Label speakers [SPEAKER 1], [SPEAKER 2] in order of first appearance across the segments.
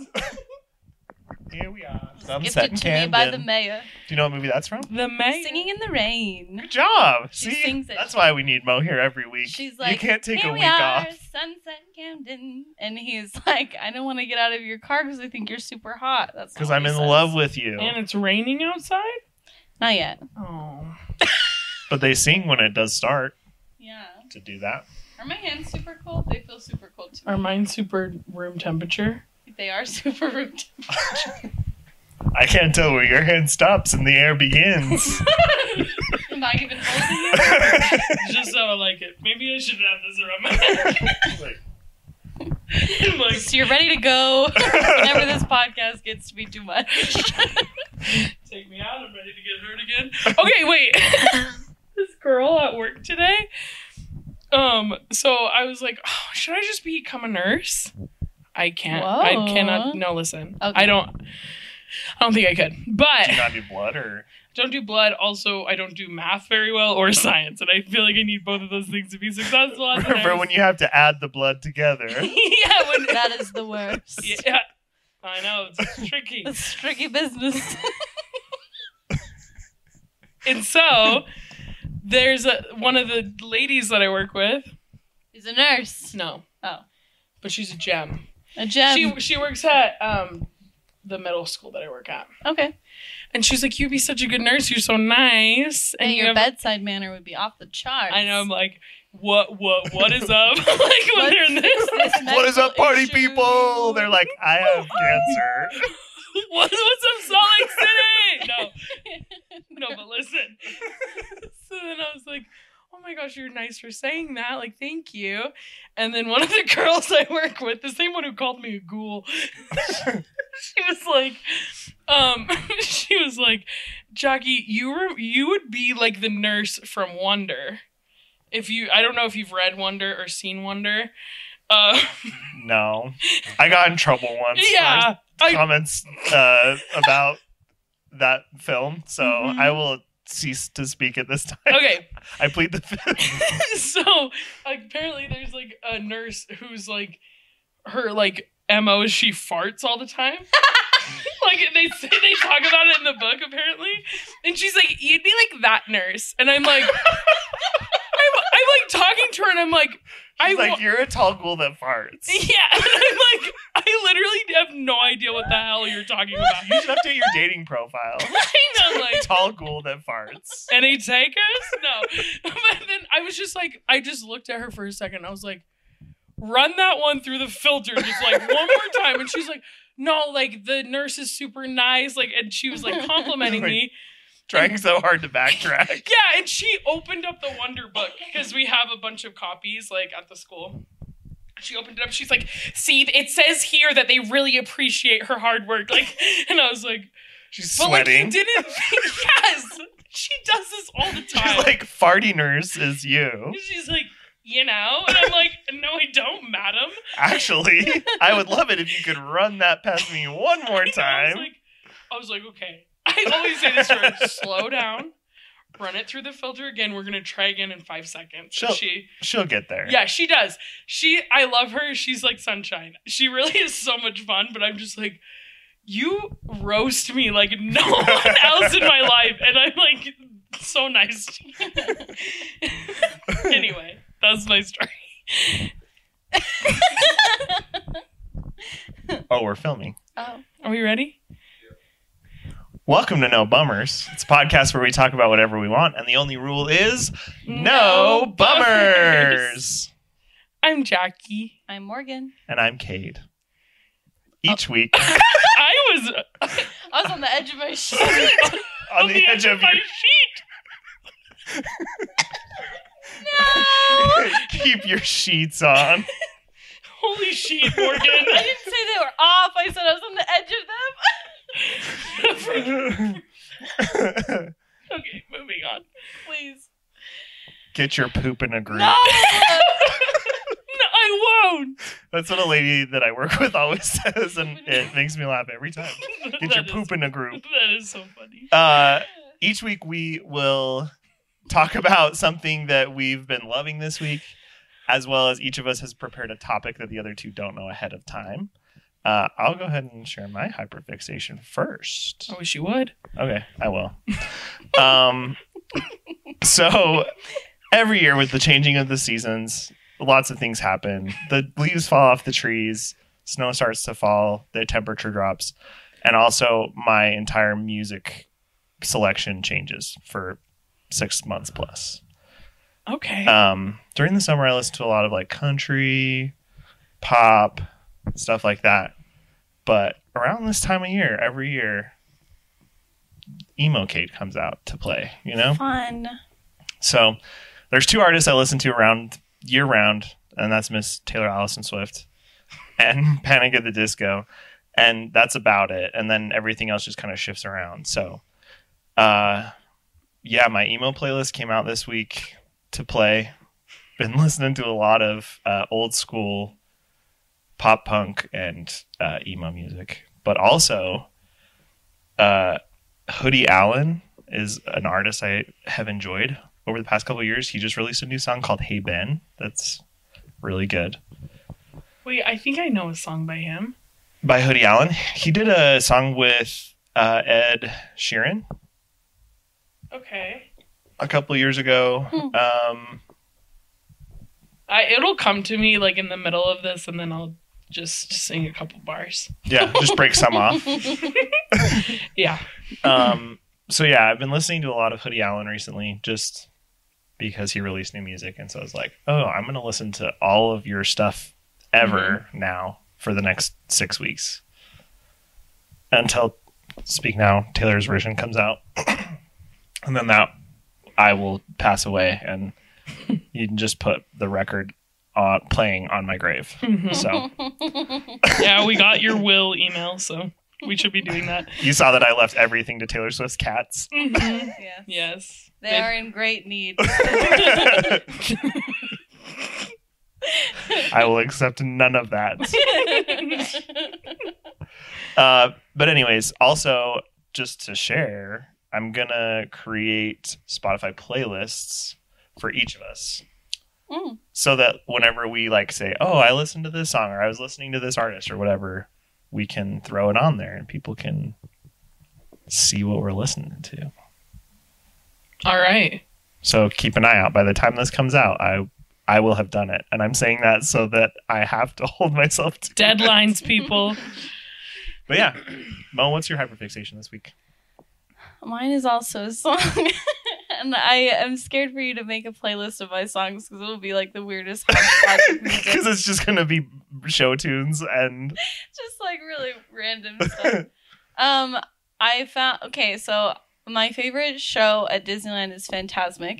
[SPEAKER 1] Here we are.
[SPEAKER 2] Gifted
[SPEAKER 1] Sunset
[SPEAKER 2] to me by the
[SPEAKER 1] Camden. Do
[SPEAKER 2] mayor.
[SPEAKER 1] you know what movie that's from?
[SPEAKER 3] The mayor.
[SPEAKER 2] Singing in the rain.
[SPEAKER 1] Good job.
[SPEAKER 2] She
[SPEAKER 1] See,
[SPEAKER 2] sings it.
[SPEAKER 1] that's why we need Mo here every week.
[SPEAKER 2] She's
[SPEAKER 1] you
[SPEAKER 2] like,
[SPEAKER 1] can't take
[SPEAKER 2] Here
[SPEAKER 1] a
[SPEAKER 2] we
[SPEAKER 1] week
[SPEAKER 2] are,
[SPEAKER 1] off.
[SPEAKER 2] Sunset Camden. And he's like, I don't want to get out of your car because I think you're super hot. That's not
[SPEAKER 1] Because
[SPEAKER 2] what
[SPEAKER 1] I'm
[SPEAKER 2] he
[SPEAKER 1] in
[SPEAKER 2] says.
[SPEAKER 1] love with you.
[SPEAKER 3] And it's raining outside.
[SPEAKER 2] Not yet.
[SPEAKER 3] Oh.
[SPEAKER 1] But they sing when it does start
[SPEAKER 2] Yeah.
[SPEAKER 1] to do that.
[SPEAKER 2] Are my hands super cold? They feel super cold to me.
[SPEAKER 3] Are mine super room temperature?
[SPEAKER 2] They are super rude.
[SPEAKER 1] I can't tell where your hand stops and the air begins.
[SPEAKER 2] I'm not even holding you.
[SPEAKER 3] Just how I like it. Maybe I should have this around my head.
[SPEAKER 1] Like,
[SPEAKER 3] I'm like,
[SPEAKER 2] So you're ready to go whenever this podcast gets to be too much.
[SPEAKER 3] take me out. I'm ready to get hurt again. Okay, wait. this girl at work today. Um, so I was like, oh, should I just become a nurse? I can't.
[SPEAKER 2] Whoa.
[SPEAKER 3] I cannot. No, listen.
[SPEAKER 2] Okay.
[SPEAKER 3] I don't. I don't think I could. But
[SPEAKER 1] do you not do blood or
[SPEAKER 3] don't do blood. Also, I don't do math very well or science, and I feel like I need both of those things to be successful. As a
[SPEAKER 1] remember
[SPEAKER 3] nurse.
[SPEAKER 1] when you have to add the blood together.
[SPEAKER 3] yeah, when,
[SPEAKER 2] that is the worst.
[SPEAKER 3] yeah, I know it's tricky.
[SPEAKER 2] It's tricky business.
[SPEAKER 3] And so there's a, one of the ladies that I work with.
[SPEAKER 2] He's a nurse.
[SPEAKER 3] No.
[SPEAKER 2] Oh.
[SPEAKER 3] But she's a gem.
[SPEAKER 2] A gem.
[SPEAKER 3] she she works at um the middle school that I work at.
[SPEAKER 2] okay.
[SPEAKER 3] And she's like, You'd be such a good nurse, you're so nice.
[SPEAKER 2] And
[SPEAKER 3] you
[SPEAKER 2] your
[SPEAKER 3] have-
[SPEAKER 2] bedside manner would be off the charts.
[SPEAKER 3] I know I'm like, what what what is up? like when they're in this
[SPEAKER 1] What is up, party people? They're like, I have cancer.
[SPEAKER 3] what, what's up Salt Lake City? No. No, but listen. so then I was like, oh my gosh, you're nice for saying that. Like, thank you. And then one of the girls I work with, the same one who called me a ghoul, she was like, um, she was like, Jackie, you were you would be like the nurse from Wonder. If you, I don't know if you've read Wonder or seen Wonder. Uh,
[SPEAKER 1] No. I got in trouble once
[SPEAKER 3] yeah,
[SPEAKER 1] for
[SPEAKER 3] I,
[SPEAKER 1] comments uh, about that film, so
[SPEAKER 3] Mhm.
[SPEAKER 1] I will cease to speak at this time.
[SPEAKER 3] okay.
[SPEAKER 1] I plead the fifth.
[SPEAKER 3] so apparently there's like a nurse who's like her like mo is she farts all the time like they say they talk about it in the book apparently and she's like you'd be like that nurse and i'm like I'm, I'm like talking to her and i'm like i
[SPEAKER 1] She's like,
[SPEAKER 3] wa-
[SPEAKER 1] you're a tall girl that farts.
[SPEAKER 3] yeah and i'm like i literally have no idea what the hell you're talking about
[SPEAKER 1] You should update your dating profile.
[SPEAKER 3] i'm like
[SPEAKER 1] Tall ghoul that farts.
[SPEAKER 3] any takers? No. but then I was just like, I just looked at her for a second. I was like, run that one through the filter just like one more time. And she's like, no, like the nurse is super nice. Like, and she was like complimenting me.
[SPEAKER 1] Trying so hard to backtrack.
[SPEAKER 3] Yeah. And she opened up the Wonder Book because we have a bunch of copies like at the school. She opened it up. She's like, see, it says here that they really appreciate her hard work. Like, and I was like,
[SPEAKER 1] She's
[SPEAKER 3] but like, you
[SPEAKER 1] sweating.
[SPEAKER 3] didn't. yes. She does this all the time.
[SPEAKER 1] She's like, farty nurse is you.
[SPEAKER 3] She's like, you know? And I'm like, no, I don't, madam.
[SPEAKER 1] Actually, I would love it if you could run that past me one more
[SPEAKER 3] You know, I was
[SPEAKER 1] time.
[SPEAKER 3] like, I was like, okay. I always say this to her, slow down, run it through the filter again. We're gonna try again in five seconds.
[SPEAKER 1] She'll-
[SPEAKER 3] she
[SPEAKER 1] She'll get there.
[SPEAKER 3] Yeah, she does. She I love her. She's like sunshine. She really is so much fun, but I'm just like you roast me like no one else in my life and I'm like so nice to you. anyway, that's my story.
[SPEAKER 1] Oh, we're filming.
[SPEAKER 2] Oh.
[SPEAKER 3] Are we ready?
[SPEAKER 1] Welcome to No Bummers. It's a podcast where we talk about whatever we want, and the only rule is no,
[SPEAKER 3] No
[SPEAKER 1] bummers.
[SPEAKER 3] I'm Jackie.
[SPEAKER 2] I'm Morgan.
[SPEAKER 1] And I'm Cade.
[SPEAKER 3] Uh,
[SPEAKER 1] Each week,
[SPEAKER 3] I was
[SPEAKER 2] I was on the edge of my seat.
[SPEAKER 1] on the edge of
[SPEAKER 3] my
[SPEAKER 1] your
[SPEAKER 3] sheet.
[SPEAKER 2] No.
[SPEAKER 1] keep your sheets on.
[SPEAKER 3] Holy sheet,
[SPEAKER 2] I
[SPEAKER 3] Morgan.
[SPEAKER 2] didn't say they were off. I said I was on the edge of them.
[SPEAKER 3] okay, moving on.
[SPEAKER 2] Please.
[SPEAKER 1] Get your poop in a group.
[SPEAKER 2] No.
[SPEAKER 3] No, I won't.
[SPEAKER 1] That's what a lady that I work with always says, and it makes me laugh every time. Get your
[SPEAKER 3] That is-
[SPEAKER 1] poop in a group.
[SPEAKER 3] That is so funny.
[SPEAKER 1] Uh, each week we will talk about something that we've been loving this week, as well as each of us has prepared a topic that the other two don't know ahead of time. Uh, I'll go ahead and share my hyperfixation first.
[SPEAKER 3] I wish you would.
[SPEAKER 1] Okay, I will. um, so every year with the changing of the seasons, lots of things happen. The leaves fall off the trees, snow starts to fall, the temperature drops, and also my entire music selection changes for six months plus.
[SPEAKER 3] Okay.
[SPEAKER 1] Um, during the summer, I listen to a lot of like country, pop, stuff like that. But around this time of year, every year, Emo Kate comes out to play, you know?
[SPEAKER 2] Fun.
[SPEAKER 1] So there's two artists I listen to around year round, and that's Miss Taylor Allison Swift and Panic at the Disco. And that's about it. And then everything else just kind of shifts around. So uh yeah, my emo playlist came out this week to play. Been listening to a lot of uh, old school pop punk and uh, emo music, but also uh, Hoodie Allen is an artist I have enjoyed over the past couple of years. He just released a new song called Hey Ben. That's really good.
[SPEAKER 3] Wait, I think I know a song by him.
[SPEAKER 1] By Hoodie Allen. He did a song with uh, Ed Sheeran
[SPEAKER 3] Okay.
[SPEAKER 1] a couple of years ago.
[SPEAKER 2] Hmm.
[SPEAKER 1] Um,
[SPEAKER 3] I it'll come to me like in the middle of this, and then I'll just sing a couple bars.
[SPEAKER 1] yeah, just break some off.
[SPEAKER 3] Yeah.
[SPEAKER 1] Um, so yeah, I've been listening to a lot of Hoodie Allen recently, just because he released new music, and so I was like, oh, I'm gonna listen to all of your stuff ever now for the next six weeks until Speak Now Taylor's version comes out, and then that I will pass away, and you can just put the record on playing on my grave.
[SPEAKER 3] Mhm.
[SPEAKER 1] So
[SPEAKER 3] yeah, we got your will email, so we should be doing that.
[SPEAKER 1] you saw that I left everything to Taylor Swift's cats.
[SPEAKER 3] Mhm.
[SPEAKER 2] yes.
[SPEAKER 3] Yes.
[SPEAKER 2] They are in great need.
[SPEAKER 1] I will accept none of that. Uh, but anyways, also just to share, I'm gonna create Spotify playlists for each of us.
[SPEAKER 2] Mm.
[SPEAKER 1] So that whenever we like say, Oh, I listened to this song or I was listening to this artist or whatever, we can throw it on there and people can see what we're listening to.
[SPEAKER 3] All right.
[SPEAKER 1] So keep an eye out. By the time this comes out, I I will have done it. And I'm saying that so that I have to hold myself to
[SPEAKER 3] Deadlines, people.
[SPEAKER 1] But yeah. Mo, what's your hyperfixation this week?
[SPEAKER 2] Mine is also a song. and I am scared for you to make a playlist of my songs because it'll be like the weirdest hodgepodge of music.
[SPEAKER 1] Because it's just gonna be show tunes and
[SPEAKER 2] Just like really random stuff. Um, I found okay, so my favorite show at Disneyland is Fantasmic.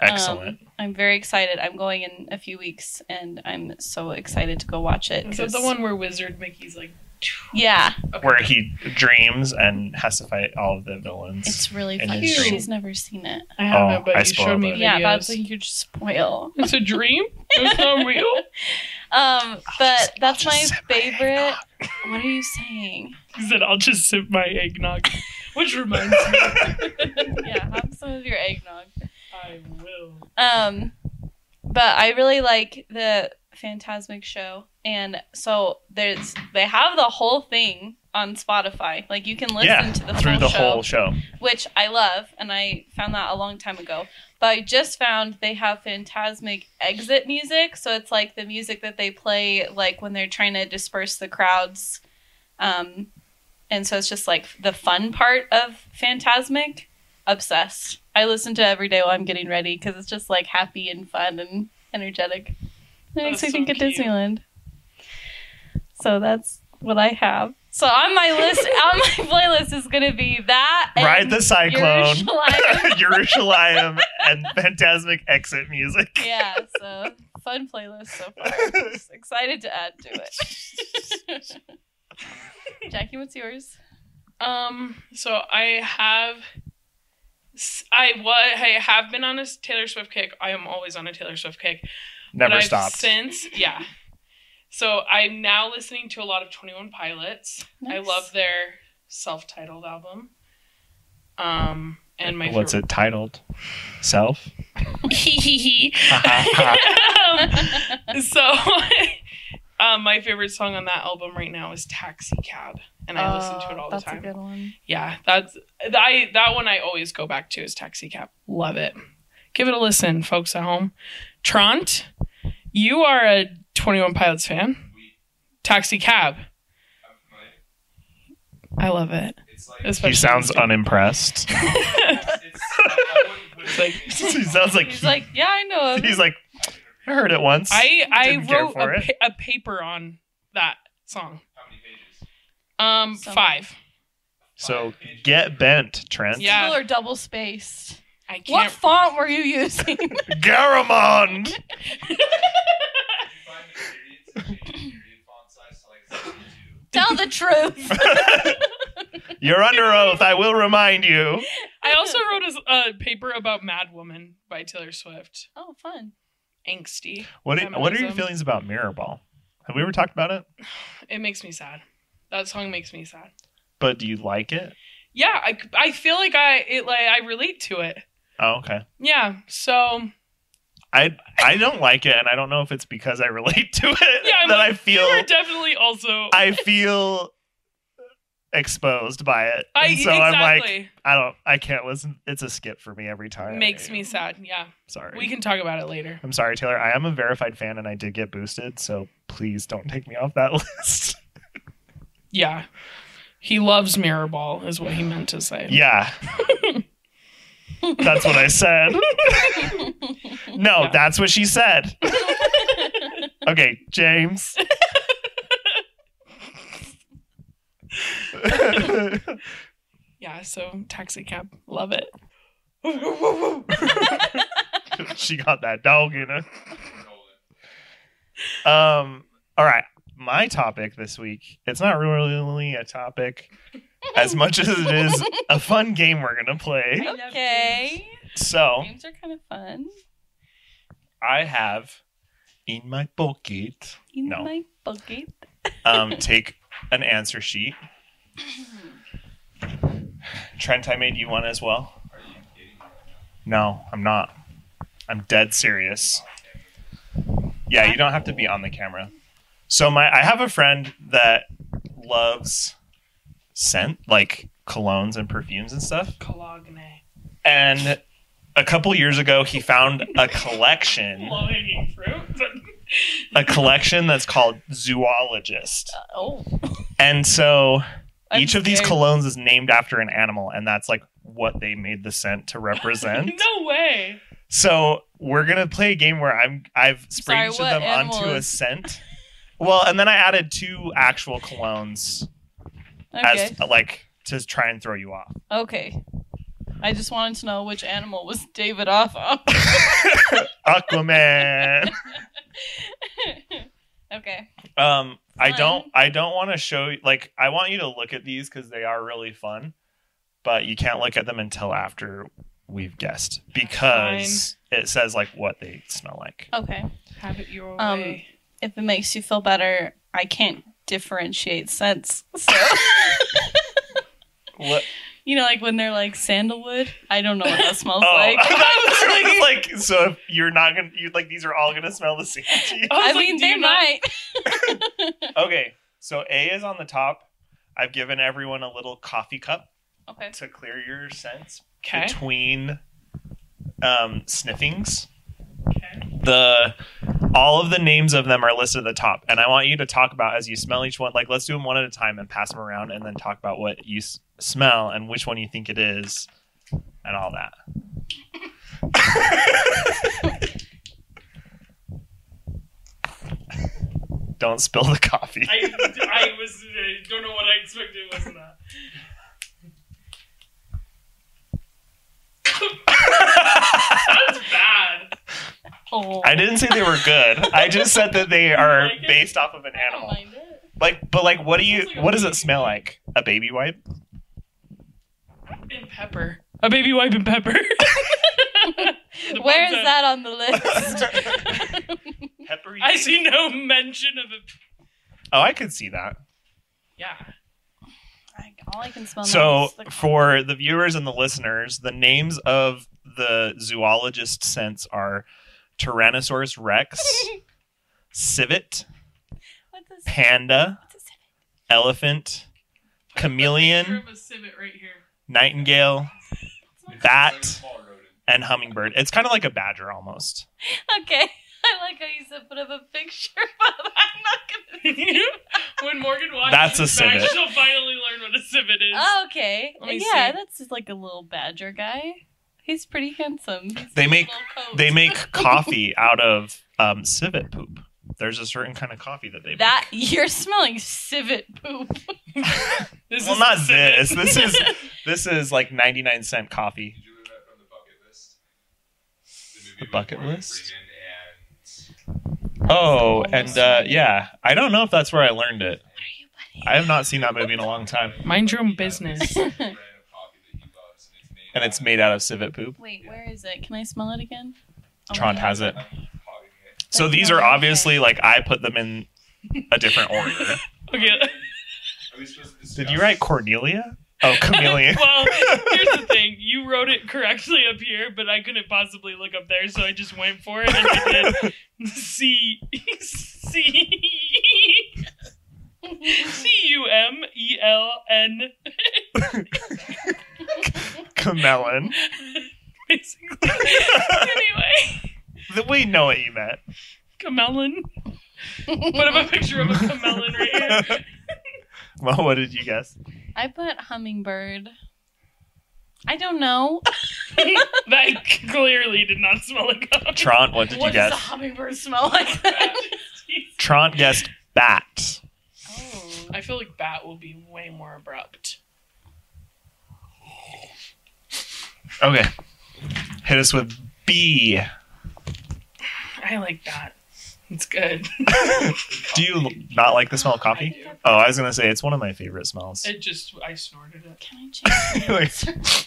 [SPEAKER 2] Um,
[SPEAKER 1] Excellent.
[SPEAKER 2] I'm very excited. I'm going in a few weeks, and I'm so excited to go watch it.
[SPEAKER 3] Is that the
[SPEAKER 2] 'cause-
[SPEAKER 3] one where Wizard Mickey's like?
[SPEAKER 2] Yeah,
[SPEAKER 3] okay.
[SPEAKER 1] Where he dreams and has to fight all of the villains.
[SPEAKER 2] it's really
[SPEAKER 1] In
[SPEAKER 2] fun.
[SPEAKER 1] his
[SPEAKER 3] dream.
[SPEAKER 2] She's never seen it.
[SPEAKER 3] I haven't,
[SPEAKER 1] Oh,
[SPEAKER 3] but
[SPEAKER 1] I
[SPEAKER 3] you
[SPEAKER 1] spoiled
[SPEAKER 3] showed me
[SPEAKER 1] it.
[SPEAKER 3] videos.
[SPEAKER 2] Yeah, that's a huge spoil.
[SPEAKER 3] It's a dream. It's not real.
[SPEAKER 2] Um,
[SPEAKER 1] Oh,
[SPEAKER 2] but
[SPEAKER 1] just- I'll
[SPEAKER 2] that's
[SPEAKER 1] just
[SPEAKER 2] my
[SPEAKER 1] sip my
[SPEAKER 2] favorite. What are you saying?
[SPEAKER 3] He said, "I'll just sip my eggnog," which reminds me,
[SPEAKER 2] Yeah, have some of your eggnog.
[SPEAKER 3] I will.
[SPEAKER 2] Um, but I really like the Phantasmic show, and so there's they have the whole thing on Spotify. Like you can listen
[SPEAKER 1] yeah,
[SPEAKER 2] to the
[SPEAKER 1] through
[SPEAKER 2] whole
[SPEAKER 1] the
[SPEAKER 2] show,
[SPEAKER 1] whole show.
[SPEAKER 2] which I love, and I found that a long time ago. But I just found they have Phantasmic exit music, so it's like the music that they play like when they're trying to disperse the crowds. Um, and so it's just like the fun part of Phantasmic. Obsessed. I listen to it every day while I'm getting ready because it's just like happy and fun and energetic. It makes
[SPEAKER 3] That's
[SPEAKER 2] me
[SPEAKER 3] so
[SPEAKER 2] think of
[SPEAKER 3] cute.
[SPEAKER 2] Disneyland. So that's what I have. So on my list, on my playlist is going to be that. and
[SPEAKER 1] Ride the cyclone.
[SPEAKER 2] Yerushalayim.
[SPEAKER 1] Jerusalem and Fantasmic exit music.
[SPEAKER 2] yeah, so fun playlist so far. Just excited to add to it. Jackie, what's yours?
[SPEAKER 3] Um, so I have, s- I was, I have been on a s- Taylor Swift kick. I am always on a Taylor Swift kick. But
[SPEAKER 1] Never
[SPEAKER 3] I've
[SPEAKER 1] stopped.
[SPEAKER 3] Since, yeah. So I'm now listening to a lot of Twenty One Pilots. I
[SPEAKER 2] Nice.
[SPEAKER 3] love their self-titled album. Um, and my
[SPEAKER 1] What's it titled? Self.
[SPEAKER 3] it?
[SPEAKER 1] Ha, ha, ha.
[SPEAKER 3] um, so Um, my favorite song on that album right now is Taxi Cab, and I listen to it all the time.
[SPEAKER 2] Oh, That's a good one.
[SPEAKER 3] Yeah, that's I that one I always go back to is Taxi Cab. Love it. Give it a listen, folks at home. Trant, you are a Twenty One Pilots fan. Taxi Cab, I love it.
[SPEAKER 4] It's like, it's,
[SPEAKER 3] Especially
[SPEAKER 1] he sounds unimpressed.
[SPEAKER 4] it's, I, I wouldn't put it in-
[SPEAKER 1] he sounds like
[SPEAKER 2] He's like, um, yeah, I know. him."
[SPEAKER 1] he's like I heard it once.
[SPEAKER 3] I I
[SPEAKER 1] Didn't care
[SPEAKER 3] wrote
[SPEAKER 1] for
[SPEAKER 3] a,
[SPEAKER 1] it.
[SPEAKER 3] pa- a paper on that song.
[SPEAKER 4] how many pages?
[SPEAKER 3] Um,
[SPEAKER 2] So-
[SPEAKER 3] five.
[SPEAKER 1] so
[SPEAKER 4] Five pages.
[SPEAKER 1] get bent, Trent.
[SPEAKER 3] Yeah.
[SPEAKER 2] People are double spaced.
[SPEAKER 3] I can't.
[SPEAKER 2] What font were you using?
[SPEAKER 1] Garamond.
[SPEAKER 4] Did you find the periods? Did you change the period font size to like 72?
[SPEAKER 2] Tell the truth.
[SPEAKER 1] You're under oath. I will remind you.
[SPEAKER 3] I also wrote a s- a, paper about Mad Woman by Taylor Swift.
[SPEAKER 2] Oh, fun.
[SPEAKER 3] Angsty.
[SPEAKER 1] What are, what are your
[SPEAKER 3] Feminism.
[SPEAKER 1] feelings about Mirrorball? Have we ever talked about it?
[SPEAKER 3] It makes me sad. That song makes me sad.
[SPEAKER 1] But do you like it?
[SPEAKER 3] Yeah, I, I feel like I it like I relate to it.
[SPEAKER 1] Oh, okay.
[SPEAKER 3] Yeah. So
[SPEAKER 1] I I don't like it, and I don't know if it's because I relate to it
[SPEAKER 3] yeah, I'm
[SPEAKER 1] that
[SPEAKER 3] like,
[SPEAKER 1] I feel
[SPEAKER 3] you are definitely also. I,
[SPEAKER 1] I feel exposed by it. And so I'm like,
[SPEAKER 3] exactly
[SPEAKER 1] I don't, I can't listen. It's a skip for me every time.
[SPEAKER 3] makes me sad. Yeah,
[SPEAKER 1] sorry.
[SPEAKER 3] we can talk about it later.
[SPEAKER 1] I'm sorry, Taylor. I am a verified fan, and I did get boosted. So please don't take me off that list.
[SPEAKER 3] Yeah, he loves mirror ball, is what he meant to say.
[SPEAKER 1] yeah, that's what I said. no,
[SPEAKER 3] Yeah.
[SPEAKER 1] that's what she said. okay, James.
[SPEAKER 3] Yeah. So taxi cab, love it.
[SPEAKER 1] she got that dog in her.
[SPEAKER 4] Nolan.
[SPEAKER 1] Um, all right. My topic this week, it's not really a topic as much as it is a fun game we're going to play.
[SPEAKER 3] I love
[SPEAKER 2] Okay.
[SPEAKER 1] So,
[SPEAKER 2] Games are kind of fun.
[SPEAKER 1] I have in my pocket,
[SPEAKER 2] In
[SPEAKER 1] No.
[SPEAKER 2] my bucket.
[SPEAKER 1] um, take an answer sheet. Trent, I made you one as well.
[SPEAKER 4] Are you kidding me?
[SPEAKER 1] No, I'm not. I'm dead serious. Yeah, you don't have to be on the camera. So my I have a friend that loves scent like colognes and perfumes and stuff.
[SPEAKER 3] Cologne.
[SPEAKER 1] And a couple years ago he found a collection,
[SPEAKER 3] Low hanging fruit.
[SPEAKER 1] a collection that's called Zoologist.
[SPEAKER 2] Oh.
[SPEAKER 1] And so
[SPEAKER 2] I'm
[SPEAKER 1] each of these
[SPEAKER 2] scared.
[SPEAKER 1] colognes is named after an animal and that's like what they made the scent to represent.
[SPEAKER 3] no way.
[SPEAKER 1] So we're gonna play a game where I'm I've
[SPEAKER 2] Sorry,
[SPEAKER 1] sprinkled
[SPEAKER 2] what
[SPEAKER 1] them
[SPEAKER 2] animal
[SPEAKER 1] onto a
[SPEAKER 2] is-
[SPEAKER 1] scent. Well, and then I added two actual colognes
[SPEAKER 2] Okay.
[SPEAKER 1] as like to try and throw you off.
[SPEAKER 2] okay. I just wanted to know which animal was David off of.
[SPEAKER 1] Aquaman.
[SPEAKER 2] okay.
[SPEAKER 1] um, I
[SPEAKER 2] Fun.
[SPEAKER 1] don't I don't want to show you like I want you to look at these because they are really fun, but you can't look at them until after we've guessed because it says like what they smell like.
[SPEAKER 2] Okay.
[SPEAKER 3] Have it your
[SPEAKER 2] Um,
[SPEAKER 3] way.
[SPEAKER 2] If it makes you feel better, I can't differentiate scents. So,
[SPEAKER 1] What?
[SPEAKER 2] you know, like when they're like sandalwood, I don't know what that smells
[SPEAKER 1] Oh,
[SPEAKER 2] like.
[SPEAKER 1] I was like, so if you're not gonna you like these are all gonna smell the same. to you?
[SPEAKER 3] was
[SPEAKER 2] I
[SPEAKER 3] like,
[SPEAKER 2] mean,
[SPEAKER 3] do you
[SPEAKER 2] they
[SPEAKER 3] not-
[SPEAKER 2] might.
[SPEAKER 1] Okay, so A is on the top. I've given everyone a little coffee cup
[SPEAKER 2] Okay.
[SPEAKER 1] to clear your sense
[SPEAKER 3] Okay.
[SPEAKER 1] between um, sniffings.
[SPEAKER 3] Okay.
[SPEAKER 1] The all of the names of them are listed at the top, and I want you to talk about as you smell each one. Like, let's do them one at a time and pass them around, and then talk about what you s- smell and which one you think it is, and all that. Don't spill the coffee.
[SPEAKER 3] I, I was I don't know what I expected was that. That's bad.
[SPEAKER 2] Oh.
[SPEAKER 1] I didn't say they were good. I just said that they are
[SPEAKER 3] like it?
[SPEAKER 1] based off of an
[SPEAKER 3] I don't
[SPEAKER 1] animal.
[SPEAKER 3] mind it.
[SPEAKER 1] Like, but like, what do you?
[SPEAKER 3] Sounds like a
[SPEAKER 1] What does
[SPEAKER 3] baby.
[SPEAKER 1] it smell like? A baby wipe?
[SPEAKER 3] And pepper. A baby wipe and pepper. The
[SPEAKER 2] Where
[SPEAKER 3] bugs
[SPEAKER 2] is
[SPEAKER 3] are-
[SPEAKER 2] that on the list?
[SPEAKER 1] Peppery.
[SPEAKER 3] I see no mention of it.
[SPEAKER 1] Oh, I could see that.
[SPEAKER 3] Yeah.
[SPEAKER 2] I- All I can smell now
[SPEAKER 1] So,
[SPEAKER 2] is the-
[SPEAKER 1] for the viewers and the listeners, the names of the zoologist scents are Tyrannosaurus Rex, Civet,
[SPEAKER 2] What a civet?
[SPEAKER 1] panda,
[SPEAKER 2] What's a civet?
[SPEAKER 1] elephant, chameleon,
[SPEAKER 3] a civet right here.
[SPEAKER 1] nightingale,
[SPEAKER 4] It's
[SPEAKER 1] Bat.
[SPEAKER 4] like a small rodent.
[SPEAKER 1] and hummingbird. It's kind of like a badger almost.
[SPEAKER 2] Okay. I like how you said put up a picture, but I'm not gonna.
[SPEAKER 3] when Morgan watches
[SPEAKER 1] That's a
[SPEAKER 3] this back,
[SPEAKER 1] civet.
[SPEAKER 3] she'll finally learn what a civet is.
[SPEAKER 2] Oh, okay.
[SPEAKER 3] Let me
[SPEAKER 2] yeah,
[SPEAKER 3] see.
[SPEAKER 2] that's just like a little badger guy. He's pretty handsome. He's
[SPEAKER 1] They
[SPEAKER 2] got a
[SPEAKER 1] make-
[SPEAKER 2] little coat.
[SPEAKER 1] They make coffee out of um, civet poop. There's a certain kind of coffee that they
[SPEAKER 2] that. You're smelling civet poop.
[SPEAKER 3] this
[SPEAKER 1] make. Well,
[SPEAKER 3] is
[SPEAKER 1] not
[SPEAKER 3] a civet.
[SPEAKER 1] this. This is this is like 99 cent coffee.
[SPEAKER 4] Did you remember that from the bucket list? movie
[SPEAKER 1] The
[SPEAKER 4] with
[SPEAKER 1] bucket
[SPEAKER 4] Morgan
[SPEAKER 1] list?
[SPEAKER 4] Freeman and-
[SPEAKER 1] Oh,
[SPEAKER 2] Almost
[SPEAKER 1] and uh,
[SPEAKER 2] right.
[SPEAKER 1] yeah, I don't know if that's where I learned it.
[SPEAKER 2] What are you, buddy?
[SPEAKER 1] I have not seen that movie in a long time,
[SPEAKER 3] Mind your own
[SPEAKER 4] Yeah, there's
[SPEAKER 3] business.
[SPEAKER 4] a brand of coffee that he loves, and it's made
[SPEAKER 1] and it's made out of civet poop.
[SPEAKER 2] Wait, where is it? Can I smell it again? Oh my
[SPEAKER 1] Trant
[SPEAKER 2] God.
[SPEAKER 1] has it.
[SPEAKER 4] I'm hogging it.
[SPEAKER 1] So
[SPEAKER 2] Like,
[SPEAKER 1] these
[SPEAKER 2] no,
[SPEAKER 1] are
[SPEAKER 2] okay.
[SPEAKER 1] obviously like I put them in a different order.
[SPEAKER 3] Okay.
[SPEAKER 4] Are we supposed to
[SPEAKER 1] Did
[SPEAKER 4] discuss-
[SPEAKER 1] you write Cornelia? Oh, Chameleon.
[SPEAKER 3] well, here's the thing. You wrote it correctly up here, but I couldn't possibly look up there, so I just went for it and I did C C C U M E L N.
[SPEAKER 1] Camelon.
[SPEAKER 3] Basically. anyway,
[SPEAKER 1] Th- We know what you meant.
[SPEAKER 3] Camelon. Put up a picture of a Camelon right here.
[SPEAKER 1] Well, what did you guess?
[SPEAKER 2] I put hummingbird. I don't know.
[SPEAKER 3] that clearly did not smell like coffee.
[SPEAKER 1] Trant, what did
[SPEAKER 2] what
[SPEAKER 1] you
[SPEAKER 2] does
[SPEAKER 1] guess?
[SPEAKER 2] a hummingbird smell like? That?
[SPEAKER 1] Trant guessed bat.
[SPEAKER 2] oh.
[SPEAKER 3] I feel like bat will be way more abrupt.
[SPEAKER 1] Okay. Hit us with B.
[SPEAKER 3] I like that. It's good.
[SPEAKER 1] Do you l- not like the smell of coffee?
[SPEAKER 4] I do.
[SPEAKER 1] Oh, I was gonna say it's one of my favorite smells.
[SPEAKER 3] It just I snorted it.
[SPEAKER 2] Can I change? my
[SPEAKER 1] Like-
[SPEAKER 2] answer?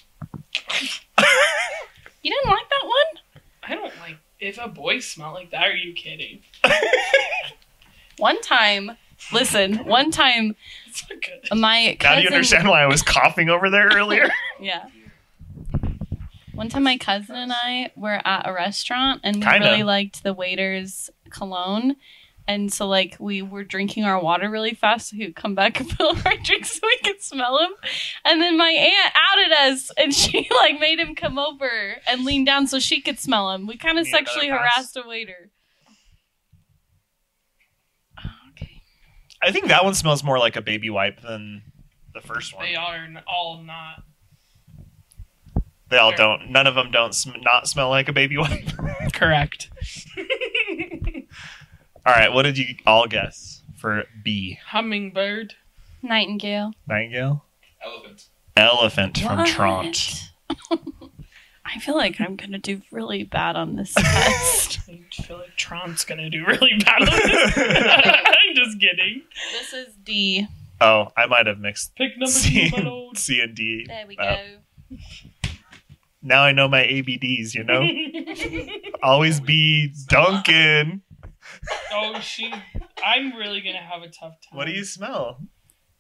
[SPEAKER 2] you didn't like that one?
[SPEAKER 3] I don't like if a boy smelled like that. Are you kidding?
[SPEAKER 2] One time, listen. One time,
[SPEAKER 3] It's not good.
[SPEAKER 2] my cousin.
[SPEAKER 1] Now do you understand why I was coughing over there earlier?
[SPEAKER 2] Yeah. One time, my cousin and I were at a restaurant, and we
[SPEAKER 1] Kinda.
[SPEAKER 2] really liked the waiter's cologne. And so, like, we were drinking our water really fast, so he would come back and fill up our drinks so we could smell him. And then my aunt outed us, and she like made him come over and lean down so she could smell him. We kind
[SPEAKER 1] Need
[SPEAKER 2] of sexually
[SPEAKER 1] another pass?
[SPEAKER 2] harassed a waiter. Okay.
[SPEAKER 1] I think that one smells more like a baby wipe than the first one.
[SPEAKER 3] They are n- all not.
[SPEAKER 1] They all
[SPEAKER 3] Sure.
[SPEAKER 1] don't. None of them don't sm- not smell like a baby wipe.
[SPEAKER 3] Correct.
[SPEAKER 1] all right, what did you all guess for B?
[SPEAKER 3] Hummingbird.
[SPEAKER 2] Nightingale.
[SPEAKER 1] Nightingale,
[SPEAKER 4] Elephant.
[SPEAKER 1] elephant from
[SPEAKER 2] What?
[SPEAKER 1] Trant.
[SPEAKER 2] I feel like I'm gonna do really bad on this test.
[SPEAKER 3] I feel like Tron's gonna do really bad on this. I'm just kidding.
[SPEAKER 2] this is D.
[SPEAKER 1] Oh, I might have mixed
[SPEAKER 3] Pick number
[SPEAKER 1] C,
[SPEAKER 3] two, but old.
[SPEAKER 1] C and D.
[SPEAKER 2] There we go.
[SPEAKER 1] Uh, Now I know my ABDs. You know, always be Duncan.
[SPEAKER 3] oh, she. I'm really gonna have a tough time.
[SPEAKER 1] What do you smell? Um,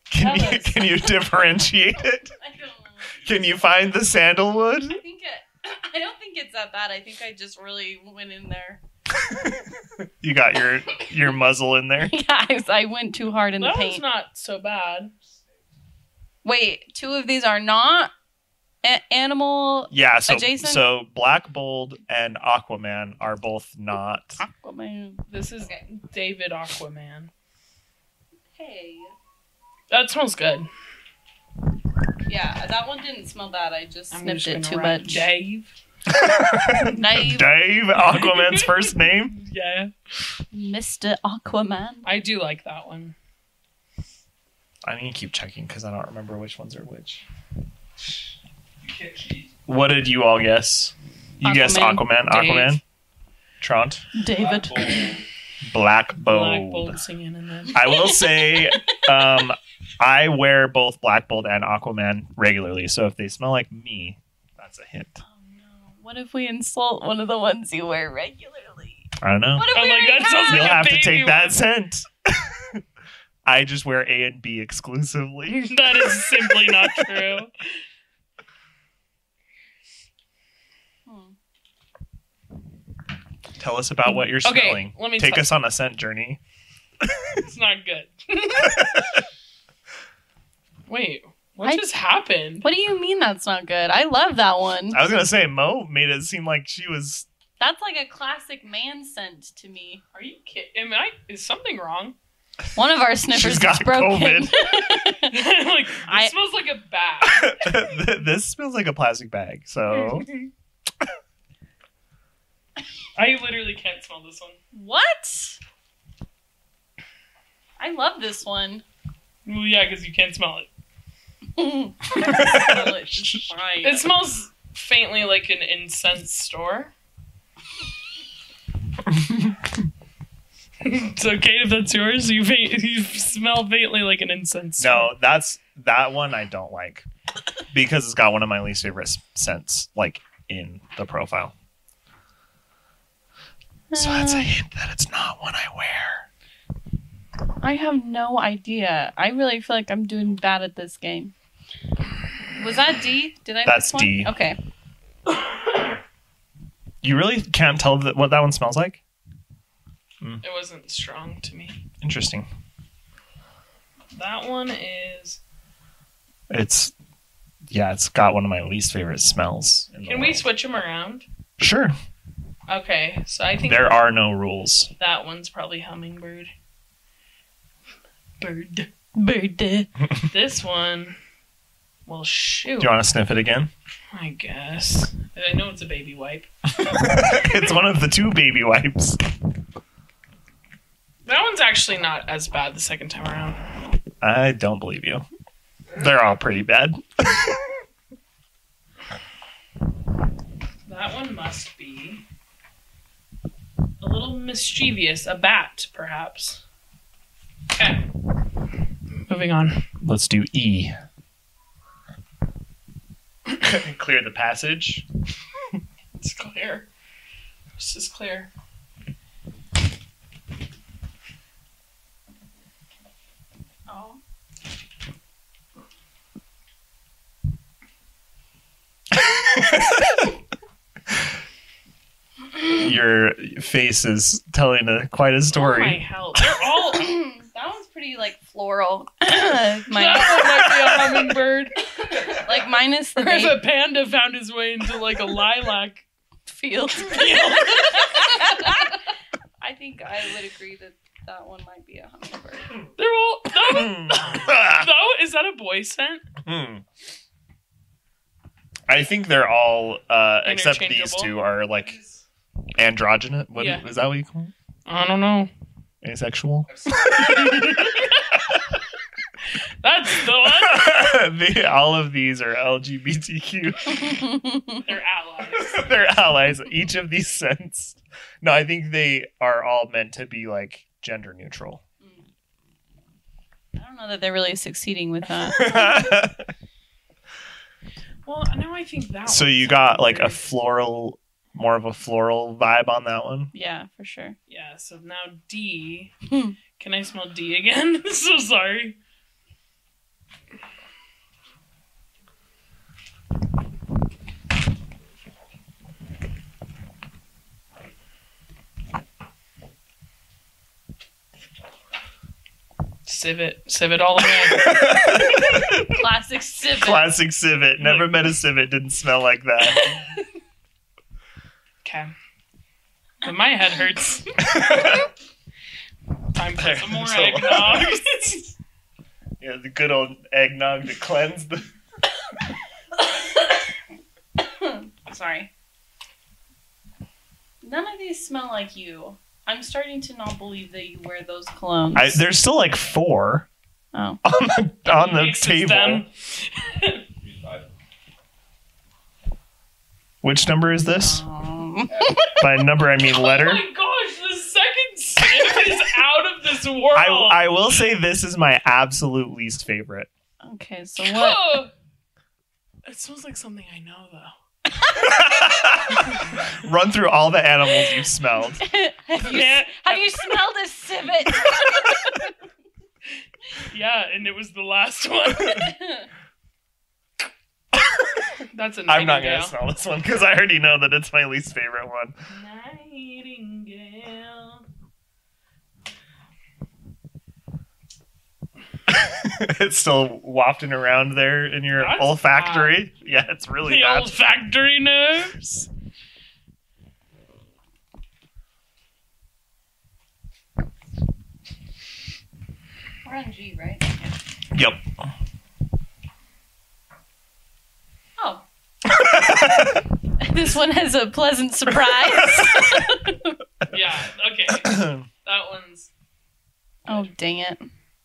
[SPEAKER 1] Can
[SPEAKER 2] Tell
[SPEAKER 1] you
[SPEAKER 2] us.
[SPEAKER 1] can you differentiate it?
[SPEAKER 2] I don't know.
[SPEAKER 1] Can you find the sandalwood?
[SPEAKER 2] I think it, I don't think it's that bad. I think I just really went in there.
[SPEAKER 1] You got your your muzzle in there.
[SPEAKER 2] Guys, I went too hard in the
[SPEAKER 3] That one's
[SPEAKER 2] paint.
[SPEAKER 3] not so bad.
[SPEAKER 2] Wait, two of these are not a- animal
[SPEAKER 1] Yeah. So
[SPEAKER 2] Adjacent?
[SPEAKER 1] so Black Bolt and Aquaman are both not.
[SPEAKER 2] Aquaman.
[SPEAKER 3] This is David Aquaman.
[SPEAKER 2] Hey.
[SPEAKER 3] That smells good.
[SPEAKER 2] Yeah, that one didn't smell bad. I just sniffed
[SPEAKER 3] just
[SPEAKER 2] it
[SPEAKER 3] gonna
[SPEAKER 2] too
[SPEAKER 3] write
[SPEAKER 2] much.
[SPEAKER 3] Dave.
[SPEAKER 2] Naive
[SPEAKER 1] Dave Aquaman's first name.
[SPEAKER 3] Yeah.
[SPEAKER 2] Mr. Aquaman.
[SPEAKER 3] I do like that one.
[SPEAKER 1] I need to keep checking because I don't remember which ones are which.
[SPEAKER 4] You can't cheat.
[SPEAKER 1] What did you all guess? You guessed
[SPEAKER 2] Aquaman.
[SPEAKER 1] Aquaman. Aquaman. Trant.
[SPEAKER 2] David.
[SPEAKER 4] Black Bolt.
[SPEAKER 1] Black
[SPEAKER 3] Black
[SPEAKER 1] Bolt.
[SPEAKER 3] Bolt singing in there.
[SPEAKER 1] I will say, um, I wear both Black Bolt and Aquaman regularly. So if they smell like me, that's a hint.
[SPEAKER 2] Oh no. What if we insult one of the ones you wear regularly?
[SPEAKER 1] I don't know.
[SPEAKER 2] What if
[SPEAKER 3] I'm
[SPEAKER 2] we
[SPEAKER 3] like,
[SPEAKER 2] already
[SPEAKER 3] that sounds
[SPEAKER 2] have?
[SPEAKER 1] You'll
[SPEAKER 3] like a
[SPEAKER 1] have to
[SPEAKER 3] baby
[SPEAKER 1] take
[SPEAKER 3] one.
[SPEAKER 1] that scent. I just wear A and B exclusively.
[SPEAKER 3] that is simply not true.
[SPEAKER 2] Hmm.
[SPEAKER 1] Tell us about what you're
[SPEAKER 3] Okay,
[SPEAKER 1] smelling.
[SPEAKER 3] let me
[SPEAKER 1] Take
[SPEAKER 3] tell-
[SPEAKER 1] us on a scent journey.
[SPEAKER 3] It's not good. Wait, what
[SPEAKER 2] I-
[SPEAKER 3] just happened?
[SPEAKER 2] What do you mean that's not good? I love that one.
[SPEAKER 1] I was gonna say Mo made it seem like she was.
[SPEAKER 2] That's like a classic man scent to me.
[SPEAKER 3] Are you kidding? Am I? Is something wrong?
[SPEAKER 2] One of our sniffers
[SPEAKER 1] She's got
[SPEAKER 2] is broken.
[SPEAKER 3] like it
[SPEAKER 2] I-
[SPEAKER 3] smells like a bat.
[SPEAKER 1] this smells like a plastic bag.
[SPEAKER 3] Hmm.
[SPEAKER 1] So
[SPEAKER 3] I literally can't smell this one.
[SPEAKER 2] what? I love this one.
[SPEAKER 3] Well, yeah, because you can't smell it.
[SPEAKER 2] Smell it, it's fine.
[SPEAKER 3] It smells faintly like an incense store. it's okay if that's yours. You faint, you smell faintly like an incense.
[SPEAKER 1] no, that's that one I don't like because it's got one of my least favorite s- scents like in the profile. So that's a hint that it's not one I wear.
[SPEAKER 2] I have no idea. I really feel like I'm doing bad at this game. Was that D? Did I?
[SPEAKER 1] That's
[SPEAKER 2] miss one?
[SPEAKER 1] D.
[SPEAKER 2] Okay.
[SPEAKER 1] You really can't tell that what that one smells like.
[SPEAKER 3] It wasn't strong to me.
[SPEAKER 1] Interesting.
[SPEAKER 3] That one is.
[SPEAKER 1] It's yeah, it's got one of my least favorite smells. in the
[SPEAKER 3] Can we
[SPEAKER 1] world.
[SPEAKER 3] switch them around?
[SPEAKER 1] Sure.
[SPEAKER 3] Okay, so I think
[SPEAKER 1] There are no rules.
[SPEAKER 3] that one's probably hummingbird. Bird.
[SPEAKER 2] Bird.
[SPEAKER 3] This one. Well, shoot.
[SPEAKER 1] Do you want to sniff it again?
[SPEAKER 3] I guess. I know it's a baby wipe.
[SPEAKER 1] it's one of the two baby wipes.
[SPEAKER 3] That one's actually not as bad the second time around.
[SPEAKER 1] I don't believe you. They're all pretty bad.
[SPEAKER 3] That one must be a little mischievous. A bat, perhaps. Okay. Moving on.
[SPEAKER 1] Let's do E. Clear the passage.
[SPEAKER 3] It's clear. This is clear. Oh.
[SPEAKER 1] Your face is telling a, quite a
[SPEAKER 3] Oh my
[SPEAKER 1] story.
[SPEAKER 3] hell. They're all.
[SPEAKER 2] that one's pretty like floral.
[SPEAKER 3] That
[SPEAKER 2] minus,
[SPEAKER 3] one might be a hummingbird.
[SPEAKER 2] like minus the
[SPEAKER 3] Or if
[SPEAKER 2] baby
[SPEAKER 3] a panda found his way into like a lilac
[SPEAKER 2] field.
[SPEAKER 3] field.
[SPEAKER 2] I think I would agree that that one might be a hummingbird.
[SPEAKER 3] They're all. That one,
[SPEAKER 1] Hmm.
[SPEAKER 3] though, is that a boy scent?
[SPEAKER 1] I think they're all, uh, except these
[SPEAKER 3] Interchangeable.
[SPEAKER 1] two, are like androgynous. What is
[SPEAKER 3] Yeah.
[SPEAKER 1] is that what you call it?
[SPEAKER 3] I don't know.
[SPEAKER 1] Asexual?
[SPEAKER 4] I've seen-
[SPEAKER 3] That's the one.
[SPEAKER 1] The- all of these are LGBTQ.
[SPEAKER 3] They're allies.
[SPEAKER 1] They're allies. Each of these scents. No, I think they are all meant to be like gender neutral.
[SPEAKER 2] I don't know that they're really succeeding with that.
[SPEAKER 3] Well, now I think that.
[SPEAKER 1] so
[SPEAKER 3] one's
[SPEAKER 1] you got like a
[SPEAKER 3] weird.
[SPEAKER 1] floral, more of a floral vibe on that one.
[SPEAKER 2] Yeah, for sure.
[SPEAKER 3] Yeah. So now D.
[SPEAKER 2] Hmm.
[SPEAKER 3] Can I smell D again? so sorry. Civet, civet all around.
[SPEAKER 2] Classic civet.
[SPEAKER 1] Classic civet. Never
[SPEAKER 3] Like-
[SPEAKER 1] met a civet didn't smell like that.
[SPEAKER 3] Okay. But my head hurts. Time for some more
[SPEAKER 1] So-
[SPEAKER 3] eggnog.
[SPEAKER 1] yeah, the good old eggnog to cleanse the.
[SPEAKER 2] Sorry. None of these smell like you. I'm starting to not believe that you wear those colognes.
[SPEAKER 1] I, there's still like four
[SPEAKER 2] oh.
[SPEAKER 1] on the on the
[SPEAKER 3] Mixes
[SPEAKER 1] table.
[SPEAKER 3] them.
[SPEAKER 4] I've-
[SPEAKER 1] Which number is this?
[SPEAKER 2] Um,
[SPEAKER 1] By number I mean letter.
[SPEAKER 3] Oh my gosh, the second sip is out of this world.
[SPEAKER 1] I, I will say this is my absolute least favorite.
[SPEAKER 2] okay, so what?
[SPEAKER 3] Oh. It smells like something I know though.
[SPEAKER 1] Run through all the animals you've smelled.
[SPEAKER 2] have, you,
[SPEAKER 3] Yeah,
[SPEAKER 2] have you smelled a civet?
[SPEAKER 3] yeah, and it was the last one. That's a nightingale.
[SPEAKER 1] I'm not gonna smell this one because I already know that it's my least favorite one.
[SPEAKER 3] Nightingale.
[SPEAKER 1] it's still wafting around there in your
[SPEAKER 3] That's
[SPEAKER 1] olfactory. Yeah, it's really
[SPEAKER 3] the
[SPEAKER 1] bad.
[SPEAKER 3] old factory nerves.
[SPEAKER 2] We're on G, right?
[SPEAKER 1] yep.
[SPEAKER 2] Oh. this one has a pleasant surprise.
[SPEAKER 3] Yeah. Okay. that one's.
[SPEAKER 2] oh, dang it.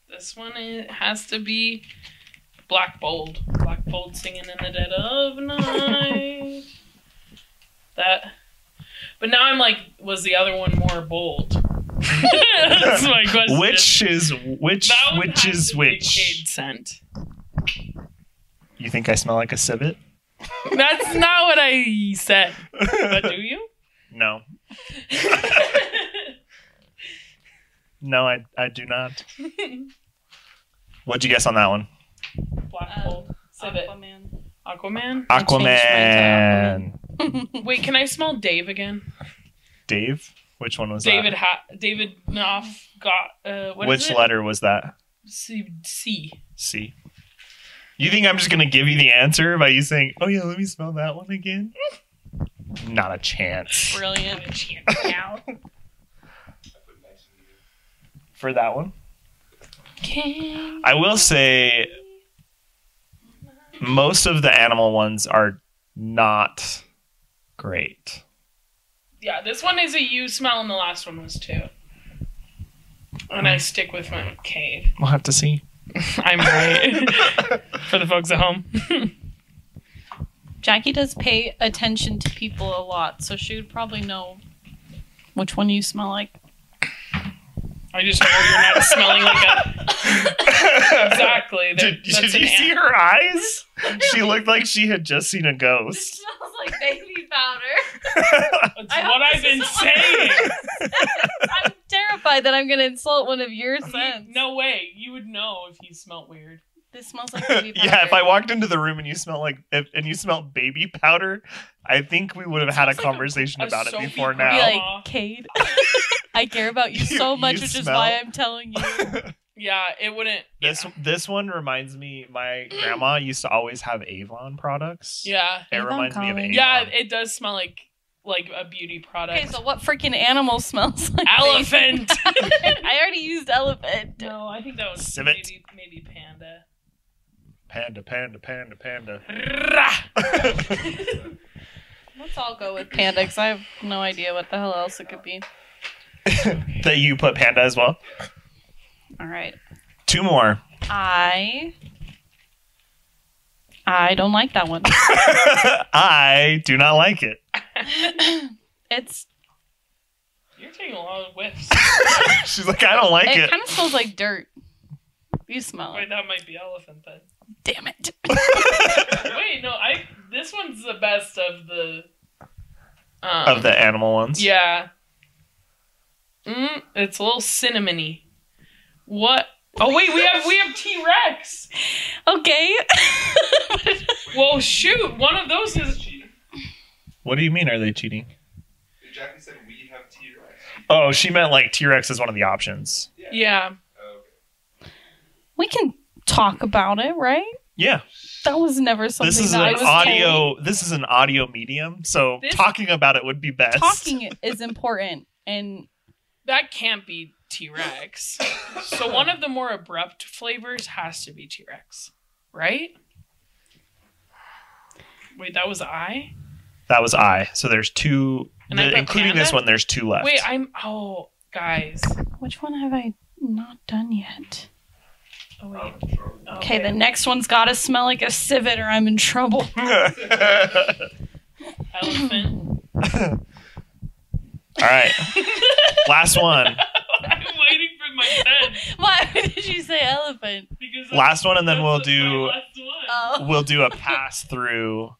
[SPEAKER 3] This one it has to be Black Bold. Black Bold singing in the dead of night. that. But now I'm like, was the other one more bold? That's my question.
[SPEAKER 1] which is which?
[SPEAKER 3] That one
[SPEAKER 1] Which
[SPEAKER 3] has
[SPEAKER 1] is
[SPEAKER 3] to be
[SPEAKER 1] which?
[SPEAKER 3] Cade Scent.
[SPEAKER 1] You think I smell like a civet?
[SPEAKER 3] That's not what I said. But do you?
[SPEAKER 1] no, no, I I do not. What'd you guess on that one?
[SPEAKER 3] Black
[SPEAKER 2] Uh,
[SPEAKER 3] Bolt. Civet.
[SPEAKER 2] Aquaman.
[SPEAKER 3] Aquaman.
[SPEAKER 2] I changed mine to
[SPEAKER 1] Aquaman.
[SPEAKER 3] Wait, can I smell Dave again?
[SPEAKER 1] Dave. Which one was
[SPEAKER 3] David
[SPEAKER 1] that?
[SPEAKER 3] ha- David Knopf got uh what is
[SPEAKER 1] Which
[SPEAKER 3] it?
[SPEAKER 1] letter was that?
[SPEAKER 3] C, C.
[SPEAKER 1] C. You think I'm just gonna give you the answer by you saying, "Oh yeah, let me smell that one again"? Not a chance
[SPEAKER 2] Brilliant.
[SPEAKER 1] for that one. I will say most of the animal ones are not great.
[SPEAKER 3] Yeah, this one is a you smell and the last one was two. And I stick with my cave.
[SPEAKER 1] We'll have to see.
[SPEAKER 3] I'm right. For the folks at home.
[SPEAKER 2] Jackie does pay attention to people a lot, so she would probably know which one you smell like.
[SPEAKER 3] I just know you're not smelling like a Exactly. That,
[SPEAKER 1] Did,
[SPEAKER 3] that's
[SPEAKER 1] did
[SPEAKER 3] an
[SPEAKER 1] you see
[SPEAKER 3] an-
[SPEAKER 1] her eyes? She looked like she had just seen a ghost.
[SPEAKER 2] smells like baby powder.
[SPEAKER 3] It's
[SPEAKER 2] I hope
[SPEAKER 3] what I've
[SPEAKER 2] this
[SPEAKER 3] been
[SPEAKER 2] is what-
[SPEAKER 3] saying.
[SPEAKER 2] I'm terrified that I'm going to insult one of your scents.
[SPEAKER 3] No way. You would know if you smelt weird.
[SPEAKER 2] This smells like baby powder.
[SPEAKER 1] yeah, if I walked into the room and you smelled like if, and you smelled baby powder, I think we would have had a
[SPEAKER 3] Smells like a-
[SPEAKER 1] conversation
[SPEAKER 3] a
[SPEAKER 1] about it
[SPEAKER 3] soapy
[SPEAKER 1] before
[SPEAKER 3] powder.
[SPEAKER 2] I'd
[SPEAKER 1] now.
[SPEAKER 2] be
[SPEAKER 3] Aw.
[SPEAKER 2] like, Cade, I care about you,
[SPEAKER 1] You-
[SPEAKER 2] so much,
[SPEAKER 1] you
[SPEAKER 2] which is
[SPEAKER 1] smell-
[SPEAKER 2] why I'm telling you.
[SPEAKER 3] Yeah, it wouldn't
[SPEAKER 1] This this one reminds me. My grandma used to always have Avon products.
[SPEAKER 3] Yeah.
[SPEAKER 1] it
[SPEAKER 2] Avon
[SPEAKER 1] reminds me of
[SPEAKER 2] Colony.
[SPEAKER 1] Avon.
[SPEAKER 3] Yeah, it does smell like like a beauty product.
[SPEAKER 2] Okay, so what freaking animal smells like
[SPEAKER 3] Elephant.
[SPEAKER 2] baby- I already used elephant.
[SPEAKER 3] no, I think that was
[SPEAKER 1] Civet.
[SPEAKER 3] maybe maybe panda.
[SPEAKER 1] panda, panda, panda, panda.
[SPEAKER 2] Let's all go with panda because I have no idea what the hell else it could be.
[SPEAKER 1] that you put panda as well.
[SPEAKER 2] All right.
[SPEAKER 1] Two more.
[SPEAKER 2] I. I don't like that one.
[SPEAKER 1] I do not like it.
[SPEAKER 2] It's
[SPEAKER 3] You're taking a lot of whiffs.
[SPEAKER 1] She's like, I don't like
[SPEAKER 2] it,
[SPEAKER 1] it.
[SPEAKER 2] kind of smells like dirt. You smell
[SPEAKER 3] Wait,
[SPEAKER 2] it.
[SPEAKER 3] that might be elephant then.
[SPEAKER 2] Damn it.
[SPEAKER 3] Wait, no, I this one's the best of the um,
[SPEAKER 1] Of the animal ones.
[SPEAKER 3] Yeah. Mm, it's a little cinnamony. What? Oh wait, we have we have T Rex.
[SPEAKER 2] Okay.
[SPEAKER 3] Well, shoot, one of those is.
[SPEAKER 4] cheating.
[SPEAKER 1] What do you mean? Are they cheating?
[SPEAKER 4] Jackie said we have T Rex.
[SPEAKER 1] Oh, she meant like T Rex is one of the options.
[SPEAKER 3] Yeah.
[SPEAKER 2] we can talk about it, right?
[SPEAKER 1] Yeah,
[SPEAKER 2] That was never something
[SPEAKER 1] this is
[SPEAKER 2] that I
[SPEAKER 1] an
[SPEAKER 2] was
[SPEAKER 1] audio. This is an audio medium, so
[SPEAKER 3] This-
[SPEAKER 1] talking about it would be best.
[SPEAKER 2] told. Talking is important, and
[SPEAKER 3] That can't be T Rex. so one of the more abrupt flavors has to be T Rex, right? Wait, that was I.
[SPEAKER 1] That was I. So there's two,
[SPEAKER 3] And I
[SPEAKER 1] the-
[SPEAKER 3] put
[SPEAKER 1] including this
[SPEAKER 3] panda?
[SPEAKER 1] one. There's two left.
[SPEAKER 3] Wait, I'm. Oh, guys.
[SPEAKER 2] which one have I not done yet?
[SPEAKER 3] Oh wait.
[SPEAKER 2] Okay, the next one's got to smell like a civet, or I'm in trouble.
[SPEAKER 3] elephant.
[SPEAKER 1] All right, last one,
[SPEAKER 3] I'm waiting for my pen
[SPEAKER 2] Why did you say elephant?
[SPEAKER 3] because
[SPEAKER 1] last one, and then
[SPEAKER 3] that's
[SPEAKER 1] we'll
[SPEAKER 3] my
[SPEAKER 1] do
[SPEAKER 3] last
[SPEAKER 2] Oh,
[SPEAKER 3] one.
[SPEAKER 1] we'll do a pass through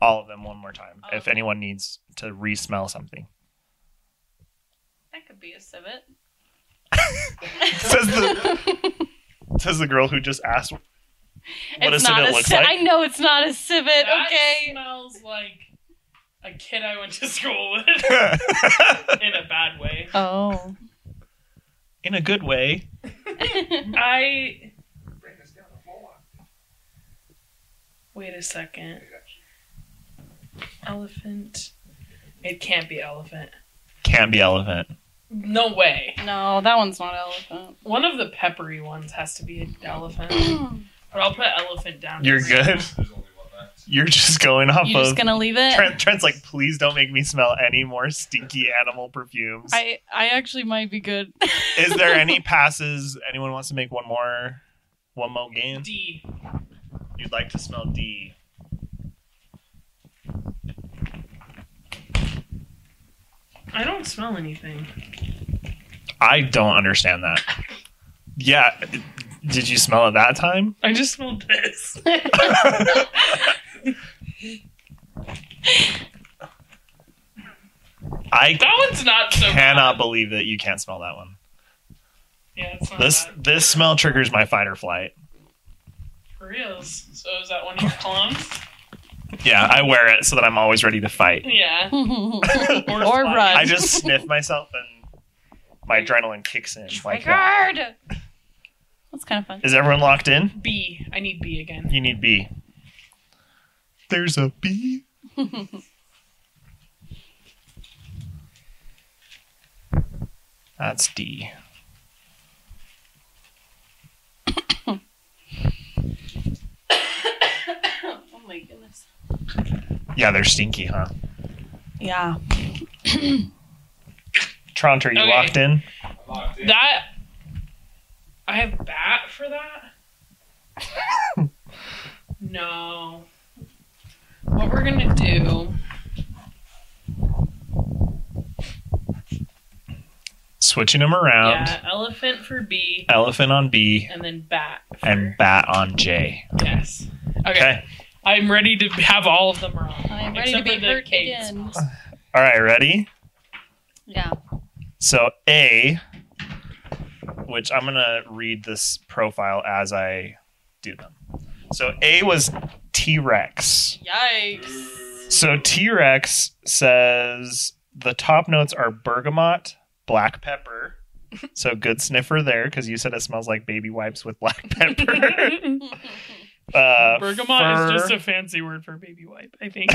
[SPEAKER 1] all of them one more time if
[SPEAKER 2] Okay.
[SPEAKER 1] anyone needs to re-smell something.
[SPEAKER 2] that could be a civet.
[SPEAKER 1] Says the says the girl who just asked what a
[SPEAKER 2] it's not
[SPEAKER 1] civet
[SPEAKER 2] a
[SPEAKER 1] looks
[SPEAKER 2] ci-
[SPEAKER 1] like.
[SPEAKER 2] I know it's not a civet.
[SPEAKER 3] That
[SPEAKER 2] okay.
[SPEAKER 3] smells like a kid I went to school with in a bad way.
[SPEAKER 2] Oh.
[SPEAKER 1] In a good way.
[SPEAKER 3] I Wait a second. Elephant. It can't be elephant.
[SPEAKER 1] Can be elephant.
[SPEAKER 3] No way.
[SPEAKER 2] No, that one's not elephant.
[SPEAKER 3] One of the peppery ones has to be an elephant. But I'll put elephant down.
[SPEAKER 1] You're good.
[SPEAKER 4] There's only one left.
[SPEAKER 1] You're just going off
[SPEAKER 2] You're
[SPEAKER 1] of.
[SPEAKER 2] just gonna leave it.
[SPEAKER 1] Trent, Trent's like, please don't make me smell any more stinky animal perfumes.
[SPEAKER 2] I I actually might be good.
[SPEAKER 1] Is there any passes? Anyone wants to make one more, one more game?
[SPEAKER 3] D.
[SPEAKER 1] You'd like to smell D.
[SPEAKER 3] I don't smell anything.
[SPEAKER 1] I don't understand that. Yeah, did you smell it that time?
[SPEAKER 3] I just smelled this.
[SPEAKER 1] I
[SPEAKER 3] That one's not so.
[SPEAKER 1] cannot
[SPEAKER 3] bad.
[SPEAKER 1] believe that you can't smell that one.
[SPEAKER 3] Yeah, it's not
[SPEAKER 1] This
[SPEAKER 3] bad.
[SPEAKER 1] this smell triggers my fight or flight.
[SPEAKER 3] For reals. So is that one of your clones?
[SPEAKER 1] Yeah, I wear it so that I'm always ready to fight.
[SPEAKER 3] Yeah.
[SPEAKER 2] or
[SPEAKER 1] or
[SPEAKER 3] fly.
[SPEAKER 2] run.
[SPEAKER 1] I just sniff myself and my adrenaline kicks in. Like that.
[SPEAKER 2] Triggered. That's kind of fun.
[SPEAKER 1] Is everyone locked in?
[SPEAKER 3] B. I need B again.
[SPEAKER 1] You need B. There's a B. That's D.
[SPEAKER 2] oh my goodness.
[SPEAKER 1] Yeah, they're stinky, huh?
[SPEAKER 2] Yeah.
[SPEAKER 1] Trant, are you
[SPEAKER 3] Okay.
[SPEAKER 1] locked in?
[SPEAKER 4] I'm locked in.
[SPEAKER 3] That. I have bat for that? no. What we're gonna do.
[SPEAKER 1] Switching them around.
[SPEAKER 3] Yeah, elephant for B,
[SPEAKER 1] Elephant on B
[SPEAKER 3] and then bat for.
[SPEAKER 1] and bat on J.
[SPEAKER 3] yes. Okay.
[SPEAKER 1] Okay.
[SPEAKER 3] I'm ready to have all of them wrong.
[SPEAKER 2] I'm ready
[SPEAKER 3] Except
[SPEAKER 2] to be
[SPEAKER 3] for the
[SPEAKER 2] hurt
[SPEAKER 3] cake.
[SPEAKER 2] again.
[SPEAKER 1] All right, ready?
[SPEAKER 2] Yeah.
[SPEAKER 1] So A, which I'm gonna read this profile as I do them. So A was T Rex.
[SPEAKER 2] Yikes.
[SPEAKER 1] So T Rex says the top notes are bergamot, black pepper. So good sniffer there because you said it smells like baby wipes with black pepper. Uh,
[SPEAKER 3] Bergamot
[SPEAKER 1] fur.
[SPEAKER 3] is just a fancy word for baby wipe, I think.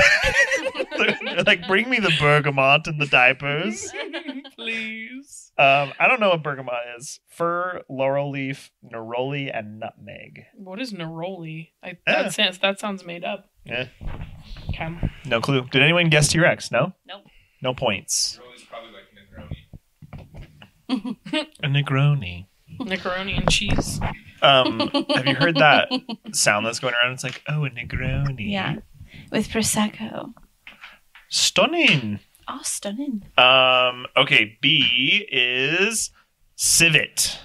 [SPEAKER 1] They're like bring me the bergamot and the diapers.
[SPEAKER 3] Please.
[SPEAKER 1] Um, I don't know what bergamot is. Fir, laurel leaf, neroli, and nutmeg.
[SPEAKER 3] What is neroli? I,
[SPEAKER 1] Yeah.
[SPEAKER 3] That sounds that sounds made up.
[SPEAKER 1] Yeah.
[SPEAKER 3] Okay.
[SPEAKER 1] No clue. Did anyone guess T Rex? No.
[SPEAKER 2] Nope.
[SPEAKER 1] No points.
[SPEAKER 4] Girl is probably like Negroni.
[SPEAKER 1] A Negroni.
[SPEAKER 3] Macaroni and cheese.
[SPEAKER 1] Um, have you heard that sound that's going around? It's like, oh, a Negroni.
[SPEAKER 2] Yeah. With prosecco.
[SPEAKER 1] Stunning.
[SPEAKER 2] Oh, stunning.
[SPEAKER 1] Um, okay, B is civet.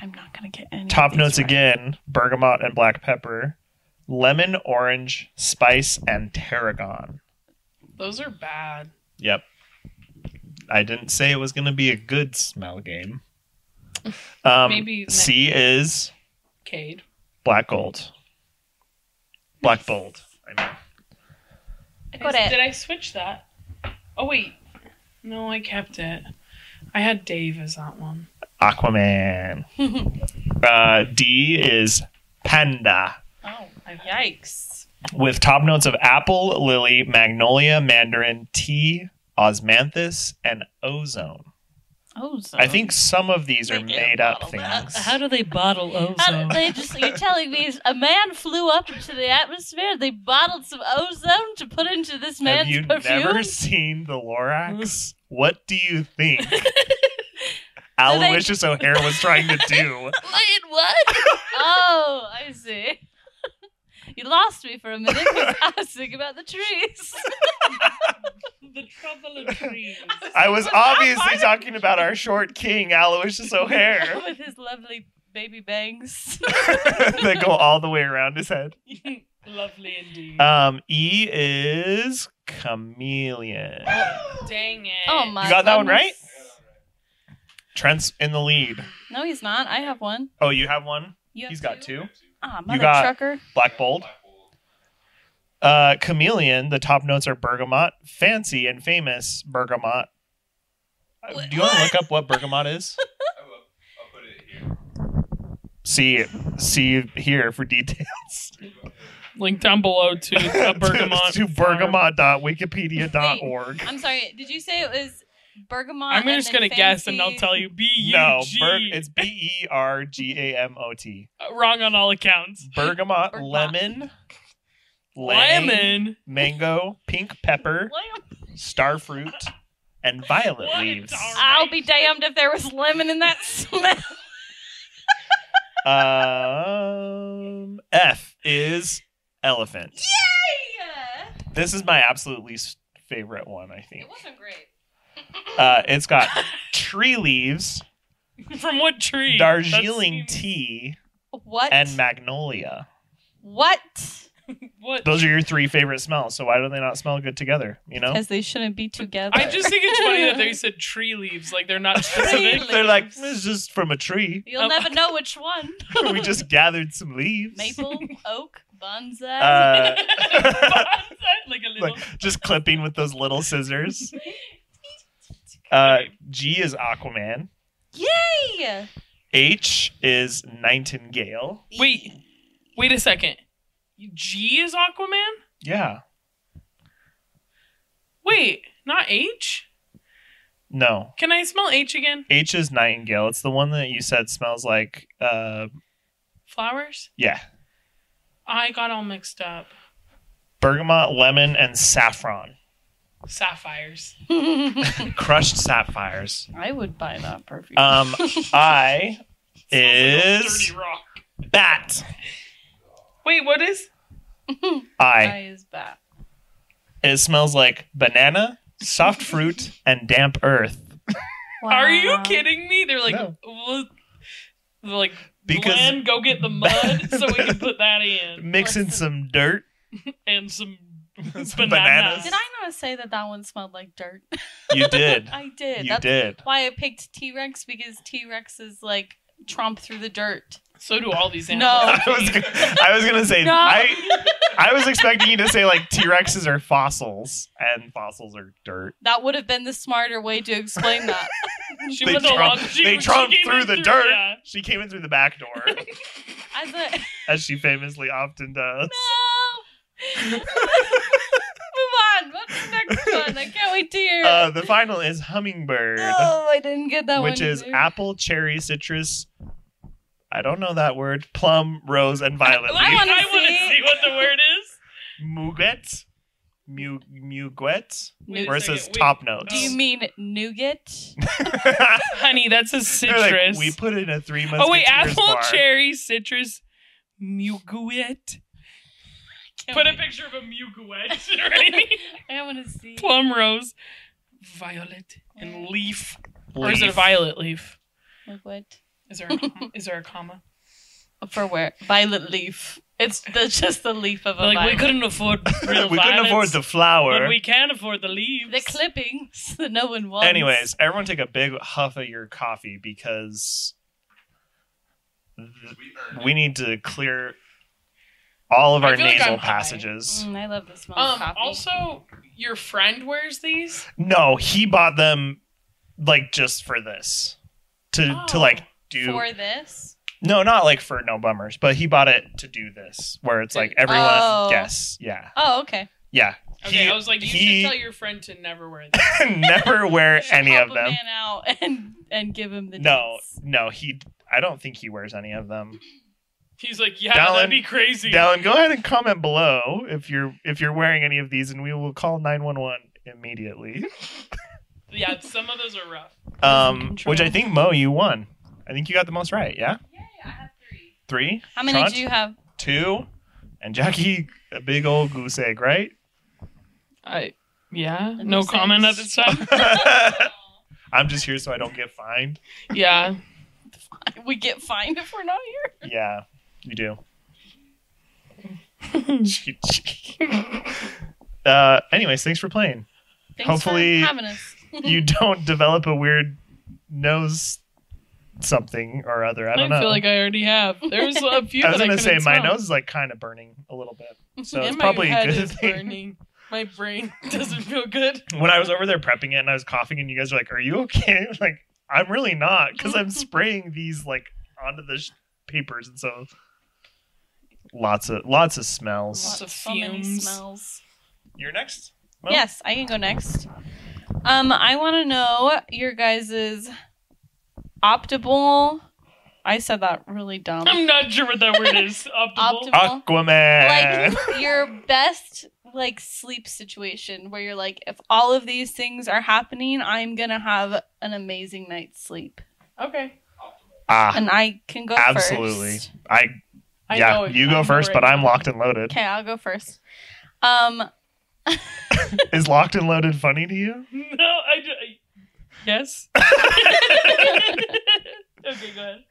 [SPEAKER 2] I'm not gonna get any. of
[SPEAKER 1] Top
[SPEAKER 2] these
[SPEAKER 1] notes
[SPEAKER 2] right.
[SPEAKER 1] again: bergamot and black pepper, lemon, orange, spice, and tarragon.
[SPEAKER 3] Those are bad.
[SPEAKER 1] Yep. I didn't say it was going to be a good smell game. Um,
[SPEAKER 3] Maybe ne-
[SPEAKER 1] C is
[SPEAKER 3] Cade.
[SPEAKER 1] black gold. Black gold. I mean,
[SPEAKER 2] I got
[SPEAKER 3] I-
[SPEAKER 2] it.
[SPEAKER 3] Did I switch that? Oh wait. No, I kept it. I had Dave as that one.
[SPEAKER 1] Aquaman. Uh, D is panda.
[SPEAKER 3] Oh, I've had
[SPEAKER 2] Yikes.
[SPEAKER 1] with top notes of apple, lily, magnolia, mandarin, tea, osmanthus, and ozone.
[SPEAKER 2] Oh,
[SPEAKER 1] I think some of these are
[SPEAKER 2] They do
[SPEAKER 1] made up
[SPEAKER 2] bottle
[SPEAKER 1] things.
[SPEAKER 2] that. How
[SPEAKER 3] do they bottle
[SPEAKER 2] Uh, they just, you're telling me a man flew up into the atmosphere. They bottled some ozone to put into this
[SPEAKER 1] Have
[SPEAKER 2] man's
[SPEAKER 1] you
[SPEAKER 2] perfume. Mm.
[SPEAKER 1] never seen the Lorax? what do you think Aloysius O'Hare was trying to do?
[SPEAKER 2] Wait, what? oh, I see. You lost me for a minute because I was thinking about the trees.
[SPEAKER 3] the trouble of trees.
[SPEAKER 1] I was
[SPEAKER 2] Was that
[SPEAKER 1] obviously
[SPEAKER 2] part of-
[SPEAKER 1] talking about our short king, Aloysius O'Hare,
[SPEAKER 2] With his lovely baby bangs.
[SPEAKER 1] that go all the way around his head.
[SPEAKER 3] Lovely indeed.
[SPEAKER 1] Um, e is chameleon.
[SPEAKER 3] Dang it.
[SPEAKER 2] oh my
[SPEAKER 1] got that one
[SPEAKER 2] goodness.
[SPEAKER 4] I got that right.
[SPEAKER 1] Trent's in the lead.
[SPEAKER 2] No, he's not. I have one.
[SPEAKER 1] Oh, you have one?
[SPEAKER 2] You have
[SPEAKER 1] He's got two.
[SPEAKER 2] Ah, mother
[SPEAKER 1] got-
[SPEAKER 2] trucker.
[SPEAKER 1] Black Bold.
[SPEAKER 4] Black Bolt.
[SPEAKER 1] Uh, chameleon. The top notes are bergamot, fancy and famous bergamot. Uh,
[SPEAKER 2] What-
[SPEAKER 1] Do you want to look up what bergamot is?
[SPEAKER 4] I will. I'll put it here.
[SPEAKER 1] see, see here for details.
[SPEAKER 3] Link down below to the Bergamot.
[SPEAKER 1] to
[SPEAKER 3] Farm.
[SPEAKER 1] bergamot.wikipedia.org.
[SPEAKER 2] I'm sorry. Did you say it was bergamot?
[SPEAKER 3] I'm
[SPEAKER 2] and
[SPEAKER 3] just
[SPEAKER 2] then
[SPEAKER 3] gonna guess, and they'll
[SPEAKER 2] fancy-
[SPEAKER 3] tell you B U
[SPEAKER 1] No,
[SPEAKER 3] G.
[SPEAKER 1] Berg, it's B E R G A M O T.
[SPEAKER 3] Uh, wrong on all accounts.
[SPEAKER 1] Bergamot,
[SPEAKER 2] Bergamot.
[SPEAKER 1] lemon, lime,
[SPEAKER 3] Lemon.
[SPEAKER 1] mango, pink pepper, starfruit, and violet
[SPEAKER 3] What?
[SPEAKER 1] leaves.
[SPEAKER 3] Darn.
[SPEAKER 2] I'll be damned if there was lemon in that smell.
[SPEAKER 1] Um, F is elephant. This is my absolute least favorite one, I think.
[SPEAKER 2] It wasn't great.
[SPEAKER 1] Uh, it's got tree leaves,
[SPEAKER 3] From what tree?
[SPEAKER 1] Darjeeling
[SPEAKER 3] That seems-
[SPEAKER 1] tea,
[SPEAKER 2] What?
[SPEAKER 1] and magnolia.
[SPEAKER 2] what?
[SPEAKER 3] What?
[SPEAKER 1] Those are your three favorite smells, so why do they not smell good together? You know?
[SPEAKER 2] Because they shouldn't be together.
[SPEAKER 3] I just think it's funny that they said tree leaves, like they're not specific.
[SPEAKER 1] They're like, it's just from a tree.
[SPEAKER 2] You'll
[SPEAKER 3] Um,
[SPEAKER 2] never know which one.
[SPEAKER 1] we just gathered some leaves.
[SPEAKER 2] Maple, oak, bonsai.
[SPEAKER 1] Uh,
[SPEAKER 3] like a little.
[SPEAKER 1] like just clipping with those little scissors. Uh,
[SPEAKER 3] Okay.
[SPEAKER 1] G is Aquaman.
[SPEAKER 2] Yay!
[SPEAKER 1] H is Nightingale.
[SPEAKER 3] Wait, wait a second. G is Aquaman.
[SPEAKER 1] Yeah.
[SPEAKER 3] Wait, not H.
[SPEAKER 1] No.
[SPEAKER 3] Can I smell H again?
[SPEAKER 1] H is Nightingale. It's the one that you said smells like. Uh,
[SPEAKER 3] Flowers.
[SPEAKER 1] yeah.
[SPEAKER 3] I got all mixed up.
[SPEAKER 1] Bergamot, lemon, and saffron.
[SPEAKER 3] Sapphires.
[SPEAKER 1] Crushed sapphires.
[SPEAKER 2] I would buy that perfume.
[SPEAKER 1] Um, I
[SPEAKER 3] Smells like a
[SPEAKER 1] is
[SPEAKER 3] dirty rock.
[SPEAKER 1] bat.
[SPEAKER 3] Wait, what is?
[SPEAKER 1] I.
[SPEAKER 2] I is bad.
[SPEAKER 1] It smells like banana, soft fruit, and damp earth.
[SPEAKER 3] Are you
[SPEAKER 2] Wow.
[SPEAKER 3] kidding me? They're like,
[SPEAKER 1] No.
[SPEAKER 3] "Well," they're like,
[SPEAKER 1] Because-
[SPEAKER 3] Glenn, go get the mud so we can put that in
[SPEAKER 1] Mixing
[SPEAKER 2] Listen.
[SPEAKER 1] some dirt.
[SPEAKER 3] and some, bananas.
[SPEAKER 1] Some bananas.
[SPEAKER 2] Did I not say that that one smelled like dirt?
[SPEAKER 1] You did.
[SPEAKER 2] I did.
[SPEAKER 1] You
[SPEAKER 2] That's
[SPEAKER 1] did.
[SPEAKER 2] why I picked T Rex because T Rex is like tromp through the dirt.
[SPEAKER 3] So do all these
[SPEAKER 2] No.
[SPEAKER 3] animals.
[SPEAKER 1] I was, gonna- I was gonna say
[SPEAKER 2] No.
[SPEAKER 1] I I was expecting you to say like T Rexes are fossils and fossils are dirt.
[SPEAKER 2] That would have been the smarter way to explain that.
[SPEAKER 3] She
[SPEAKER 1] They
[SPEAKER 3] was a
[SPEAKER 1] trump-
[SPEAKER 3] long. She,
[SPEAKER 1] they
[SPEAKER 3] she
[SPEAKER 1] trump
[SPEAKER 3] came
[SPEAKER 1] through
[SPEAKER 3] in
[SPEAKER 1] the dirt.
[SPEAKER 3] yeah.
[SPEAKER 1] She came in through the back door,
[SPEAKER 2] As a
[SPEAKER 1] as she famously often does.
[SPEAKER 2] no. Move on. What's the next one? I can't wait to hear. it.
[SPEAKER 1] Uh, the final is hummingbird,
[SPEAKER 2] oh, I didn't get that one.
[SPEAKER 1] which is
[SPEAKER 2] either.
[SPEAKER 1] apple, cherry, citrus. I don't know that word. Plum, rose, and violet
[SPEAKER 2] I
[SPEAKER 1] leaf.
[SPEAKER 2] wanna
[SPEAKER 3] I want to
[SPEAKER 2] see.
[SPEAKER 3] see what the word is.
[SPEAKER 1] Muguet, Mu- muguet,
[SPEAKER 3] Wait a
[SPEAKER 1] where it says
[SPEAKER 3] second, wait.
[SPEAKER 1] top notes.
[SPEAKER 2] Do you mean nougat?
[SPEAKER 3] Honey, that's a
[SPEAKER 1] They're like,
[SPEAKER 3] citrus.
[SPEAKER 1] we put in a three month.
[SPEAKER 3] oh wait, apple, cherry, citrus, muguet. Put a picture of a muguet, right?
[SPEAKER 2] I want to see.
[SPEAKER 3] Plum rose, violet, and leaf. Or is it a
[SPEAKER 1] Leaf.
[SPEAKER 3] violet leaf?
[SPEAKER 2] Nougat.
[SPEAKER 3] Is there a com- is there a comma?
[SPEAKER 2] For where? Violet leaf. It's the, just the leaf of a
[SPEAKER 3] Like we
[SPEAKER 2] violet.
[SPEAKER 3] couldn't afford real
[SPEAKER 1] we couldn't afford
[SPEAKER 3] violets,
[SPEAKER 1] the flower.
[SPEAKER 3] but we can afford the leaves.
[SPEAKER 2] the clippings that no one wants.
[SPEAKER 1] Anyways, everyone take a big huff of your coffee because th-
[SPEAKER 4] We earned
[SPEAKER 1] we need to clear all of
[SPEAKER 3] I
[SPEAKER 1] our
[SPEAKER 3] feel like
[SPEAKER 1] nasal
[SPEAKER 3] I'm high.
[SPEAKER 1] passages.
[SPEAKER 2] Mm, I love the smell of
[SPEAKER 3] Um.
[SPEAKER 2] coffee.
[SPEAKER 3] Also, your friend wears these.
[SPEAKER 1] No, he bought them like just for this to to
[SPEAKER 3] Oh,
[SPEAKER 1] like do
[SPEAKER 2] for this,
[SPEAKER 1] no, not like for no bummers, but he bought it to do this where it's like everyone
[SPEAKER 2] Oh.
[SPEAKER 1] guess, yeah,
[SPEAKER 2] oh okay,
[SPEAKER 1] yeah.
[SPEAKER 3] Okay,
[SPEAKER 1] He-
[SPEAKER 3] I was like, you
[SPEAKER 1] he-
[SPEAKER 3] should tell your friend to never wear these.
[SPEAKER 1] never wear any
[SPEAKER 2] Pop
[SPEAKER 1] of
[SPEAKER 2] a
[SPEAKER 1] them.
[SPEAKER 2] man out and and give him the
[SPEAKER 1] No,
[SPEAKER 2] dates.
[SPEAKER 1] no, he. I don't think he wears any of them.
[SPEAKER 3] He's like, yeah,
[SPEAKER 1] Dallin-
[SPEAKER 3] that'd be crazy.
[SPEAKER 1] Dallin, go ahead and comment below if you're if you're wearing any of these, and we will call nine one one immediately.
[SPEAKER 3] Yeah, some of those are rough.
[SPEAKER 1] Um,
[SPEAKER 2] control.
[SPEAKER 1] which I think Mo, you won. I think you got the most right. Yeah,
[SPEAKER 2] Yay, I have three.
[SPEAKER 1] three.
[SPEAKER 2] How many
[SPEAKER 1] Trant,
[SPEAKER 2] do you have?
[SPEAKER 1] Two, and Jackie, a big old goose egg, right?
[SPEAKER 3] I yeah.
[SPEAKER 2] That
[SPEAKER 3] No
[SPEAKER 2] makes
[SPEAKER 3] comment at this
[SPEAKER 2] sense.
[SPEAKER 3] time.
[SPEAKER 1] I'm just here so I don't get fined.
[SPEAKER 3] yeah.
[SPEAKER 2] We get fined if we're not here.
[SPEAKER 1] Yeah, you do. uh, anyways, thanks for playing.
[SPEAKER 2] Thanks
[SPEAKER 1] Hopefully-
[SPEAKER 2] for having us.
[SPEAKER 1] you don't develop a weird nose something or other. I
[SPEAKER 3] I,
[SPEAKER 1] don't know.
[SPEAKER 3] feel like I already have. There's a few.
[SPEAKER 1] I was
[SPEAKER 3] that
[SPEAKER 1] gonna say
[SPEAKER 3] couldn't
[SPEAKER 1] my
[SPEAKER 3] smell.
[SPEAKER 1] nose is like kind of burning a little bit, so
[SPEAKER 3] And
[SPEAKER 1] it's
[SPEAKER 3] my
[SPEAKER 1] probably a
[SPEAKER 3] head
[SPEAKER 1] good
[SPEAKER 3] is
[SPEAKER 1] thing.
[SPEAKER 3] burning. My brain doesn't feel good.
[SPEAKER 1] When I was over there prepping it and I was coughing, and you guys were like, "Are you okay?" Like I'm really not because I'm spraying these like onto the sh- papers, and so lots of lots of smells.
[SPEAKER 3] Lots of
[SPEAKER 2] so many
[SPEAKER 3] fumes.
[SPEAKER 2] smells.
[SPEAKER 1] You're next. Mo?
[SPEAKER 2] Yes, I can go next. Um, I want to know your guys's optimal. I said that really dumb.
[SPEAKER 3] I'm not sure what that word is. Optimal.
[SPEAKER 2] Um, Optimal.
[SPEAKER 1] Aquaman.
[SPEAKER 2] like your best like sleep situation where you're like if all of these things are happening i'm gonna have an amazing night's sleep
[SPEAKER 3] okay.
[SPEAKER 1] ah,
[SPEAKER 2] and i can go
[SPEAKER 1] absolutely.
[SPEAKER 2] first
[SPEAKER 1] I
[SPEAKER 3] I know
[SPEAKER 1] yeah.
[SPEAKER 3] it.
[SPEAKER 1] You go
[SPEAKER 3] I'm
[SPEAKER 1] first,
[SPEAKER 3] right
[SPEAKER 1] but I'm
[SPEAKER 3] now.
[SPEAKER 1] locked and loaded.
[SPEAKER 2] okay i'll go first um
[SPEAKER 1] Is locked and loaded funny to you?
[SPEAKER 3] No, I. ju- I- Yes. okay, go ahead.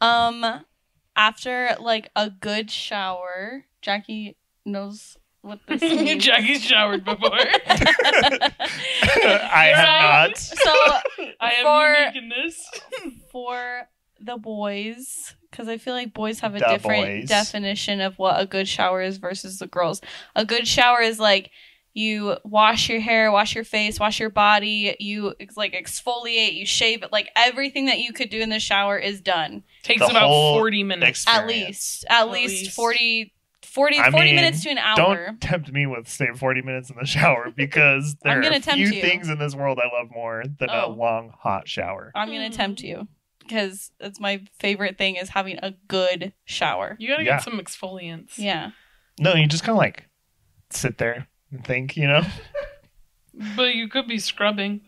[SPEAKER 2] um after like a good shower jackie knows what this means
[SPEAKER 3] Jackie's showered before.
[SPEAKER 1] I have not.
[SPEAKER 2] so
[SPEAKER 3] I am
[SPEAKER 2] For-
[SPEAKER 3] unique in this.
[SPEAKER 2] for the boys because I feel like boys have a
[SPEAKER 1] The
[SPEAKER 2] different
[SPEAKER 1] boys.
[SPEAKER 2] definition of what a good shower is versus the girls. A good shower is like you wash your hair, wash your face, wash your body, you ex- like exfoliate, you shave it, like everything that you could do in the shower is done.
[SPEAKER 3] Takes
[SPEAKER 1] The
[SPEAKER 3] about
[SPEAKER 1] whole
[SPEAKER 3] 40 minutes.
[SPEAKER 2] At
[SPEAKER 1] Experience.
[SPEAKER 2] least at,
[SPEAKER 3] At
[SPEAKER 2] least,
[SPEAKER 3] least.
[SPEAKER 2] forty, forty, forty 40
[SPEAKER 1] I
[SPEAKER 2] 40
[SPEAKER 1] mean,
[SPEAKER 2] minutes to an hour.
[SPEAKER 1] Don't tempt me with staying 40 minutes in the shower because there
[SPEAKER 2] I'm
[SPEAKER 1] are
[SPEAKER 2] gonna
[SPEAKER 1] a
[SPEAKER 2] tempt
[SPEAKER 1] few
[SPEAKER 2] you.
[SPEAKER 1] things in this world I love more than a
[SPEAKER 2] Oh.
[SPEAKER 1] long hot shower.
[SPEAKER 2] I'm going
[SPEAKER 3] Hmm.
[SPEAKER 2] to tempt you because that's my favorite thing is having a good shower.
[SPEAKER 3] You gotta
[SPEAKER 1] Yeah.
[SPEAKER 3] get some exfoliants.
[SPEAKER 2] Yeah.
[SPEAKER 1] No, you just kind of like sit there and think, you know?
[SPEAKER 3] But you could be scrubbing.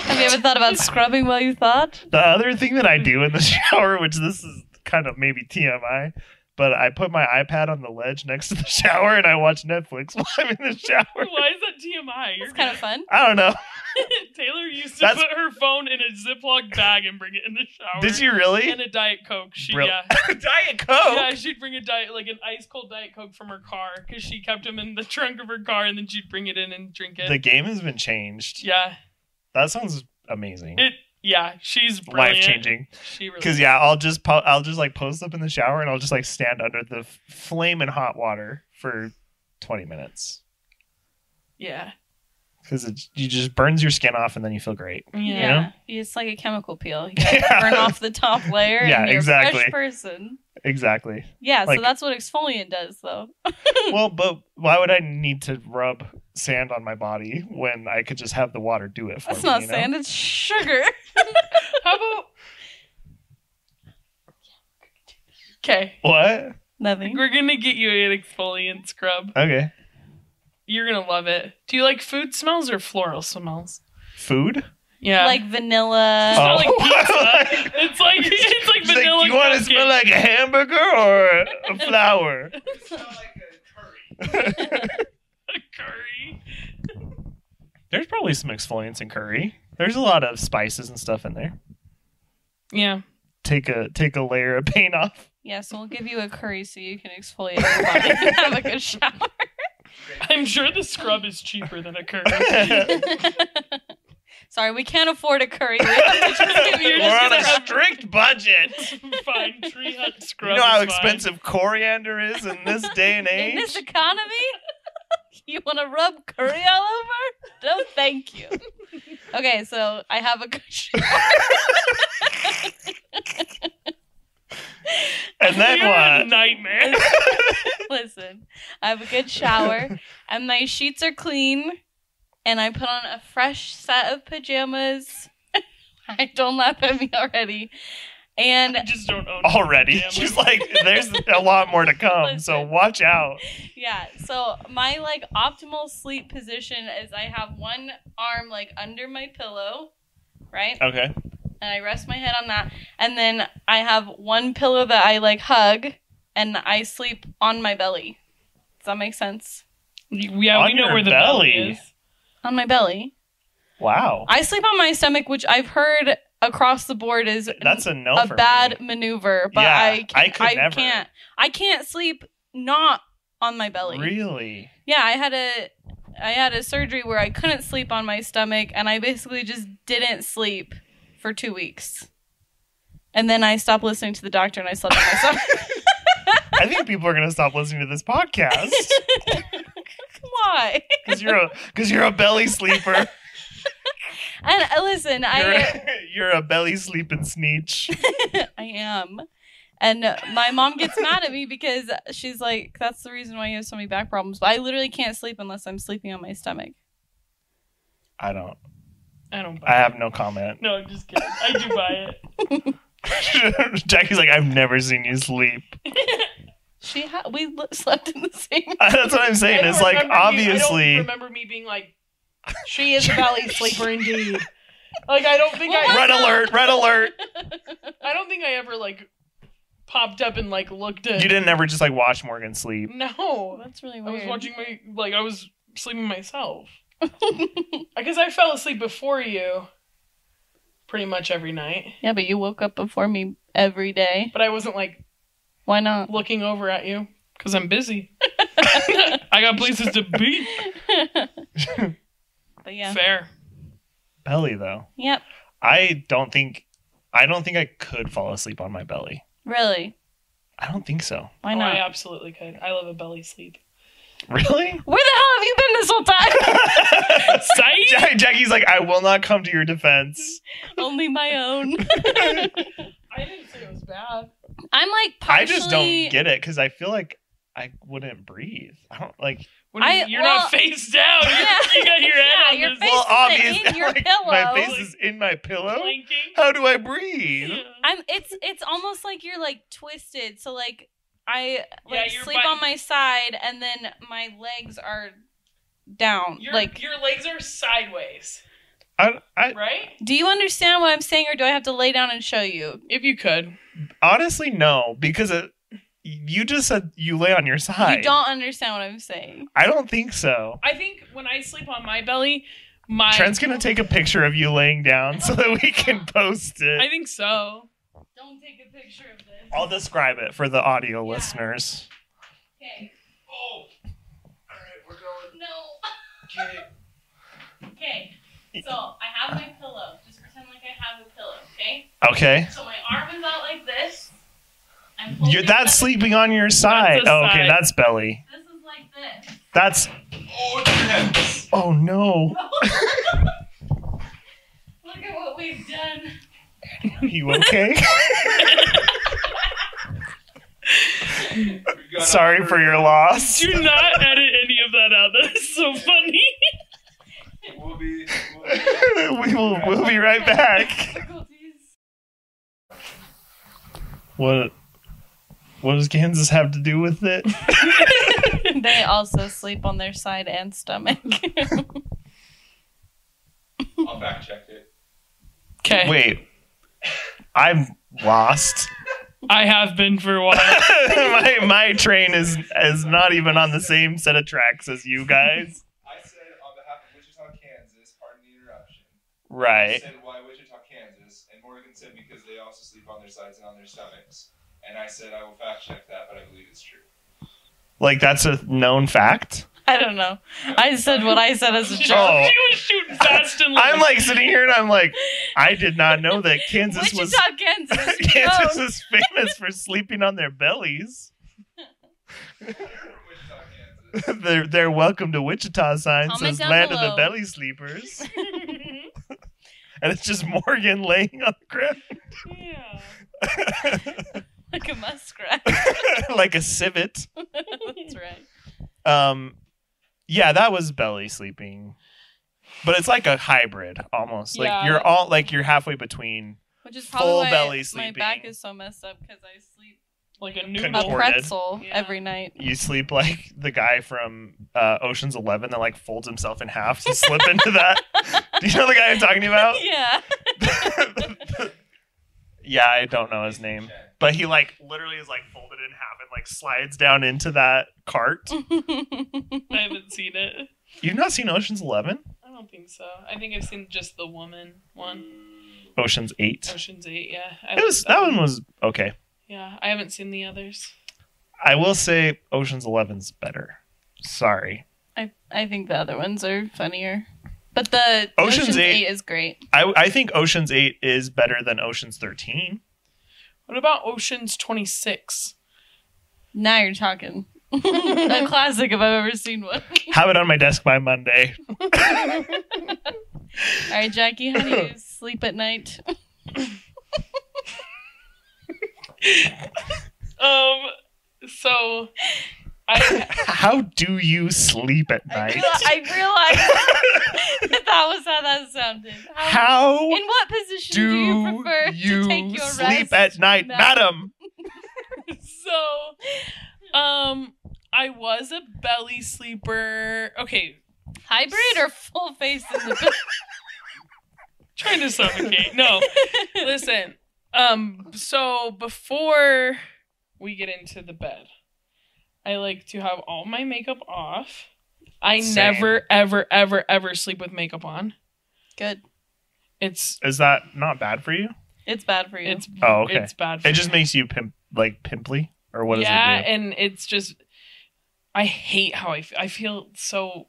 [SPEAKER 2] Have you ever thought about scrubbing while you thought?
[SPEAKER 1] The other thing that I do in the shower, which this is kind of maybe TMI, but I put my iPad on the ledge next to the shower and I watch Netflix while I'm in the shower.
[SPEAKER 3] Why is that TMI? You're
[SPEAKER 2] It's kind of fun.
[SPEAKER 1] I don't know.
[SPEAKER 3] Taylor used to
[SPEAKER 1] That's-
[SPEAKER 3] put her phone in a Ziploc bag and bring it in the shower.
[SPEAKER 1] Did you really?
[SPEAKER 3] And a Diet Coke. She,
[SPEAKER 1] Brill-
[SPEAKER 3] yeah.
[SPEAKER 1] Diet Coke.
[SPEAKER 3] Yeah, she'd bring a diet, like an ice cold Diet Coke from her car because she kept them in the trunk of her car and then she'd bring it in and drink it.
[SPEAKER 1] The game has been changed.
[SPEAKER 3] yeah.
[SPEAKER 1] That sounds amazing.
[SPEAKER 3] It, yeah. She's
[SPEAKER 1] Life changing.
[SPEAKER 3] She really
[SPEAKER 1] Because yeah, I'll just po- I'll just like post up in the shower and I'll just like stand under the f- flaming hot water for twenty minutes
[SPEAKER 3] Yeah.
[SPEAKER 1] because it you just burns your skin off and then you feel great.
[SPEAKER 3] Yeah.
[SPEAKER 1] Yeah.
[SPEAKER 2] It's like a chemical peel. You gotta burn off the top layer
[SPEAKER 1] Yeah,
[SPEAKER 2] and you're a
[SPEAKER 1] exactly.
[SPEAKER 2] fresh person.
[SPEAKER 1] Exactly.
[SPEAKER 2] Yeah,
[SPEAKER 1] Like-
[SPEAKER 2] so that's what exfoliant does though.
[SPEAKER 1] well, but why would I need to rub sand on my body when I could just have the water do it for
[SPEAKER 2] That's
[SPEAKER 1] me?
[SPEAKER 2] not
[SPEAKER 1] you know?
[SPEAKER 2] sand, it's sugar.
[SPEAKER 3] How about. Okay.
[SPEAKER 1] What?
[SPEAKER 2] Nothing.
[SPEAKER 3] We're going to get you an exfoliant scrub.
[SPEAKER 1] Okay.
[SPEAKER 3] You're going to love it. Do you like food smells or floral smells?
[SPEAKER 1] Food.
[SPEAKER 3] Yeah.
[SPEAKER 2] Like vanilla.
[SPEAKER 3] It's
[SPEAKER 1] Oh.
[SPEAKER 3] not like pizza. it's like it's like
[SPEAKER 1] It's like,
[SPEAKER 3] vanilla.
[SPEAKER 1] you want to
[SPEAKER 3] cupcake.
[SPEAKER 1] smell like a hamburger or a flower?
[SPEAKER 4] It's not like a curry.
[SPEAKER 3] a curry.
[SPEAKER 1] There's probably some exfoliants in curry. There's a lot of spices and stuff in there.
[SPEAKER 3] Yeah.
[SPEAKER 1] take a take a layer of paint off.
[SPEAKER 2] Yeah, so we'll give you a curry so you can exfoliate your body and have a good shower.
[SPEAKER 3] I'm sure the scrub is cheaper than a curry.
[SPEAKER 2] Sorry, we can't afford a curry. We have to just give you
[SPEAKER 1] We're on a
[SPEAKER 2] scrub.
[SPEAKER 1] strict budget.
[SPEAKER 3] Fine, tree hut
[SPEAKER 1] You
[SPEAKER 3] scrub.
[SPEAKER 1] know how
[SPEAKER 3] is fine.
[SPEAKER 1] expensive coriander is in this day and
[SPEAKER 2] In this
[SPEAKER 1] age.
[SPEAKER 2] economy? You want to rub curry all over? No, thank you. Okay, so I have a good shower.
[SPEAKER 1] And then
[SPEAKER 3] You're a
[SPEAKER 1] what?
[SPEAKER 3] nightmare.
[SPEAKER 2] Listen, I have a good shower, and my sheets are clean, and I put on a fresh set of pajamas. I don't laugh at me already.
[SPEAKER 3] I
[SPEAKER 2] And
[SPEAKER 3] just don't own.
[SPEAKER 1] Oh, Already,
[SPEAKER 3] pajamas.
[SPEAKER 1] she's like, "There's a lot more to come, so
[SPEAKER 2] Listen.
[SPEAKER 1] watch out."
[SPEAKER 2] yeah, so my like optimal sleep position is I have one arm like under my pillow, right?
[SPEAKER 1] Okay.
[SPEAKER 2] and I rest my head on that. And then I have one pillow that I like hug, and I sleep on my belly. Does that make sense?
[SPEAKER 3] Yeah,
[SPEAKER 1] On
[SPEAKER 3] we know
[SPEAKER 1] your
[SPEAKER 3] where the
[SPEAKER 1] belly.
[SPEAKER 3] belly, is.
[SPEAKER 2] On my belly.
[SPEAKER 1] Wow,
[SPEAKER 2] I sleep on my stomach, which I've heard across the board is
[SPEAKER 1] that's a no.
[SPEAKER 2] a
[SPEAKER 1] for
[SPEAKER 2] bad
[SPEAKER 1] Me.
[SPEAKER 2] maneuver. But
[SPEAKER 1] Yeah,
[SPEAKER 2] I
[SPEAKER 1] I
[SPEAKER 2] can't,
[SPEAKER 1] could
[SPEAKER 2] I,
[SPEAKER 1] never.
[SPEAKER 2] can't. I can't sleep not on my belly.
[SPEAKER 1] Really?
[SPEAKER 2] Yeah, I had a. I had a surgery where I couldn't sleep on my stomach and I basically just didn't sleep for 2 weeks. And then I stopped listening to the doctor and I slept on my stomach.
[SPEAKER 1] I think people are gonna stop listening to this podcast
[SPEAKER 2] Why?
[SPEAKER 1] because you're a because you're a belly sleeper.
[SPEAKER 2] And uh, listen,
[SPEAKER 1] You're,
[SPEAKER 2] I
[SPEAKER 1] you're a belly sleeping sneech.
[SPEAKER 2] I am. And my mom gets mad at me because she's like, that's the reason why you have so many back problems. But I literally can't sleep unless I'm sleeping on my stomach.
[SPEAKER 1] I don't.
[SPEAKER 3] I don't buy
[SPEAKER 1] I
[SPEAKER 3] it.
[SPEAKER 1] have no comment.
[SPEAKER 3] No, I'm just kidding. I do buy
[SPEAKER 1] Jackie's like, I've never seen you sleep.
[SPEAKER 3] it.
[SPEAKER 2] She ha- we l- slept in the same.
[SPEAKER 1] That's what I'm
[SPEAKER 3] I
[SPEAKER 1] saying.
[SPEAKER 3] don't
[SPEAKER 1] It's like
[SPEAKER 3] remember you- I
[SPEAKER 1] obviously.
[SPEAKER 3] don't remember me being like, she is a valley sleeper indeed. Like I don't think I,
[SPEAKER 1] Red alert! Red alert!
[SPEAKER 3] I don't think I ever like popped up and like looked
[SPEAKER 1] You
[SPEAKER 3] at.
[SPEAKER 1] didn't ever just like watch Morgan sleep.
[SPEAKER 3] No,
[SPEAKER 2] That's really
[SPEAKER 3] I
[SPEAKER 2] weird.
[SPEAKER 3] was watching my like I was sleeping myself. Because I fell asleep before you, pretty much every night.
[SPEAKER 2] Yeah, but you woke up before me every day.
[SPEAKER 3] But I wasn't like
[SPEAKER 2] Why not?
[SPEAKER 3] looking over at you because I'm busy. I got places to be.
[SPEAKER 2] but yeah.
[SPEAKER 3] Fair.
[SPEAKER 1] Belly though,
[SPEAKER 2] Yep.
[SPEAKER 1] I don't think. I don't think I could fall asleep on my belly.
[SPEAKER 2] Really?
[SPEAKER 1] I don't think so.
[SPEAKER 2] Why
[SPEAKER 3] Oh,
[SPEAKER 2] not?
[SPEAKER 3] I absolutely could. I love a belly sleep.
[SPEAKER 1] Really?
[SPEAKER 2] Where the hell have you been this whole time?
[SPEAKER 3] Psych!
[SPEAKER 1] Jack- Jackie's like, I will not come to your defense.
[SPEAKER 2] Only my own.
[SPEAKER 3] I didn't say it was bad.
[SPEAKER 2] I'm like
[SPEAKER 1] I
[SPEAKER 2] partially.
[SPEAKER 1] just don't get it because I feel like I wouldn't breathe. I don't like.
[SPEAKER 3] What do you,
[SPEAKER 2] I-
[SPEAKER 3] you're
[SPEAKER 2] well-
[SPEAKER 3] not face down. You're-
[SPEAKER 2] Yeah.
[SPEAKER 3] you got your head
[SPEAKER 2] Yeah,
[SPEAKER 3] on
[SPEAKER 2] your
[SPEAKER 3] this
[SPEAKER 2] face-
[SPEAKER 1] well,
[SPEAKER 2] is
[SPEAKER 1] obviously,
[SPEAKER 2] in your
[SPEAKER 1] like,
[SPEAKER 2] pillow.
[SPEAKER 1] my face is in my pillow.
[SPEAKER 3] blinking.
[SPEAKER 1] How do I breathe?
[SPEAKER 3] Yeah.
[SPEAKER 2] I'm. It's. It's almost like you're like twisted. So like I
[SPEAKER 3] Yeah,
[SPEAKER 2] like
[SPEAKER 3] your
[SPEAKER 2] sleep
[SPEAKER 3] butt-
[SPEAKER 2] on my side, and then my legs are down.
[SPEAKER 3] Your,
[SPEAKER 2] like,
[SPEAKER 3] your legs are sideways,
[SPEAKER 1] I, I
[SPEAKER 3] right?
[SPEAKER 2] do you understand what I'm saying, or do I have to lay down and show you?
[SPEAKER 3] If you could.
[SPEAKER 1] honestly no, because it, you just said you lay on your side.
[SPEAKER 2] You don't understand what I'm saying.
[SPEAKER 1] I don't think so.
[SPEAKER 3] I think when I sleep on my belly, my
[SPEAKER 1] Trent's gonna take a picture of you laying down so that we can post
[SPEAKER 3] I
[SPEAKER 1] it.
[SPEAKER 3] think so.
[SPEAKER 2] Don't take a picture of this.
[SPEAKER 1] I'll describe it for the audio
[SPEAKER 2] Yeah.
[SPEAKER 1] listeners.
[SPEAKER 2] Okay.
[SPEAKER 4] Oh! Alright, we're going.
[SPEAKER 2] No.
[SPEAKER 4] Okay.
[SPEAKER 2] Okay. So I have my pillow. Just pretend like I have a pillow. Okay.
[SPEAKER 1] Okay,
[SPEAKER 2] So my arm is out like this. I'm
[SPEAKER 1] You're,
[SPEAKER 2] holding
[SPEAKER 1] that's
[SPEAKER 2] up-
[SPEAKER 1] sleeping on your side.
[SPEAKER 3] That's a
[SPEAKER 1] okay,
[SPEAKER 3] side.
[SPEAKER 1] that's belly.
[SPEAKER 2] This is like this.
[SPEAKER 1] That's
[SPEAKER 4] Oh, it's your head.
[SPEAKER 1] oh no.
[SPEAKER 2] Look at what we've done.
[SPEAKER 1] Are you okay?
[SPEAKER 4] We've got
[SPEAKER 1] Sorry
[SPEAKER 4] upper-
[SPEAKER 1] for your loss.
[SPEAKER 3] Do not edit any of that out. That is so funny.
[SPEAKER 4] We'll be. We'll be
[SPEAKER 1] we will. We'll be right back.
[SPEAKER 2] Difficulties.
[SPEAKER 1] What? What does Kansas have to do with it?
[SPEAKER 2] They also sleep on their side and stomach.
[SPEAKER 4] I'll fact check it.
[SPEAKER 3] Okay.
[SPEAKER 1] Wait, I'm lost.
[SPEAKER 3] I have been for a while.
[SPEAKER 1] my my train is is not even on the same set of tracks as you guys.
[SPEAKER 4] I said on behalf of Wichita, Kansas, pardon the interruption. I
[SPEAKER 1] Right.
[SPEAKER 4] said why Wichita, Kansas, and Morgan said because they also sleep on their sides and on their stomachs. And I said I will fact check that, but I believe it's true.
[SPEAKER 1] Like that's a known fact.
[SPEAKER 2] I don't know. I said what I said as a
[SPEAKER 3] she,
[SPEAKER 2] joke.
[SPEAKER 1] Oh.
[SPEAKER 3] she was shooting fast and
[SPEAKER 1] I'm like sitting here and I'm like, I did not know that Kansas
[SPEAKER 2] Wichita,
[SPEAKER 1] was
[SPEAKER 2] Kansas.
[SPEAKER 1] Kansas
[SPEAKER 2] no.
[SPEAKER 1] is famous for sleeping on their bellies.
[SPEAKER 4] Wichita, Kansas.
[SPEAKER 1] they're they're welcome to Wichita sign
[SPEAKER 2] Comment
[SPEAKER 1] says
[SPEAKER 2] down
[SPEAKER 1] land of
[SPEAKER 2] below.
[SPEAKER 1] the belly sleepers, and it's just Morgan laying on the ground.
[SPEAKER 3] yeah.
[SPEAKER 2] like a muskrat.
[SPEAKER 1] like a civet.
[SPEAKER 2] That's right.
[SPEAKER 1] Um, yeah, that was belly sleeping, but it's like a hybrid almost.
[SPEAKER 3] Yeah.
[SPEAKER 1] Like you're all like you're halfway between.
[SPEAKER 2] Which is probably
[SPEAKER 1] Full
[SPEAKER 2] why
[SPEAKER 1] belly
[SPEAKER 2] my
[SPEAKER 1] sleeping.
[SPEAKER 2] back is so messed up because I sleep
[SPEAKER 3] Like a
[SPEAKER 2] a
[SPEAKER 1] Contorted.
[SPEAKER 3] noodle.
[SPEAKER 2] pretzel
[SPEAKER 3] Yeah.
[SPEAKER 2] every night.
[SPEAKER 1] You sleep like the guy from uh, Ocean's Eleven that like folds himself in half to slip into that. Do you know the guy I'm talking about?
[SPEAKER 2] Yeah.
[SPEAKER 1] yeah, I don't know his name, but he like literally is like folded in half and like slides down into that cart.
[SPEAKER 3] I haven't seen it.
[SPEAKER 1] You've not seen Ocean's Eleven?
[SPEAKER 3] I don't think so. I think I've seen just the woman one.
[SPEAKER 1] Ocean's Eight.
[SPEAKER 3] Ocean's Eight, yeah. I
[SPEAKER 1] It was
[SPEAKER 3] like
[SPEAKER 1] that one was okay.
[SPEAKER 3] Yeah, I haven't seen the others.
[SPEAKER 1] I will say Ocean's Eleven's better. Sorry.
[SPEAKER 2] I I think the other ones are funnier. But the
[SPEAKER 1] Ocean's
[SPEAKER 2] Ocean's
[SPEAKER 1] Eight-
[SPEAKER 2] 8 is great.
[SPEAKER 1] I, I think Ocean's Eight is better than Ocean's Thirteen.
[SPEAKER 3] What about Ocean's Twenty Six?
[SPEAKER 2] Now you're talking. a classic if I've ever seen one.
[SPEAKER 1] Have it on my desk by Monday.
[SPEAKER 2] All right, Jackie, how do you sleep at night?
[SPEAKER 3] um, so I
[SPEAKER 1] How do you sleep at
[SPEAKER 2] I,
[SPEAKER 1] night?
[SPEAKER 2] real- I realized that, that was how that sounded. How,
[SPEAKER 1] How
[SPEAKER 2] in what position do,
[SPEAKER 1] do
[SPEAKER 2] you prefer to take
[SPEAKER 1] you
[SPEAKER 2] your
[SPEAKER 1] sleep
[SPEAKER 2] rest?
[SPEAKER 1] at night, madam?
[SPEAKER 2] madam?
[SPEAKER 3] so um I was a belly sleeper. Okay,
[SPEAKER 2] Hybrid or full face in the bed?
[SPEAKER 3] trying to suffocate. No, listen. Um, so before we get into the bed, I like to have all my makeup off. I
[SPEAKER 1] Same.
[SPEAKER 3] never, ever, ever, ever sleep with makeup on.
[SPEAKER 2] Good.
[SPEAKER 3] It's
[SPEAKER 1] Is that not bad for you?
[SPEAKER 2] It's bad for you.
[SPEAKER 3] it's
[SPEAKER 1] Oh, okay.
[SPEAKER 3] it's bad.
[SPEAKER 1] It just makes you pimp like pimply, or what does
[SPEAKER 3] yeah,
[SPEAKER 1] it do?
[SPEAKER 3] and it's just I hate how I feel. I feel so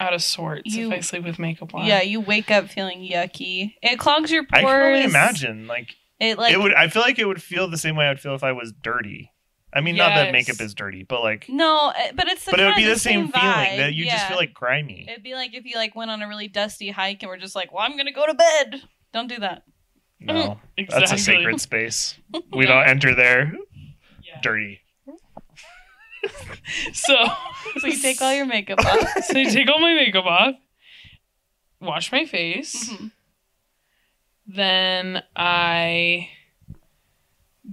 [SPEAKER 3] out of sorts
[SPEAKER 2] You-
[SPEAKER 3] if I sleep with makeup on.
[SPEAKER 2] yeah, you wake up feeling yucky. It clogs your
[SPEAKER 1] I
[SPEAKER 2] pores.
[SPEAKER 1] can only imagine. Like,
[SPEAKER 2] It like
[SPEAKER 1] it would. I feel like it would feel the same way I'd feel if I was dirty. I mean, not that
[SPEAKER 3] Yes.
[SPEAKER 1] makeup is dirty, but like,
[SPEAKER 2] no, uh, but it's the
[SPEAKER 1] but it would
[SPEAKER 2] kinda
[SPEAKER 1] be the same,
[SPEAKER 2] vibe.
[SPEAKER 1] feeling that you just
[SPEAKER 2] Yeah.
[SPEAKER 1] feel like grimy.
[SPEAKER 2] it'd be like if you like went on a really dusty hike and were just like, "Well, I'm gonna go to bed." Don't do that.
[SPEAKER 1] no,
[SPEAKER 3] exactly.
[SPEAKER 1] that's a sacred space. We don't enter there
[SPEAKER 3] Yeah.
[SPEAKER 1] dirty.
[SPEAKER 3] So,
[SPEAKER 2] So you take all your makeup off.
[SPEAKER 3] so I take all my makeup off, wash my face,
[SPEAKER 2] Mhm.
[SPEAKER 3] then I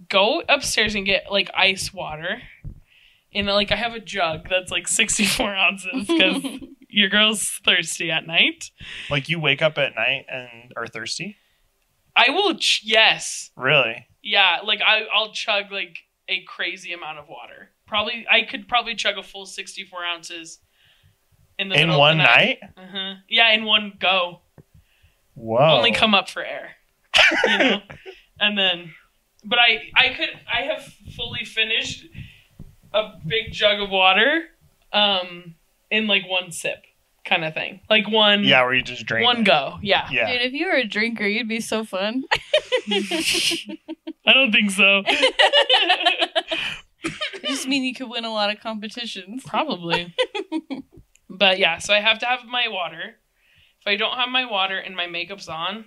[SPEAKER 3] go upstairs and get like ice water. And like I have a jug that's like 64 ounces because your girl's thirsty at night.
[SPEAKER 1] Like you wake up at night and are thirsty.
[SPEAKER 3] I will, ch- yes,
[SPEAKER 1] Really?
[SPEAKER 3] Yeah, like I, I'll chug like a crazy amount of water. Probably, I could probably chug a full sixty-four ounces in the
[SPEAKER 1] In
[SPEAKER 3] middle of
[SPEAKER 1] one
[SPEAKER 3] the
[SPEAKER 1] night?
[SPEAKER 3] Uh-huh. Yeah, in one go.
[SPEAKER 1] Whoa.
[SPEAKER 3] Only come up for air, you know. and then, but I, I could, I have fully finished a big jug of water, um, in like one sip, kind of thing. Like one,
[SPEAKER 1] Yeah, where you just drink.
[SPEAKER 3] one
[SPEAKER 1] it.
[SPEAKER 3] go. Yeah.
[SPEAKER 1] Yeah.
[SPEAKER 2] Dude, if you were a drinker, you'd be so fun.
[SPEAKER 3] I don't think so.
[SPEAKER 2] I just mean you could win a lot of competitions.
[SPEAKER 3] Probably. but yeah, so I have to have my water. If I don't have my water and my makeup's on,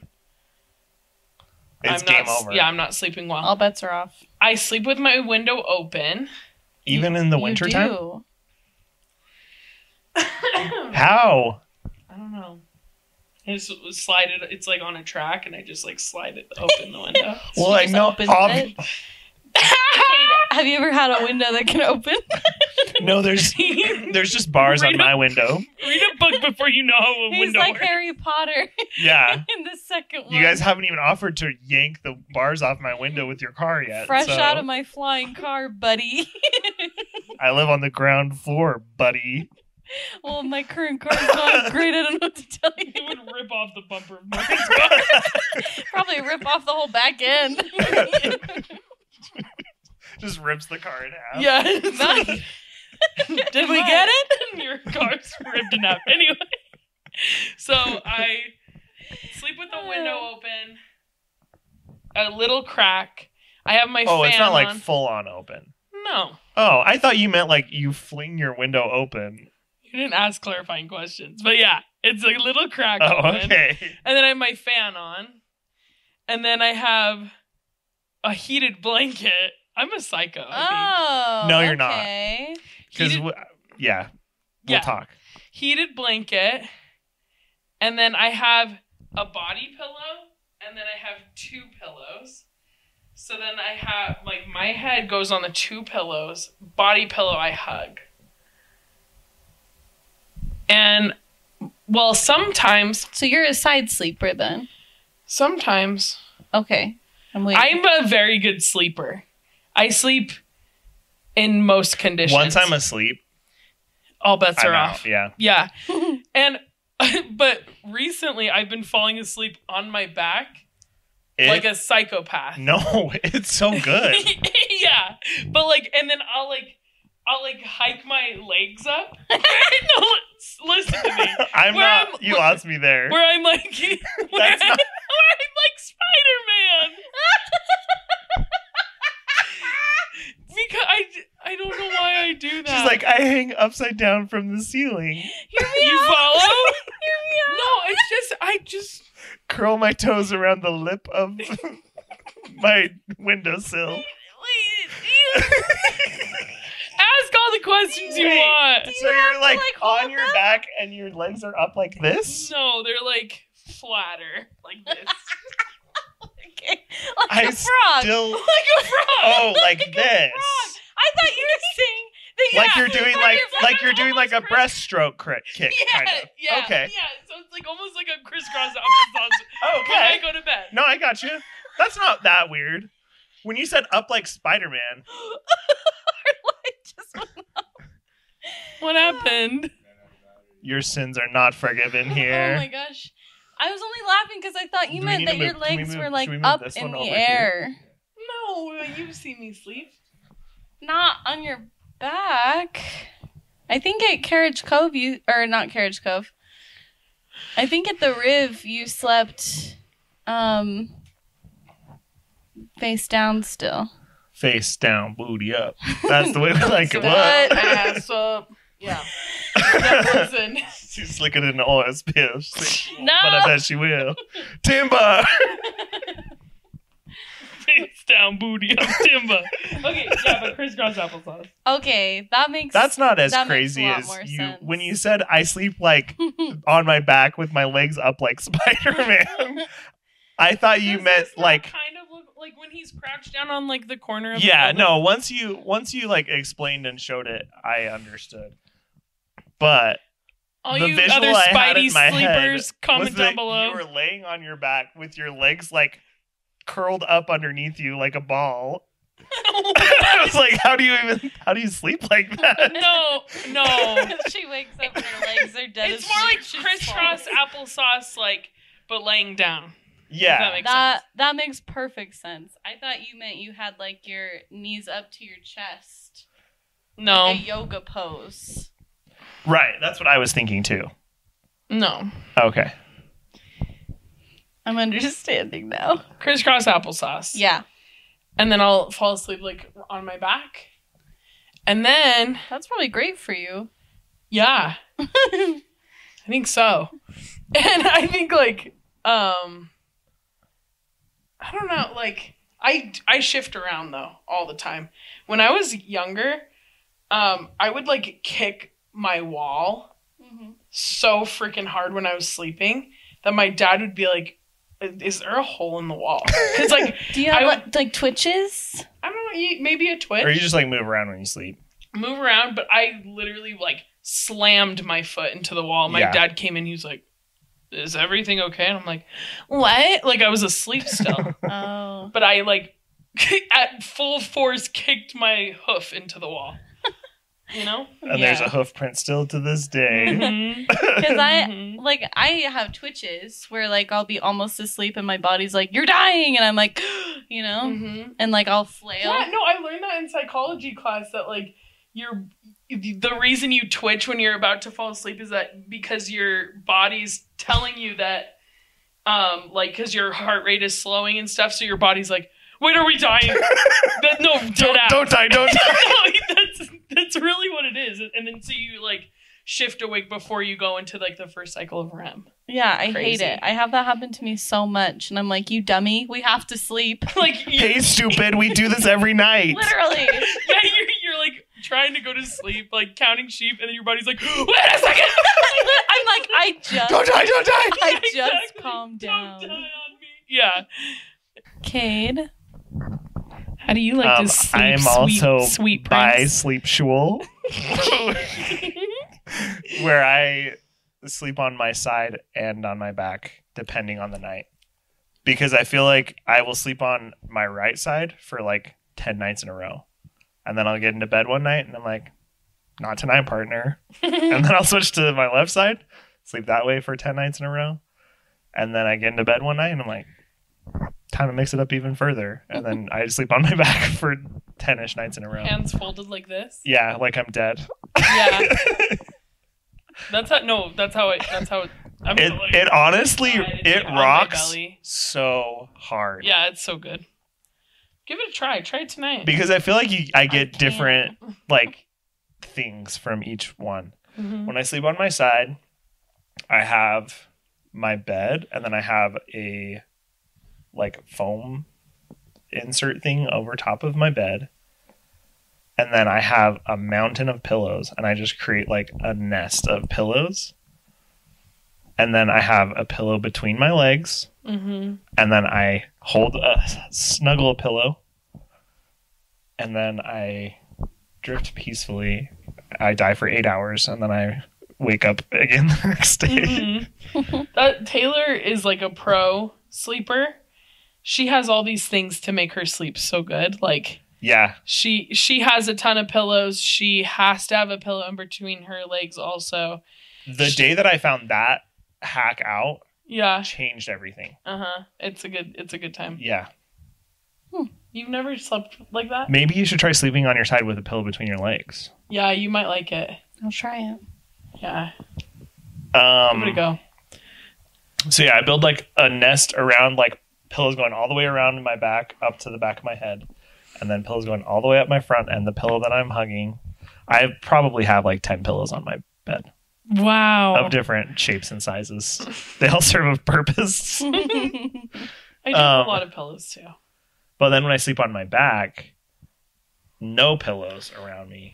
[SPEAKER 1] It's
[SPEAKER 3] I'm
[SPEAKER 1] game
[SPEAKER 3] not,
[SPEAKER 1] over.
[SPEAKER 3] Yeah, I'm not sleeping well.
[SPEAKER 2] All bets are off.
[SPEAKER 3] I sleep with my window open.
[SPEAKER 1] Even in the
[SPEAKER 2] You
[SPEAKER 1] winter
[SPEAKER 2] do.
[SPEAKER 1] time?
[SPEAKER 3] I
[SPEAKER 1] How?
[SPEAKER 3] don't know. I just slide it. It's like on a track, and I just like slide it open the window.
[SPEAKER 2] So
[SPEAKER 1] Well,
[SPEAKER 2] you
[SPEAKER 1] I
[SPEAKER 2] just
[SPEAKER 1] know.
[SPEAKER 2] open
[SPEAKER 1] ob-
[SPEAKER 2] it. Have you ever had a window that can open?
[SPEAKER 1] no, there's there's just bars on
[SPEAKER 3] Read
[SPEAKER 1] my window.
[SPEAKER 3] Read a book before you know how a
[SPEAKER 2] He's
[SPEAKER 3] window
[SPEAKER 2] like
[SPEAKER 3] works.
[SPEAKER 2] Harry Potter
[SPEAKER 1] Yeah.
[SPEAKER 2] in the second one.
[SPEAKER 1] You guys haven't even offered to yank the bars off my window with your car yet.
[SPEAKER 2] fresh
[SPEAKER 1] so
[SPEAKER 2] out of my flying car, buddy.
[SPEAKER 1] I live on the ground floor, buddy.
[SPEAKER 2] well, my current car's not great. I don't know what to tell you.
[SPEAKER 3] It would rip off the bumper of my
[SPEAKER 2] Probably rip off the whole back end.
[SPEAKER 1] Just rips the car in half.
[SPEAKER 3] Yeah.
[SPEAKER 2] Did we get
[SPEAKER 3] it? Your car's ripped enough. Anyway. So I sleep with the window open, a little crack. I have my
[SPEAKER 1] Oh,
[SPEAKER 3] fan
[SPEAKER 1] it's not like
[SPEAKER 3] on.
[SPEAKER 1] full on open.
[SPEAKER 3] no.
[SPEAKER 1] Oh, I thought you meant like you fling your window open.
[SPEAKER 3] You didn't ask clarifying questions. But yeah, it's a little crack
[SPEAKER 1] Oh,
[SPEAKER 3] open.
[SPEAKER 1] okay.
[SPEAKER 3] And then I have my fan on. And then I have a heated blanket. I'm a psycho. I
[SPEAKER 2] Oh,
[SPEAKER 1] No, you're not.
[SPEAKER 2] okay.
[SPEAKER 3] think.
[SPEAKER 1] Because
[SPEAKER 3] Heated-
[SPEAKER 1] yeah, we'll
[SPEAKER 3] Yeah.
[SPEAKER 1] talk.
[SPEAKER 3] heated blanket, and then I have a body pillow, and then I have two pillows. So then I have like my head goes on the two pillows, body pillow I hug. And well, sometimes,
[SPEAKER 2] So you're a side sleeper then.
[SPEAKER 3] sometimes
[SPEAKER 2] Okay. I'm waiting.
[SPEAKER 3] I'm a very good sleeper. I sleep in most conditions.
[SPEAKER 1] Once I'm asleep,
[SPEAKER 3] all bets
[SPEAKER 1] I'm
[SPEAKER 3] are
[SPEAKER 1] out.
[SPEAKER 3] off.
[SPEAKER 1] Yeah.
[SPEAKER 3] Yeah. and but recently I've been falling asleep on my back
[SPEAKER 1] It-
[SPEAKER 3] like a psychopath.
[SPEAKER 1] no, it's so good.
[SPEAKER 3] yeah. But like and then I'll like I'll like hike my legs up. no, lis- listen to me.
[SPEAKER 1] I'm
[SPEAKER 3] Where
[SPEAKER 1] not.
[SPEAKER 3] am-
[SPEAKER 1] you
[SPEAKER 3] where-
[SPEAKER 1] lost me there.
[SPEAKER 3] Where I'm like where,
[SPEAKER 1] That's
[SPEAKER 3] I'm
[SPEAKER 1] not-
[SPEAKER 3] like Spider Man. because I I don't know why I do that.
[SPEAKER 1] She's like, I hang upside down from the ceiling,
[SPEAKER 2] Hear me
[SPEAKER 3] you
[SPEAKER 2] out.
[SPEAKER 3] follow?
[SPEAKER 2] Hear me out.
[SPEAKER 3] no, it's just I just
[SPEAKER 1] curl my toes around the lip of my windowsill.
[SPEAKER 3] Ask all the questions you
[SPEAKER 1] Wait.
[SPEAKER 3] want.
[SPEAKER 1] so you're like,
[SPEAKER 2] like,
[SPEAKER 1] on
[SPEAKER 2] hold
[SPEAKER 1] your back and your legs are up like this.
[SPEAKER 3] No, they're like flatter, like this.
[SPEAKER 2] Okay. Like
[SPEAKER 1] I
[SPEAKER 2] a frog.
[SPEAKER 1] Still,
[SPEAKER 3] like a frog.
[SPEAKER 1] oh, like
[SPEAKER 2] Like a
[SPEAKER 1] this.
[SPEAKER 2] frog. I thought you were saying that you
[SPEAKER 3] Yeah,
[SPEAKER 1] Like you're doing like
[SPEAKER 3] you're
[SPEAKER 1] like you're doing like a
[SPEAKER 3] almost crazy.
[SPEAKER 1] breaststroke cri- kick,
[SPEAKER 3] Yeah,
[SPEAKER 1] kind of.
[SPEAKER 3] yeah,
[SPEAKER 1] Okay.
[SPEAKER 3] yeah. So it's like almost like I'm crisscross applesauce
[SPEAKER 2] Oh,
[SPEAKER 3] when I
[SPEAKER 1] Okay.
[SPEAKER 3] go to bed.
[SPEAKER 1] No, I got you. That's not that weird. When you said up like Spider Man,
[SPEAKER 2] just went
[SPEAKER 3] What happened?
[SPEAKER 1] your sins are not forgiven
[SPEAKER 2] Oh
[SPEAKER 1] here.
[SPEAKER 2] my gosh. I was only laughing because I thought you
[SPEAKER 1] Do we
[SPEAKER 2] meant
[SPEAKER 1] need to
[SPEAKER 2] that your
[SPEAKER 1] move- can we
[SPEAKER 2] legs
[SPEAKER 1] move-
[SPEAKER 2] were
[SPEAKER 1] should
[SPEAKER 2] like
[SPEAKER 1] we move
[SPEAKER 2] up
[SPEAKER 1] this
[SPEAKER 2] in
[SPEAKER 1] one
[SPEAKER 2] the
[SPEAKER 1] over
[SPEAKER 2] air,
[SPEAKER 3] No, you've seen me sleep.
[SPEAKER 2] not on your back. I think at Carriage Cove, you or not Carriage Cove. I think at the Riv you slept um, face down still.
[SPEAKER 1] Face down, booty up. That's the way we like it.
[SPEAKER 2] That's
[SPEAKER 1] What?
[SPEAKER 3] ass up. Yeah. No, listen.
[SPEAKER 1] She's looking in the OSP. She's like,
[SPEAKER 2] No,
[SPEAKER 1] But I bet she will. Timber.
[SPEAKER 3] Face down, booty up, timber. Okay, yeah, but crisscross applesauce.
[SPEAKER 2] okay, that makes
[SPEAKER 1] That's not as
[SPEAKER 2] That makes
[SPEAKER 1] crazy
[SPEAKER 2] a lot
[SPEAKER 1] as
[SPEAKER 2] more
[SPEAKER 1] you.
[SPEAKER 2] sense.
[SPEAKER 1] When you said I sleep like on my back with my legs up like Spider Man, I thought you
[SPEAKER 3] Does
[SPEAKER 1] meant
[SPEAKER 3] this not
[SPEAKER 1] like.
[SPEAKER 3] kind of look like when he's crouched down on like the corner of the
[SPEAKER 1] Yeah,
[SPEAKER 3] building?
[SPEAKER 1] no. Once you once you like explained and showed it, I understood. But
[SPEAKER 3] All
[SPEAKER 1] the
[SPEAKER 3] you
[SPEAKER 1] visual
[SPEAKER 3] other
[SPEAKER 1] I had
[SPEAKER 3] Spidey
[SPEAKER 1] in my head
[SPEAKER 3] sleepers, comment
[SPEAKER 1] was that
[SPEAKER 3] down below.
[SPEAKER 1] you were laying on your back with your legs like curled up underneath you like a ball. I was like, how do you even how do you sleep like that?
[SPEAKER 3] no, no.
[SPEAKER 2] she wakes up and her legs are dead.
[SPEAKER 3] it's
[SPEAKER 2] as
[SPEAKER 3] more
[SPEAKER 2] shit.
[SPEAKER 3] like
[SPEAKER 2] She's
[SPEAKER 3] crisscross applesauce, like but laying down.
[SPEAKER 1] Yeah.
[SPEAKER 3] That makes
[SPEAKER 2] that
[SPEAKER 3] sense.
[SPEAKER 2] that makes perfect sense. I thought you meant you had like your knees up to your chest,
[SPEAKER 3] No,
[SPEAKER 2] like a yoga pose.
[SPEAKER 1] Right, that's what I was thinking too.
[SPEAKER 3] no.
[SPEAKER 1] Okay.
[SPEAKER 2] I'm understanding now.
[SPEAKER 3] Crisscross applesauce.
[SPEAKER 2] Yeah,
[SPEAKER 3] and then I'll fall asleep like on my back, and then
[SPEAKER 2] that's probably great for you.
[SPEAKER 3] yeah, I think so, and I think like um, I don't know, like I I shift around though all the time. When I was younger, um, I would like kick my wall
[SPEAKER 2] Mm-hmm.
[SPEAKER 3] so freaking hard when I was sleeping that my dad would be like, "Is there a hole in the wall?" Because like
[SPEAKER 2] Do you have
[SPEAKER 3] I
[SPEAKER 2] like, like twitches?
[SPEAKER 3] I don't know, you- maybe a twitch,
[SPEAKER 1] Or you just like move around when you sleep.
[SPEAKER 3] move around, but I literally like slammed my foot into the wall. My
[SPEAKER 1] Yeah.
[SPEAKER 3] dad came in, he was like, "Is everything okay?" And I'm like, "What?" Like I was asleep still,
[SPEAKER 2] Oh,
[SPEAKER 3] but I like at full force kicked my hoof into the wall. You know?
[SPEAKER 1] And there's a hoof print still to this day.
[SPEAKER 3] Mhm.
[SPEAKER 2] because I
[SPEAKER 3] Mhm.
[SPEAKER 2] like I have twitches where like I'll be almost asleep and my body's like you're dying and I'm like you know
[SPEAKER 3] Mhm.
[SPEAKER 2] and like I'll flail.
[SPEAKER 3] Yeah, no, I learned that in psychology class that like your the reason you twitch when you're about to fall asleep is that because your body's telling you that um like cuz your heart rate is slowing and stuff so your body's like wait are we dying that, no dead
[SPEAKER 1] don't,
[SPEAKER 3] ass.
[SPEAKER 1] don't die, don't die.
[SPEAKER 3] No, that's that's really what it is and then so you like shift awake before you go into like the first cycle of REM
[SPEAKER 2] Yeah, I hate
[SPEAKER 3] Crazy.
[SPEAKER 2] it. I have that happen to me so much, and I'm like, you dummy, we have to sleep.
[SPEAKER 3] like you-
[SPEAKER 1] hey stupid, we do this every night.
[SPEAKER 2] Literally.
[SPEAKER 3] yeah, you're, you're like trying to go to sleep, like counting sheep, and then your body's like, wait a second,
[SPEAKER 2] I'm like, I
[SPEAKER 1] Don't
[SPEAKER 2] just,
[SPEAKER 1] die, don't die.
[SPEAKER 2] I
[SPEAKER 3] Exactly.
[SPEAKER 2] just calmed
[SPEAKER 3] don't die on
[SPEAKER 2] down.
[SPEAKER 3] me. Yeah.
[SPEAKER 2] Cade,
[SPEAKER 3] How do you
[SPEAKER 1] like to Um, sleep, I'm sweet- also
[SPEAKER 3] sweet
[SPEAKER 1] by Sleep Shul, where I sleep on my side and on my back, depending on the night. Because I feel like I will sleep on my right side for like 10 nights in a row. And then I'll get into bed one night and I'm like, not tonight, partner. and then I'll switch to my left side, sleep that way for 10 nights in a row. And then I get into bed one night and I'm like, time to mix it up even further. And then I sleep on my back for 10 ish nights in a row.
[SPEAKER 3] Hands folded like this.
[SPEAKER 1] Yeah, like I'm dead.
[SPEAKER 3] Yeah. that's how. No, that's how it. That's how it. I'm
[SPEAKER 1] It
[SPEAKER 3] like,
[SPEAKER 1] it honestly
[SPEAKER 3] side, like,
[SPEAKER 1] it
[SPEAKER 3] on my
[SPEAKER 1] rocks
[SPEAKER 3] belly.
[SPEAKER 1] so hard.
[SPEAKER 3] Yeah, it's so good. Give it a try. Try it tonight.
[SPEAKER 1] Because I feel like you, I get
[SPEAKER 2] can't.
[SPEAKER 1] different like things from each one.
[SPEAKER 3] Mhm.
[SPEAKER 1] When I sleep on my side, I have my bed and then I have a like foam insert thing over top of my bed. and then I have a mountain of pillows, and I just create like a nest of pillows, and then I have a pillow between my legs,
[SPEAKER 3] Mm-hmm.
[SPEAKER 1] and then I hold a snuggle a pillow, and then I drift peacefully. I die for eight hours, and then I wake up again the next day.
[SPEAKER 3] Mm-hmm. that Taylor is like a pro sleeper. She has all these things to make her sleep so good. Like
[SPEAKER 1] Yeah,
[SPEAKER 3] she she has a ton of pillows. She has to have a pillow in between her legs also.
[SPEAKER 1] the day that I found that hack out
[SPEAKER 3] Yeah.
[SPEAKER 1] changed everything.
[SPEAKER 3] Uh-huh. It's a good it's a good time.
[SPEAKER 1] Yeah,
[SPEAKER 3] You've never slept like that?
[SPEAKER 1] maybe you should try sleeping on your side with a pillow between your legs.
[SPEAKER 3] Yeah, you might like it.
[SPEAKER 2] I'll try it.
[SPEAKER 3] Yeah.
[SPEAKER 1] Um,
[SPEAKER 3] Give it a go.
[SPEAKER 1] So yeah, I build like a nest around like pillows going all the way around my back up to the back of my head, and then pillows going all the way up my front and the pillow that I'm hugging. I probably have like ten pillows on my bed
[SPEAKER 3] Wow.
[SPEAKER 1] of different shapes and sizes. They all serve a purpose.
[SPEAKER 3] I do have
[SPEAKER 1] um,
[SPEAKER 3] a lot of pillows too.
[SPEAKER 1] But then when I sleep on my back, no pillows around me.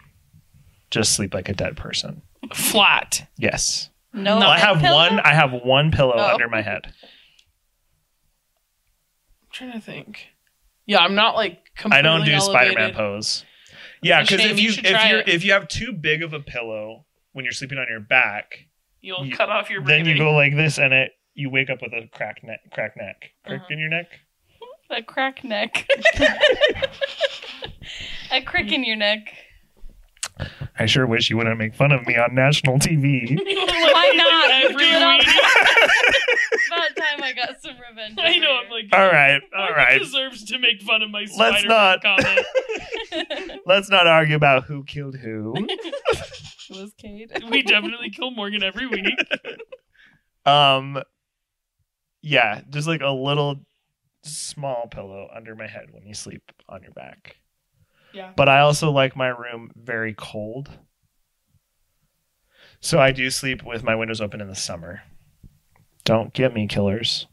[SPEAKER 1] Just sleep like a dead person.
[SPEAKER 3] Flat.
[SPEAKER 1] Yes.
[SPEAKER 2] No,
[SPEAKER 1] Well, I
[SPEAKER 2] head
[SPEAKER 1] have
[SPEAKER 2] pillow?
[SPEAKER 1] one I have one pillow
[SPEAKER 2] Oh.
[SPEAKER 1] under my head.
[SPEAKER 3] I'm trying to think. Yeah, I'm not like completely
[SPEAKER 1] I don't do
[SPEAKER 3] elevated.
[SPEAKER 1] Spider-Man pose. Yeah, because
[SPEAKER 3] Shane,
[SPEAKER 1] if
[SPEAKER 3] you
[SPEAKER 1] you
[SPEAKER 3] should
[SPEAKER 1] if
[SPEAKER 3] try
[SPEAKER 1] you
[SPEAKER 3] it.
[SPEAKER 1] if you have too big of a pillow when you're sleeping on your back,
[SPEAKER 3] You'll
[SPEAKER 1] You-
[SPEAKER 3] cut off your
[SPEAKER 1] then
[SPEAKER 3] breathing.
[SPEAKER 1] you go like this, and it you wake up with a crack neck, crack neck, crack
[SPEAKER 3] Uh-huh.
[SPEAKER 1] in your neck.
[SPEAKER 2] A crack neck. a crick in your neck.
[SPEAKER 1] I sure wish you wouldn't make fun of me on national TV.
[SPEAKER 2] Why not? You
[SPEAKER 3] Every
[SPEAKER 2] did it on-
[SPEAKER 3] week.
[SPEAKER 2] About time I got some revenge.
[SPEAKER 3] I know.
[SPEAKER 2] over
[SPEAKER 3] I'm like,
[SPEAKER 1] all right, all
[SPEAKER 3] Mark
[SPEAKER 1] right.
[SPEAKER 3] Deserves to make fun of my
[SPEAKER 1] Let's
[SPEAKER 3] Spider-Man
[SPEAKER 1] not.
[SPEAKER 3] comment.
[SPEAKER 2] here.
[SPEAKER 1] Let's not argue about who killed who.
[SPEAKER 2] it was Cade.
[SPEAKER 3] we definitely kill Morgan every week.
[SPEAKER 1] Um, yeah, just like a little small pillow under my head when you sleep on your back.
[SPEAKER 3] Yeah.
[SPEAKER 1] But I also like my room very cold. So I do sleep with my windows open in the summer. Don't get me killers.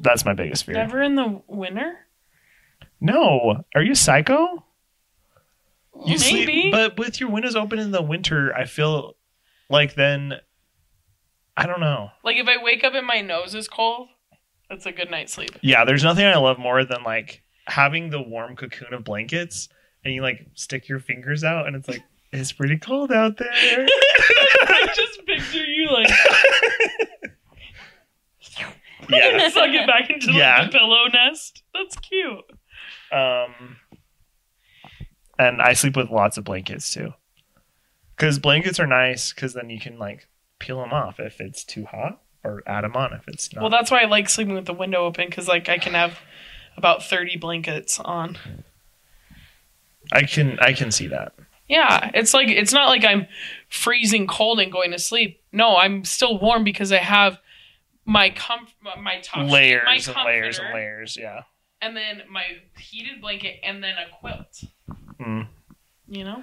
[SPEAKER 1] That's my biggest fear.
[SPEAKER 3] Never in the winter.
[SPEAKER 1] No, are you psycho? You
[SPEAKER 3] Maybe.
[SPEAKER 1] sleep, but with your windows open in the winter, I feel like then I don't know.
[SPEAKER 3] Like if I wake up and my nose is cold, that's a good night's sleep.
[SPEAKER 1] Yeah, there's nothing I love more than like having the warm cocoon of blankets and you like stick your fingers out and it's like it's pretty cold out there.
[SPEAKER 3] I just picture you like
[SPEAKER 1] yeah.
[SPEAKER 3] suck it back into like,
[SPEAKER 1] Yeah.
[SPEAKER 3] the pillow nest. That's cute.
[SPEAKER 1] Um and I sleep with lots of blankets too. Cuz blankets are nice cuz then you can like peel them off if it's too hot or add them on if it's not.
[SPEAKER 3] Well, that's why I like sleeping with the window open because like I can have about thirty blankets on.
[SPEAKER 1] I can I can see that.
[SPEAKER 3] Yeah, it's like it's not like I'm freezing cold and going to sleep. No, I'm still warm because I have my comf- Oh, my top
[SPEAKER 1] layers and
[SPEAKER 3] my
[SPEAKER 1] layers and
[SPEAKER 3] comforter,
[SPEAKER 1] layers, yeah.
[SPEAKER 3] and then my heated blanket, and then a quilt.
[SPEAKER 1] Mm.
[SPEAKER 3] You know,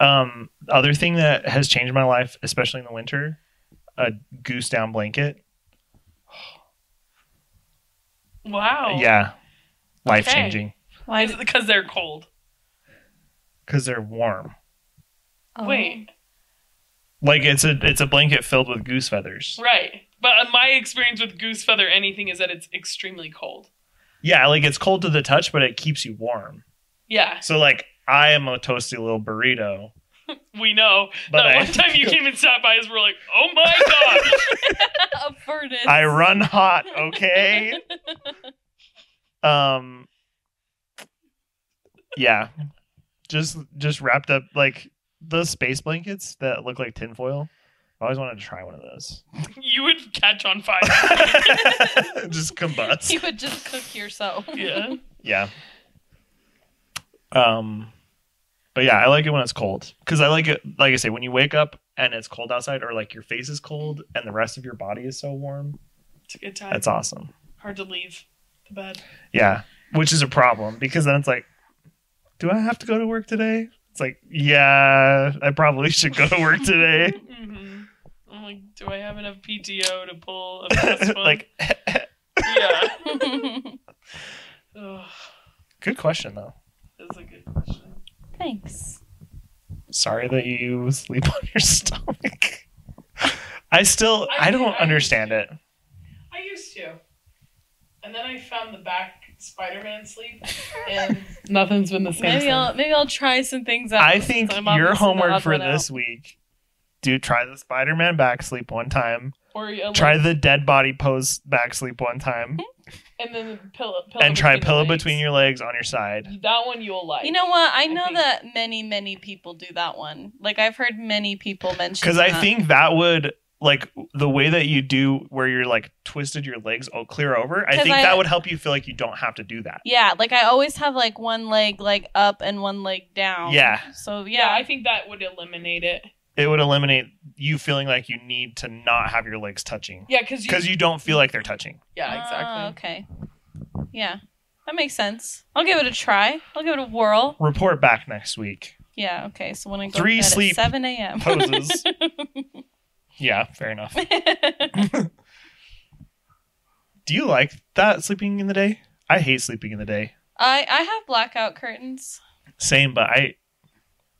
[SPEAKER 1] Um, other thing that has changed my life, especially in the winter, a goose down blanket.
[SPEAKER 3] wow.
[SPEAKER 1] Yeah, life changing
[SPEAKER 2] Why?
[SPEAKER 3] Is it because they're cold?
[SPEAKER 1] because they're warm.
[SPEAKER 2] oh.
[SPEAKER 3] Wait,
[SPEAKER 1] Like it's a it's a blanket filled with goose feathers.
[SPEAKER 3] right. But uh, my experience with goose feather anything is that it's extremely cold.
[SPEAKER 1] Yeah, like it's cold to the touch, but it keeps you warm.
[SPEAKER 3] Yeah,
[SPEAKER 1] So like I am a toasty little burrito,
[SPEAKER 3] we know.
[SPEAKER 1] but
[SPEAKER 3] that
[SPEAKER 1] I
[SPEAKER 3] one time you came and sat by us, we're like, oh my god.
[SPEAKER 2] a furnace.
[SPEAKER 1] I run hot. Okay. um. Yeah, just just wrapped up like those space blankets that look like tinfoil. I always wanted to try one of those.
[SPEAKER 3] you would catch on fire.
[SPEAKER 1] just combust.
[SPEAKER 2] You would just cook yourself.
[SPEAKER 3] yeah.
[SPEAKER 1] Yeah. Um, but yeah, I like it when it's cold because I like it. Like I say, when you wake up and it's cold outside, or like your face is cold and the rest of your body is so warm,
[SPEAKER 3] It's a good time.
[SPEAKER 1] that's awesome.
[SPEAKER 3] hard to leave the bed.
[SPEAKER 1] Yeah, which is a problem because then it's like, do I have to go to work today? It's like, yeah, I probably should go to work today.
[SPEAKER 3] hmm I'm like, do I have enough PTO to pull a fast one?
[SPEAKER 1] like,
[SPEAKER 3] yeah. Ugh,
[SPEAKER 1] good question though.
[SPEAKER 3] that's a good.
[SPEAKER 2] Thanks.
[SPEAKER 1] Sorry that you sleep on your stomach. I still I don't understand it.
[SPEAKER 3] I used to. And then I found the back Spider Man sleep, and nothing's been the same.
[SPEAKER 2] Maybe
[SPEAKER 3] since.
[SPEAKER 2] I'll maybe I'll try some things out.
[SPEAKER 1] I think
[SPEAKER 2] since I'm
[SPEAKER 1] your
[SPEAKER 2] obviously the
[SPEAKER 1] homework
[SPEAKER 2] odd
[SPEAKER 1] for
[SPEAKER 2] one out.
[SPEAKER 1] this week do try the Spider Man back sleep one time.
[SPEAKER 3] Or a
[SPEAKER 1] Try
[SPEAKER 3] leg-
[SPEAKER 1] the dead body pose back sleep one time.
[SPEAKER 3] and then the pillow, pillow
[SPEAKER 1] And try
[SPEAKER 3] between the
[SPEAKER 1] pillow
[SPEAKER 3] legs.
[SPEAKER 1] between your legs on your side.
[SPEAKER 3] That one you'll like.
[SPEAKER 2] You know what? I
[SPEAKER 3] I
[SPEAKER 2] know
[SPEAKER 3] think-
[SPEAKER 2] that many, many people do that one. Like I've heard many people mention.
[SPEAKER 1] Because I
[SPEAKER 2] that.
[SPEAKER 1] think that would like the way that you do where you're like twisted your legs all clear over, I
[SPEAKER 2] 'Cause
[SPEAKER 1] think
[SPEAKER 2] I-
[SPEAKER 1] that would help you feel like you don't have to do that.
[SPEAKER 2] Yeah, like I always have like one leg like up and one leg down.
[SPEAKER 1] Yeah.
[SPEAKER 2] So
[SPEAKER 3] yeah,
[SPEAKER 2] yeah,
[SPEAKER 3] I think that would eliminate it.
[SPEAKER 1] It would eliminate you feeling like you need to not have your legs touching.
[SPEAKER 3] Yeah, because you.
[SPEAKER 1] Because you don't feel like they're touching.
[SPEAKER 3] yeah,
[SPEAKER 2] Ah,
[SPEAKER 3] exactly.
[SPEAKER 2] okay. Yeah, that makes sense. I'll give it a try. I'll give it a whirl.
[SPEAKER 1] Report back next week.
[SPEAKER 2] Yeah. Okay. So when I go
[SPEAKER 1] Three
[SPEAKER 2] to bed
[SPEAKER 1] sleep
[SPEAKER 2] at seven a.m.
[SPEAKER 1] Poses. yeah, fair enough. Do you like that sleeping in the day? I hate sleeping in the day.
[SPEAKER 2] I I have blackout curtains.
[SPEAKER 1] Same, but I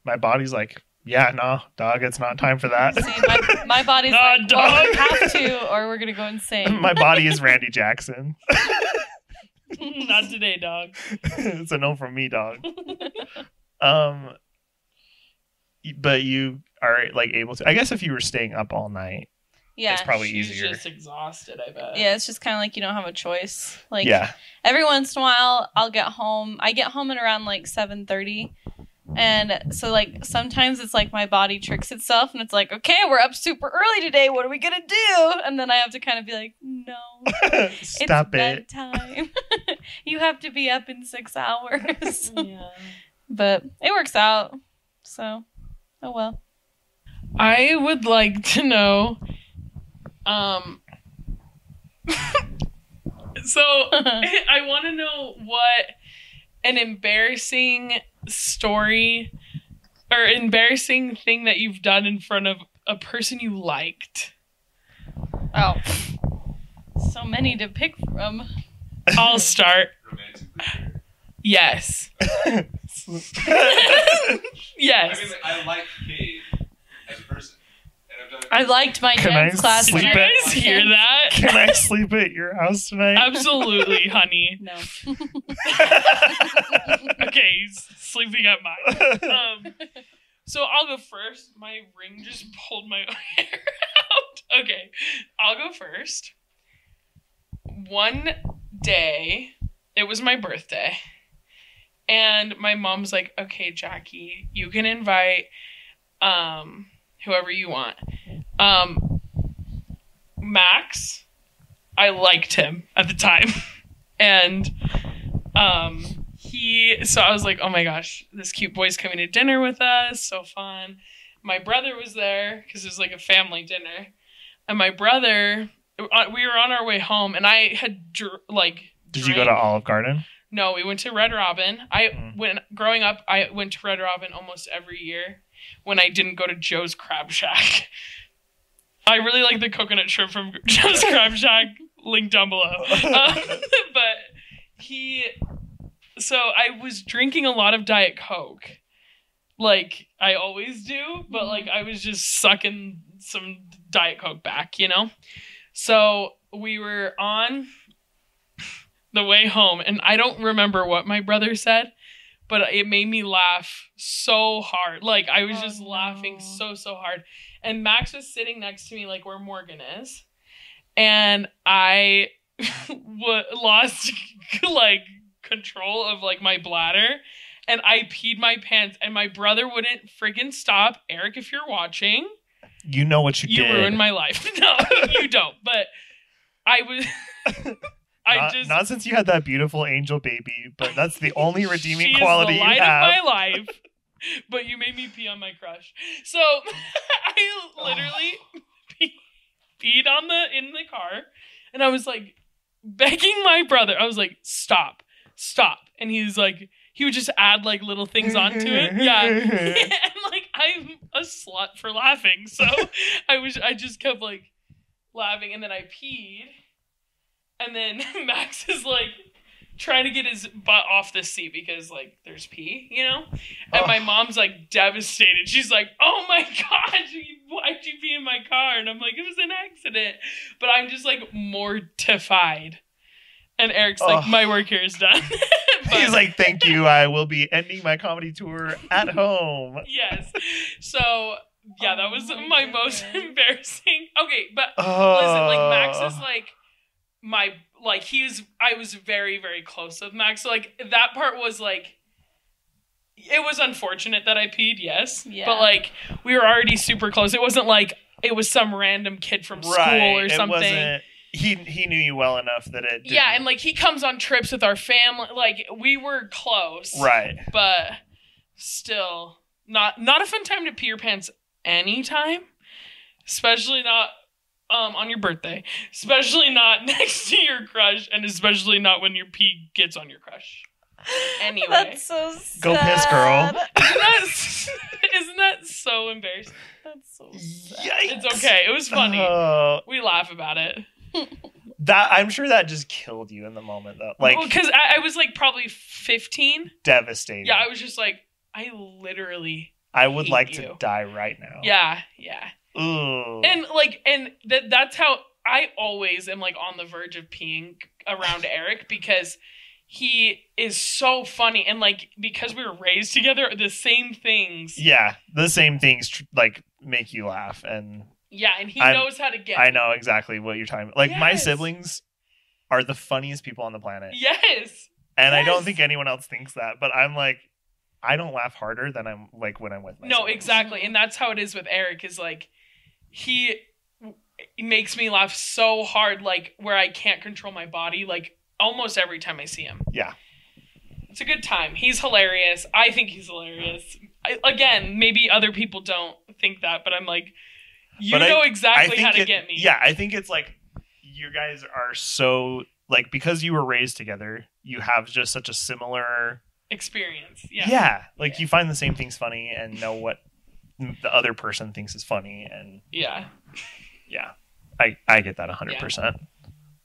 [SPEAKER 1] my body's like, yeah, no, dog, it's not time for that.
[SPEAKER 2] See, my, my body's
[SPEAKER 1] Nah,
[SPEAKER 2] like, well, we
[SPEAKER 1] dog.
[SPEAKER 2] have to, or we're gonna go insane.
[SPEAKER 1] my body is Randy Jackson.
[SPEAKER 3] Not today, dog.
[SPEAKER 1] it's a no from me, dog. um but you are like able to I guess if you were staying up all night,
[SPEAKER 2] yeah.
[SPEAKER 1] it's probably
[SPEAKER 3] She's
[SPEAKER 1] easier.
[SPEAKER 3] just exhausted. I bet.
[SPEAKER 2] yeah, it's just kind of like you don't have a choice. Like
[SPEAKER 1] yeah.
[SPEAKER 2] every once in a while I'll get home. I get home at around like 7:30. And so like sometimes it's like my body tricks itself and it's like, "Okay, we're up super early today. What are we going to do?" And then I have to kind of be like, "No.
[SPEAKER 1] Stop
[SPEAKER 2] it's
[SPEAKER 1] it.
[SPEAKER 2] bedtime. you have to be up in 6 hours."
[SPEAKER 3] Yeah.
[SPEAKER 2] but it works out. So, oh well.
[SPEAKER 3] I would like to know. Um. so I want to know what an embarrassing story or embarrassing thing that you've done in front of a person you liked.
[SPEAKER 2] Oh. So many to pick from.
[SPEAKER 3] I'll start.
[SPEAKER 4] romantically. weird.
[SPEAKER 3] Yes.
[SPEAKER 4] I mean,
[SPEAKER 3] Yes.
[SPEAKER 4] like, I like Cade as a person, and I've done. it-
[SPEAKER 2] I liked my
[SPEAKER 1] Can
[SPEAKER 2] dance
[SPEAKER 1] I
[SPEAKER 2] class.
[SPEAKER 1] sleep
[SPEAKER 2] when
[SPEAKER 3] Did you
[SPEAKER 2] I
[SPEAKER 1] it?
[SPEAKER 2] was
[SPEAKER 3] guys hear
[SPEAKER 2] dancing.
[SPEAKER 3] that?
[SPEAKER 1] Can I sleep at your house tonight?
[SPEAKER 3] Absolutely, honey.
[SPEAKER 2] No.
[SPEAKER 3] Okay, he's sleeping at mine. um, so I'll go first. My ring just pulled my hair out. Okay, I'll go first. One day, it was my birthday, and my mom's like, "Okay, Jackie, you can invite um, whoever you want." Um, Max, I liked him at the time, and um, he so I was like, oh my gosh, this cute boy's coming to dinner with us, so fun. My brother was there because it was like a family dinner, and my brother, uh, we were on our way home, and I had dr- like.
[SPEAKER 1] Did you go to
[SPEAKER 3] drank-
[SPEAKER 1] Olive Garden?
[SPEAKER 3] No, we went to Red Robin. I
[SPEAKER 1] Mm.
[SPEAKER 3] when growing up, I went to Red Robin almost every year when I didn't go to Joe's Crab Shack. I really like the coconut shrimp from Joe's Crab Shack. Link down below. Um, but he, so I was drinking a lot of Diet Coke, like I always do. But like I was just sucking some Diet Coke back, you know. So we were on the way home, and I don't remember what my brother said, but it made me laugh so hard. Like I was
[SPEAKER 2] Oh,
[SPEAKER 3] just
[SPEAKER 2] no.
[SPEAKER 3] laughing so so hard. And Max was sitting next to me, like where Morgan is, and I wa lost like control of like my bladder. And I peed my pants, and my brother wouldn't friggin' stop. Eric, if you're watching,
[SPEAKER 1] You know what you,
[SPEAKER 3] you
[SPEAKER 1] did.
[SPEAKER 3] ruined my life. No, you don't. But I was. I
[SPEAKER 1] not,
[SPEAKER 3] just.
[SPEAKER 1] not since you had that beautiful angel baby, but that's the only redeeming
[SPEAKER 3] she
[SPEAKER 1] quality
[SPEAKER 3] is the
[SPEAKER 1] you
[SPEAKER 3] light
[SPEAKER 1] have.
[SPEAKER 3] of my life. But you made me pee on my crush. So I literally pee, peed on the in the car, and I was like begging my brother. I was like, "Stop, stop!" And he's like, he would just add like little things onto it. Yeah. and like I'm a slut for laughing, so I was I just kept like laughing, and then I peed, and then Max is like, trying to get his butt off the seat because like there's pee, you know. And
[SPEAKER 1] Oh.
[SPEAKER 3] my mom's like devastated. She's like, "Oh my god, you- why'd you pee in my car?" And I'm like, "It was an accident." But I'm just like mortified. And Eric's like,
[SPEAKER 1] Oh.
[SPEAKER 3] "My work here is done." But-
[SPEAKER 1] He's like, thank you. I will be ending my comedy tour at home.
[SPEAKER 3] "Yes." So yeah, that
[SPEAKER 2] Oh
[SPEAKER 3] was
[SPEAKER 2] my
[SPEAKER 3] my most
[SPEAKER 2] goodness.
[SPEAKER 3] embarrassing. Okay, but
[SPEAKER 1] Oh.
[SPEAKER 3] Listen, like Max is like my like he was I was very very close with Max. So, like that part was like it was unfortunate that I peed, yes.
[SPEAKER 2] Yeah.
[SPEAKER 3] But like we were already super close. It wasn't like it was some random kid from
[SPEAKER 1] right.
[SPEAKER 3] school or
[SPEAKER 1] It
[SPEAKER 3] something.
[SPEAKER 1] wasn't, he he knew you well enough that it. Didn't,
[SPEAKER 3] yeah, and like he comes on trips with our family. Like we were close.
[SPEAKER 1] right.
[SPEAKER 3] But still not not a fun time to pee your pants anytime. Especially not um on your birthday. Especially not next to your crush and especially not when your pee gets on your crush. Anyway.
[SPEAKER 2] That's so sad.
[SPEAKER 1] Go piss, girl.
[SPEAKER 3] Isn't that, isn't that so embarrassing?
[SPEAKER 2] That's so sad.
[SPEAKER 1] Yikes.
[SPEAKER 3] It's okay. It was funny.
[SPEAKER 1] Oh,
[SPEAKER 3] we laugh about it.
[SPEAKER 1] that I'm sure that just killed you in the moment though. Like
[SPEAKER 3] because I, I was like probably 15.
[SPEAKER 1] devastating.
[SPEAKER 3] Yeah, I was just like, I literally,
[SPEAKER 1] I would
[SPEAKER 3] hate
[SPEAKER 1] like to
[SPEAKER 3] you.
[SPEAKER 1] die right now.
[SPEAKER 3] yeah, yeah.
[SPEAKER 1] Ooh.
[SPEAKER 3] And like, and that that's how I always am like on the verge of peeing around Eric because he is so funny and like because we were raised together, the same things.
[SPEAKER 1] yeah, the same things tr- like make you laugh, and
[SPEAKER 3] Yeah, and he
[SPEAKER 1] I'm-
[SPEAKER 3] knows how to get.
[SPEAKER 1] I
[SPEAKER 3] me.
[SPEAKER 1] know exactly what you're talking about. Like my
[SPEAKER 3] Yes.
[SPEAKER 1] siblings are the funniest people on the planet,
[SPEAKER 3] Yes.
[SPEAKER 1] and I don't
[SPEAKER 3] yes.
[SPEAKER 1] think anyone else thinks that. But I'm like, I don't laugh harder than I'm like when I'm with my
[SPEAKER 3] No,
[SPEAKER 1] siblings.
[SPEAKER 3] exactly. And that's how it is with Eric is like he w- makes me laugh so hard like where I can't control my body like almost every time I see him.
[SPEAKER 1] Yeah.
[SPEAKER 3] It's a good time. He's hilarious. I think he's hilarious. I, again, maybe other people don't think that, but I'm like you
[SPEAKER 1] But I-
[SPEAKER 3] know
[SPEAKER 1] I
[SPEAKER 3] exactly
[SPEAKER 1] think
[SPEAKER 3] how to
[SPEAKER 1] it-
[SPEAKER 3] get me.
[SPEAKER 1] Yeah, I think it's like you guys are so like because you were raised together, you have just such a similar
[SPEAKER 3] Experience.
[SPEAKER 1] yeah,
[SPEAKER 3] Yeah.
[SPEAKER 1] like you find the same things funny and know what the other person thinks is funny and
[SPEAKER 3] Yeah.
[SPEAKER 1] Yeah, I I get that 100. percent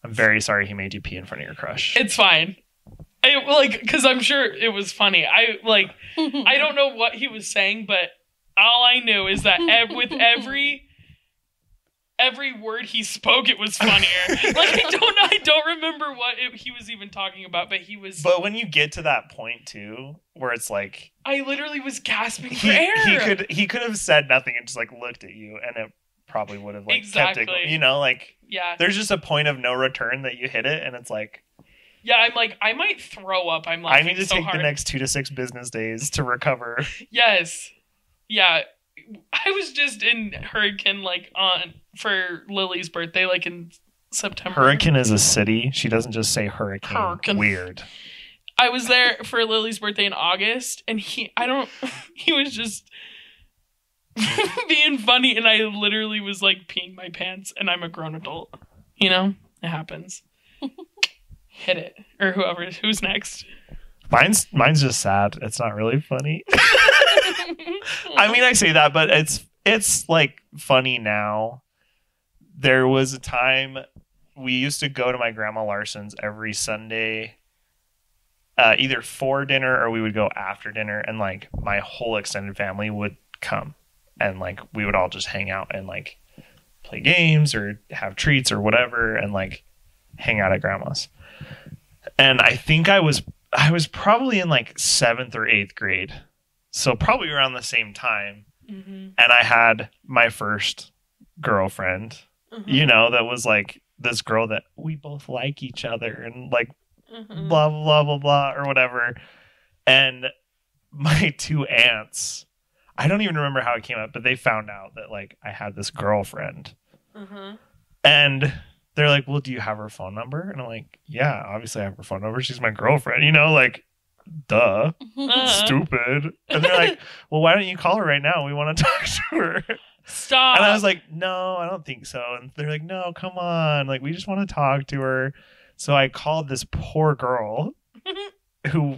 [SPEAKER 1] I'm very sorry he made you pee in front of your crush.
[SPEAKER 3] It's fine. I like cuz I'm sure it was funny. I like I don't know what he was saying, but all I knew is that ev- with every every word he spoke, it was funnier. like I don't know, I don't remember what it, he was even talking about, but he was.
[SPEAKER 1] but when you get to that point too, where it's like
[SPEAKER 3] I literally was gasping for
[SPEAKER 1] he,
[SPEAKER 3] air.
[SPEAKER 1] he could he could have said nothing and just like looked at you, and it probably would have like kept it.
[SPEAKER 3] Exactly.
[SPEAKER 1] You know, like
[SPEAKER 3] yeah,
[SPEAKER 1] there's just a point of no return that you hit it, and it's like
[SPEAKER 3] yeah. I'm like, I might throw up. I'm
[SPEAKER 1] I
[SPEAKER 3] laughing
[SPEAKER 1] need to
[SPEAKER 3] so
[SPEAKER 1] take
[SPEAKER 3] hard.
[SPEAKER 1] the next two to six business days to recover.
[SPEAKER 3] Yes, yeah. I was just in Hurricane like on for Lily's birthday, like in September.
[SPEAKER 1] hurricane is a city. She doesn't just say hurricane.
[SPEAKER 3] Hurricane.
[SPEAKER 1] Weird.
[SPEAKER 3] I was there for Lily's birthday in August, and he, I don't, he was just being funny, and I literally was like peeing my pants, and I'm a grown adult. You know, it happens. Hit it, or whoever, who's next?
[SPEAKER 1] Mine's mine's just sad. It's not really funny. I mean, I say that, but it's it's like funny now. There was a time we used to go to my grandma Larson's every Sunday, uh, either for dinner or we would go after dinner, and like my whole extended family would come, and like we would all just hang out and like play games or have treats or whatever, and like hang out at grandma's. And I think I was I was probably in like seventh or eighth grade, so probably around the same time
[SPEAKER 3] Mhm,
[SPEAKER 1] and I had my first girlfriend,
[SPEAKER 3] mhm,
[SPEAKER 1] you know, that was like this girl that we both like each other and like
[SPEAKER 3] mhm.
[SPEAKER 1] blah blah blah blah blah or whatever. And my two aunts, I don't even remember how it came up, but they found out that like I had this girlfriend.
[SPEAKER 3] Mhm.
[SPEAKER 1] And they're like, Well, do you have her phone number? And I'm like, Yeah, obviously I have her phone number. She's my girlfriend, you know, like duh.
[SPEAKER 3] Uh,
[SPEAKER 1] Stupid. And they're like, Well, why don't you call her right now? We want to talk to her.
[SPEAKER 3] Stop.
[SPEAKER 1] And I was like, no, I don't think so. And they're like, no, come on. Like, we just want to talk to her. So I called this poor girl who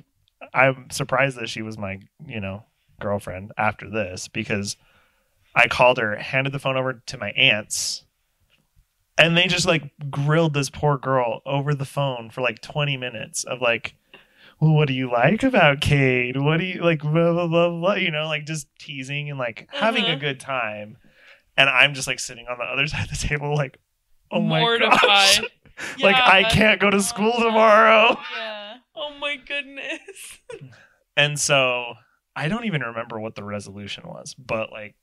[SPEAKER 1] I'm surprised that she was my, you know, girlfriend after this because I called her, handed the phone over to my aunts, and they just like grilled this poor girl over the phone for like 20 minutes of like well what do you like about Cade what do you like blah blah blah blah you know like just teasing and like having a
[SPEAKER 3] Uh-huh.
[SPEAKER 1] good time and I'm just like sitting on the other side of the table like oh my
[SPEAKER 3] Mortified.
[SPEAKER 1] gosh like I
[SPEAKER 3] Yeah.
[SPEAKER 1] can't go to school tomorrow
[SPEAKER 2] Yeah.
[SPEAKER 3] Oh my goodness.
[SPEAKER 1] and so I don't even remember what the resolution was but like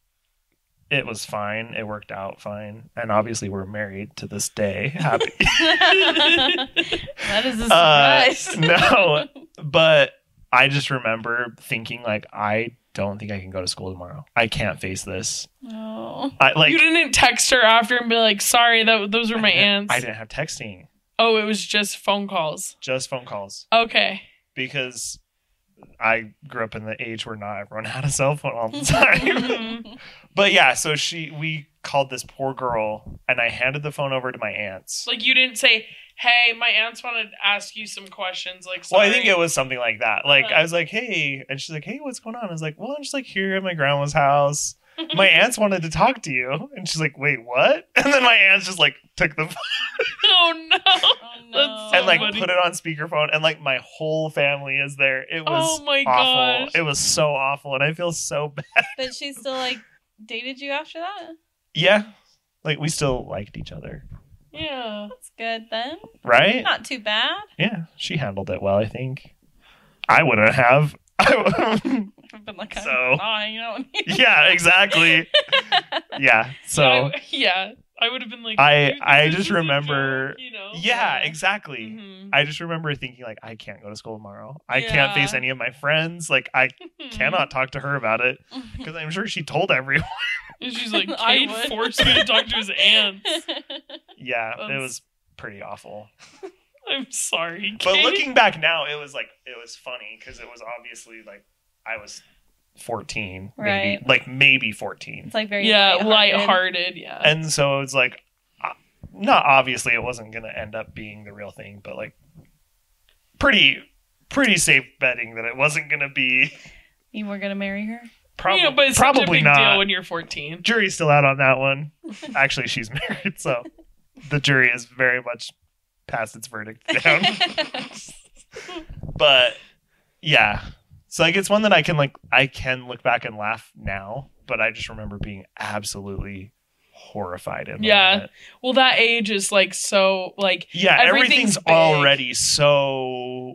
[SPEAKER 1] it was fine it worked out fine and obviously we're married to this day happy
[SPEAKER 2] that is a
[SPEAKER 1] Uh,
[SPEAKER 2] surprise.
[SPEAKER 1] no, but I just remember thinking like I don't think I can go to school tomorrow. I can't face this.
[SPEAKER 2] no.
[SPEAKER 1] I like
[SPEAKER 3] you didn't text her after and be like, sorry, that those were my
[SPEAKER 1] I didn't-
[SPEAKER 3] aunts.
[SPEAKER 1] I didn't have texting,
[SPEAKER 3] Oh, it was just phone calls.
[SPEAKER 1] just phone calls
[SPEAKER 3] Okay.
[SPEAKER 1] because I grew up in the age where not everyone had a cell phone all the
[SPEAKER 2] Oh,
[SPEAKER 1] time. but yeah, so she we called this poor girl and I handed the phone over to my aunts.
[SPEAKER 3] Like you didn't say, hey, my aunts want to ask you some questions. Like,
[SPEAKER 1] Well,
[SPEAKER 3] sorry.
[SPEAKER 1] I think it was something like that. Like
[SPEAKER 3] Uh-huh.
[SPEAKER 1] I was like, "Hey," and she's like, "Hey, what's going on?" I was like, "Well, I'm just like here at my grandma's house. My aunt's wanted to talk to you," and she's like, "Wait, what?" And then my aunt just like took the phone
[SPEAKER 3] Oh no.
[SPEAKER 2] Oh, no.
[SPEAKER 3] That's so
[SPEAKER 1] and like
[SPEAKER 3] funny.
[SPEAKER 1] put it on speakerphone, and like my whole family is there. It was
[SPEAKER 3] Oh my
[SPEAKER 1] awful.
[SPEAKER 3] gosh.
[SPEAKER 1] It was so awful, and I feel so bad.
[SPEAKER 2] but she still like dated you after that.
[SPEAKER 1] Yeah, like we still liked each other,
[SPEAKER 3] Yeah.
[SPEAKER 2] That's good then.
[SPEAKER 1] right?
[SPEAKER 2] Not too bad.
[SPEAKER 1] Yeah, she handled it well. I think I wouldn't have.
[SPEAKER 2] I've been like, I'm
[SPEAKER 1] So-
[SPEAKER 2] not hanging out with you.
[SPEAKER 1] yeah, exactly. Yeah, so.
[SPEAKER 3] I w- yeah, I would have been like,
[SPEAKER 1] I-
[SPEAKER 3] dude,
[SPEAKER 1] I
[SPEAKER 3] this
[SPEAKER 1] just
[SPEAKER 3] is a
[SPEAKER 1] remember-
[SPEAKER 3] joke, you know.
[SPEAKER 1] Yeah,
[SPEAKER 2] Yeah.
[SPEAKER 1] exactly.
[SPEAKER 3] Mhm.
[SPEAKER 1] I just remember thinking like I can't go to school tomorrow. I can't
[SPEAKER 3] Yeah. Mm-hmm.
[SPEAKER 1] face any of my friends. Like I cannot talk to her about it because I'm sure she told everyone.
[SPEAKER 3] And she's like,
[SPEAKER 2] I
[SPEAKER 3] Cade
[SPEAKER 2] would.
[SPEAKER 3] forced me to talk to his aunts.
[SPEAKER 1] Yeah, it
[SPEAKER 3] That's-
[SPEAKER 1] was pretty awful.
[SPEAKER 3] I'm sorry.
[SPEAKER 1] But
[SPEAKER 3] Cade.
[SPEAKER 1] looking back now, it was like it was funny because it was obviously like I was 14, maybe
[SPEAKER 2] Right.
[SPEAKER 1] like maybe 14,
[SPEAKER 2] It's like very
[SPEAKER 3] yeah,
[SPEAKER 2] lighthearted.
[SPEAKER 3] lighthearted. Yeah.
[SPEAKER 1] and so it's like uh, not obviously it wasn't gonna end up being the real thing, but like pretty pretty safe betting that it wasn't gonna be.
[SPEAKER 2] You were gonna marry her.
[SPEAKER 1] Probably,
[SPEAKER 3] you know, but it's
[SPEAKER 1] probably
[SPEAKER 3] such a big
[SPEAKER 1] not.
[SPEAKER 3] deal when you're 14.
[SPEAKER 1] jury's still out on that one. Actually, she's married, so the jury is very much past its verdict down. but yeah, so like it's one that I can like I can look back and laugh now, but I just remember being absolutely horrified in the
[SPEAKER 3] Yeah.
[SPEAKER 1] moment.
[SPEAKER 3] Well, that age is like so like
[SPEAKER 1] yeah everything's,
[SPEAKER 3] Everything's big.
[SPEAKER 1] already so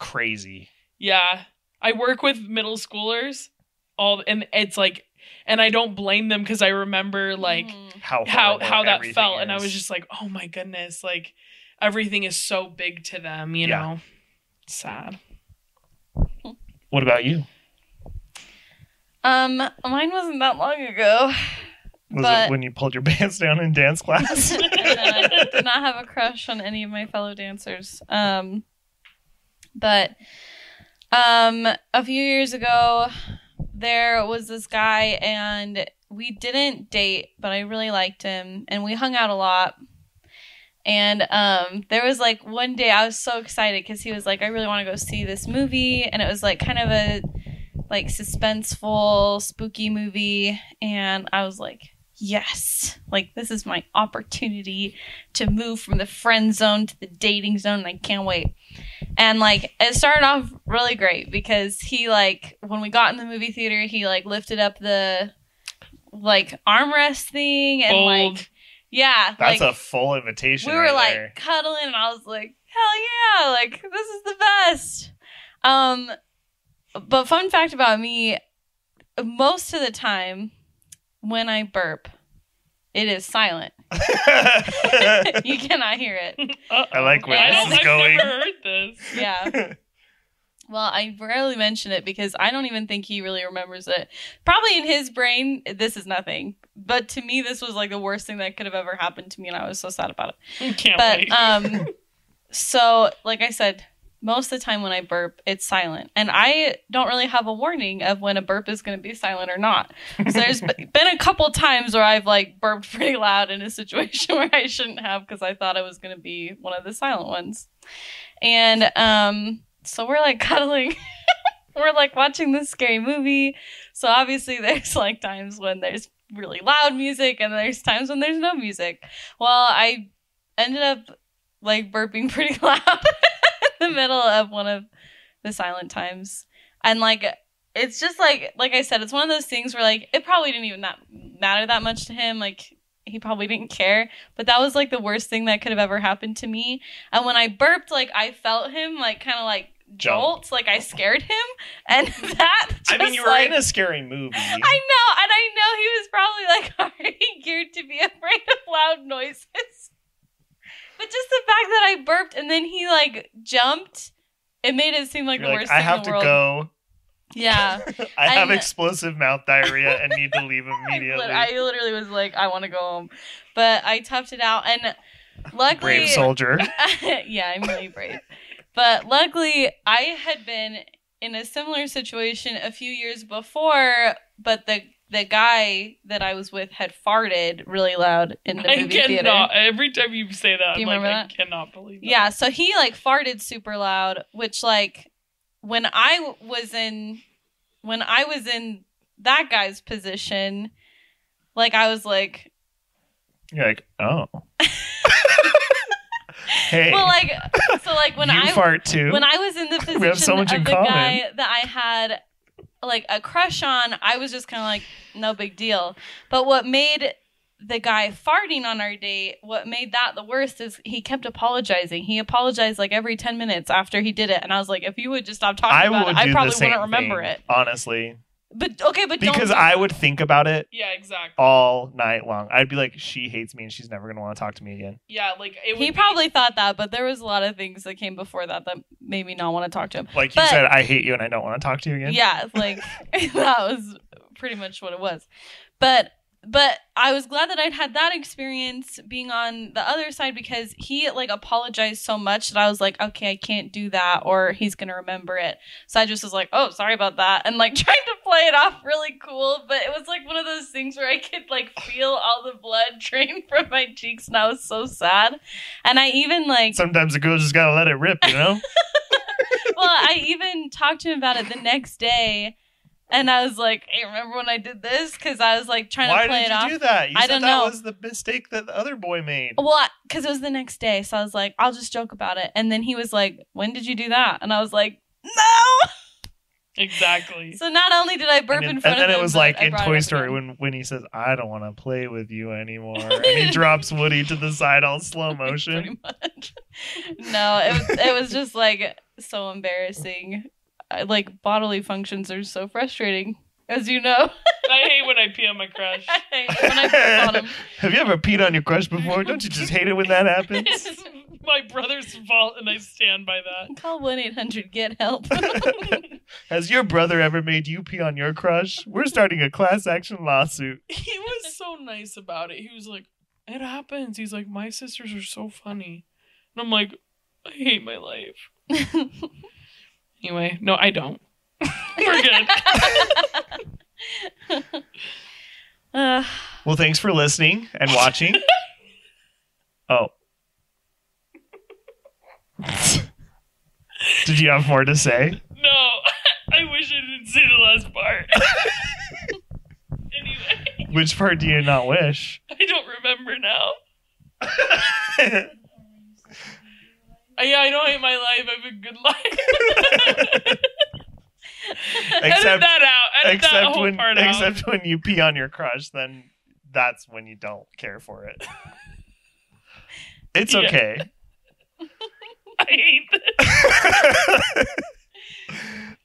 [SPEAKER 1] crazy
[SPEAKER 3] yeah. I work with middle schoolers all and it's like and I don't blame them cuz I remember like
[SPEAKER 2] Mhm.
[SPEAKER 1] how
[SPEAKER 3] how
[SPEAKER 1] horrible
[SPEAKER 3] how that
[SPEAKER 1] everything
[SPEAKER 3] felt and I
[SPEAKER 1] is.
[SPEAKER 3] was just like, "Oh my goodness, like everything is so big to them, you
[SPEAKER 1] Yeah.
[SPEAKER 3] know." Sad.
[SPEAKER 1] what about you
[SPEAKER 2] um, mine wasn't that long ago.
[SPEAKER 1] was
[SPEAKER 2] But-
[SPEAKER 1] it when you pulled your pants down in dance class
[SPEAKER 2] and I did not have a crush on any of my fellow dancers. Um, but um, a few years ago, there was this guy, and we didn't date, but I really liked him, and we hung out a lot. And um, there was like one day I was so excited because he was like, I really want to go see this movie, and it was like kind of a like suspenseful, spooky movie, and I was like, yes, like this is my opportunity to move from the friend zone to the dating zone. and I can't wait. And like it started off really great because he like when we got in the movie theater, he like lifted up the like armrest thing and
[SPEAKER 3] Bold.
[SPEAKER 2] like yeah,
[SPEAKER 1] that's
[SPEAKER 2] like
[SPEAKER 1] a full invitation
[SPEAKER 2] we were
[SPEAKER 1] right
[SPEAKER 2] like
[SPEAKER 1] there.
[SPEAKER 2] cuddling and I was like, hell yeah, like this is the best. Um but fun fact about me, most of the time when I burp, it is silent.
[SPEAKER 1] I
[SPEAKER 2] you cannot hear it.
[SPEAKER 3] Uh-oh.
[SPEAKER 1] like where
[SPEAKER 3] I
[SPEAKER 2] this
[SPEAKER 3] don't-
[SPEAKER 1] is
[SPEAKER 3] I've
[SPEAKER 1] going.
[SPEAKER 3] never heard this.
[SPEAKER 2] Yeah. Well, I rarely mention it because I don't even think he really remembers it. Probably in his brain, this is nothing. But to me, this was like the worst thing that could have ever happened to me, and I was so sad about it.
[SPEAKER 3] Can't wait.
[SPEAKER 2] but um so like i said most of the time when i burp it's silent and i don't really have a warning of when a burp is going to be silent or not so there's b- been a couple times where i've like burped pretty loud in a situation where i shouldn't have because i thought i was going to be one of the silent ones and um so we're like cuddling we're like watching this scary movie So obviously, there's like times when there's really loud music, and there's times when there's no music. Well, I ended up like burping pretty loud in the middle of one of the silent times, and like it's just like like I said, it's one of those things where like it probably didn't even that matter that much to him, like. He probably didn't care, but that was like the worst thing that could have ever happened to me. And when I burped, like I felt him like kind of like
[SPEAKER 1] Jump.
[SPEAKER 2] jolt, like I scared him, and that.
[SPEAKER 1] I mean,
[SPEAKER 2] just,
[SPEAKER 1] you were
[SPEAKER 2] like,
[SPEAKER 1] in a scary movie.
[SPEAKER 2] I know, and I know he was probably like already geared to be afraid of loud noises. But just the fact that I burped and then he like jumped, it made it seem like
[SPEAKER 1] You're
[SPEAKER 2] the
[SPEAKER 1] like,
[SPEAKER 2] worst
[SPEAKER 1] I
[SPEAKER 2] thing
[SPEAKER 1] have
[SPEAKER 2] in the
[SPEAKER 1] to
[SPEAKER 2] world.
[SPEAKER 1] go.
[SPEAKER 2] Yeah,
[SPEAKER 1] I have
[SPEAKER 2] I'm-
[SPEAKER 1] explosive mouth diarrhea and need to leave
[SPEAKER 2] I, lit-
[SPEAKER 1] immediately.
[SPEAKER 2] I literally was like, I want to go home, but I toughed it out, and luckily,
[SPEAKER 1] Brave soldier.
[SPEAKER 2] yeah, I'm really brave. But luckily, I had been in a similar situation a few years before, but the the guy that I was with had farted really loud in the
[SPEAKER 3] I
[SPEAKER 2] movie
[SPEAKER 3] cannot.
[SPEAKER 2] theater.
[SPEAKER 3] Every time you say that,
[SPEAKER 2] Do you
[SPEAKER 3] I'm like,
[SPEAKER 2] remember
[SPEAKER 3] I cannot believe that.
[SPEAKER 2] Yeah, so he like farted super loud, which like when I w- was in when I was in that guy's position, like I was like
[SPEAKER 1] You're like, oh. hey,
[SPEAKER 2] well like so like when
[SPEAKER 1] you
[SPEAKER 2] I
[SPEAKER 1] fart too.
[SPEAKER 2] when I was in the position
[SPEAKER 1] We have so much
[SPEAKER 2] of
[SPEAKER 1] in
[SPEAKER 2] the
[SPEAKER 1] common.
[SPEAKER 2] guy that I had like a crush on, I was just kind of like, no big deal. But what made the guy farting on our date, what made that the worst is he kept apologizing. He apologized like every 10 minutes after he did it. And I was like, if you would just stop talking
[SPEAKER 1] I
[SPEAKER 2] about
[SPEAKER 1] would
[SPEAKER 2] it,
[SPEAKER 1] do
[SPEAKER 2] I probably
[SPEAKER 1] the same
[SPEAKER 2] wouldn't remember
[SPEAKER 1] thing,
[SPEAKER 2] it.
[SPEAKER 1] honestly,
[SPEAKER 2] But okay, but
[SPEAKER 1] because
[SPEAKER 2] don't.
[SPEAKER 1] I would think about it
[SPEAKER 3] Yeah, exactly.
[SPEAKER 1] all night long. I'd be like, she hates me and she's never gonna want to talk to me again.
[SPEAKER 3] Yeah, like it would
[SPEAKER 2] he
[SPEAKER 3] be-
[SPEAKER 2] probably thought that, but there was a lot of things that came before that that made me not want to talk to him.
[SPEAKER 1] Like you
[SPEAKER 2] But-
[SPEAKER 1] said, I hate you and I don't want to talk to you again.
[SPEAKER 2] Yeah, like that was pretty much what it was. But but I was glad that I'd had that experience being on the other side because he like apologized so much that I was like, okay, I can't do that or he's gonna remember it. So I just was like, oh, sorry about that, and like tried to play it off really cool, but it was like one of those things where I could like feel all the blood drain from my cheeks, and I was so sad. And I even like
[SPEAKER 1] Sometimes a girl just gotta let it rip, you know?
[SPEAKER 2] well, I even talked to him about it the next day, and I was like, "Hey, remember when I did this?" Because I was like trying
[SPEAKER 1] Why
[SPEAKER 2] to play
[SPEAKER 1] did
[SPEAKER 2] it
[SPEAKER 1] you
[SPEAKER 2] off.
[SPEAKER 1] do that? You
[SPEAKER 2] I
[SPEAKER 1] said
[SPEAKER 2] don't
[SPEAKER 1] that
[SPEAKER 2] know.
[SPEAKER 1] was the mistake that the other boy made.
[SPEAKER 2] Well, because it was the next day, so I was like, "I'll just joke about it." And then he was like, "When did you do that?" And I was like, "No."
[SPEAKER 3] exactly.
[SPEAKER 2] So not only did I burp
[SPEAKER 1] and, then-
[SPEAKER 2] in front
[SPEAKER 1] and then
[SPEAKER 2] of him,
[SPEAKER 1] it was
[SPEAKER 2] but
[SPEAKER 1] like
[SPEAKER 2] I
[SPEAKER 1] in
[SPEAKER 2] brought it
[SPEAKER 1] Toy
[SPEAKER 2] up
[SPEAKER 1] Story
[SPEAKER 2] again.
[SPEAKER 1] when when he says, "I don't want to play with you anymore," and he drops Woody to the side all slow motion.
[SPEAKER 2] Pretty much. no, it was it was just like so embarrassing. I, like bodily functions are so frustrating, as you know.
[SPEAKER 3] I hate when I pee on my crush.
[SPEAKER 2] when I burp on him.
[SPEAKER 1] Have you ever peed on your crush before? Don't you just hate it when that happens?
[SPEAKER 3] It's my brother's fault, and I stand by that.
[SPEAKER 2] Call 1 800 Get Help.
[SPEAKER 1] Has your brother ever made you pee on your crush? We're starting a class action lawsuit.
[SPEAKER 3] He was so nice about it. He was like, "It happens." He's like, "My sisters are so funny," and I'm like, "I hate my life." Anyway, no, I don't. We're good.
[SPEAKER 2] uh,
[SPEAKER 1] Well, thanks for listening and watching. Oh. Did you have more to say?
[SPEAKER 3] No, I wish I didn't say the last part. anyway,
[SPEAKER 1] Which part do you not wish?
[SPEAKER 3] I don't remember now. Uh, Yeah, I don't hate my life. I have a good life. edit
[SPEAKER 1] Except
[SPEAKER 3] that out. Edit that
[SPEAKER 1] except
[SPEAKER 3] whole
[SPEAKER 1] when
[SPEAKER 3] part out.
[SPEAKER 1] except when you pee on your crush, then that's when you don't care for it. It's
[SPEAKER 3] Yeah.
[SPEAKER 1] okay.
[SPEAKER 3] I hate this.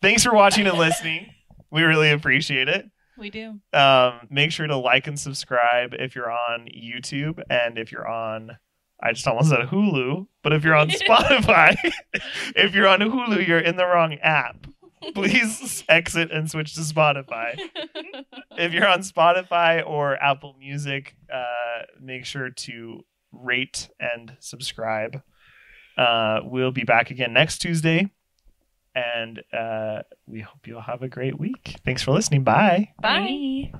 [SPEAKER 1] Thanks for watching and listening. We really appreciate it.
[SPEAKER 2] we do.
[SPEAKER 1] Um, make sure to like and subscribe if you're on YouTube and if you're on, I just almost said Hulu, but if you're on Spotify, if you're on Hulu, you're in the wrong app. Please exit and switch to Spotify. If you're on Spotify or Apple Music, uh, make sure to rate and subscribe. Uh, we'll be back again next Tuesday. And uh, we hope you'll have a great week. Thanks for listening. Bye.
[SPEAKER 2] Bye.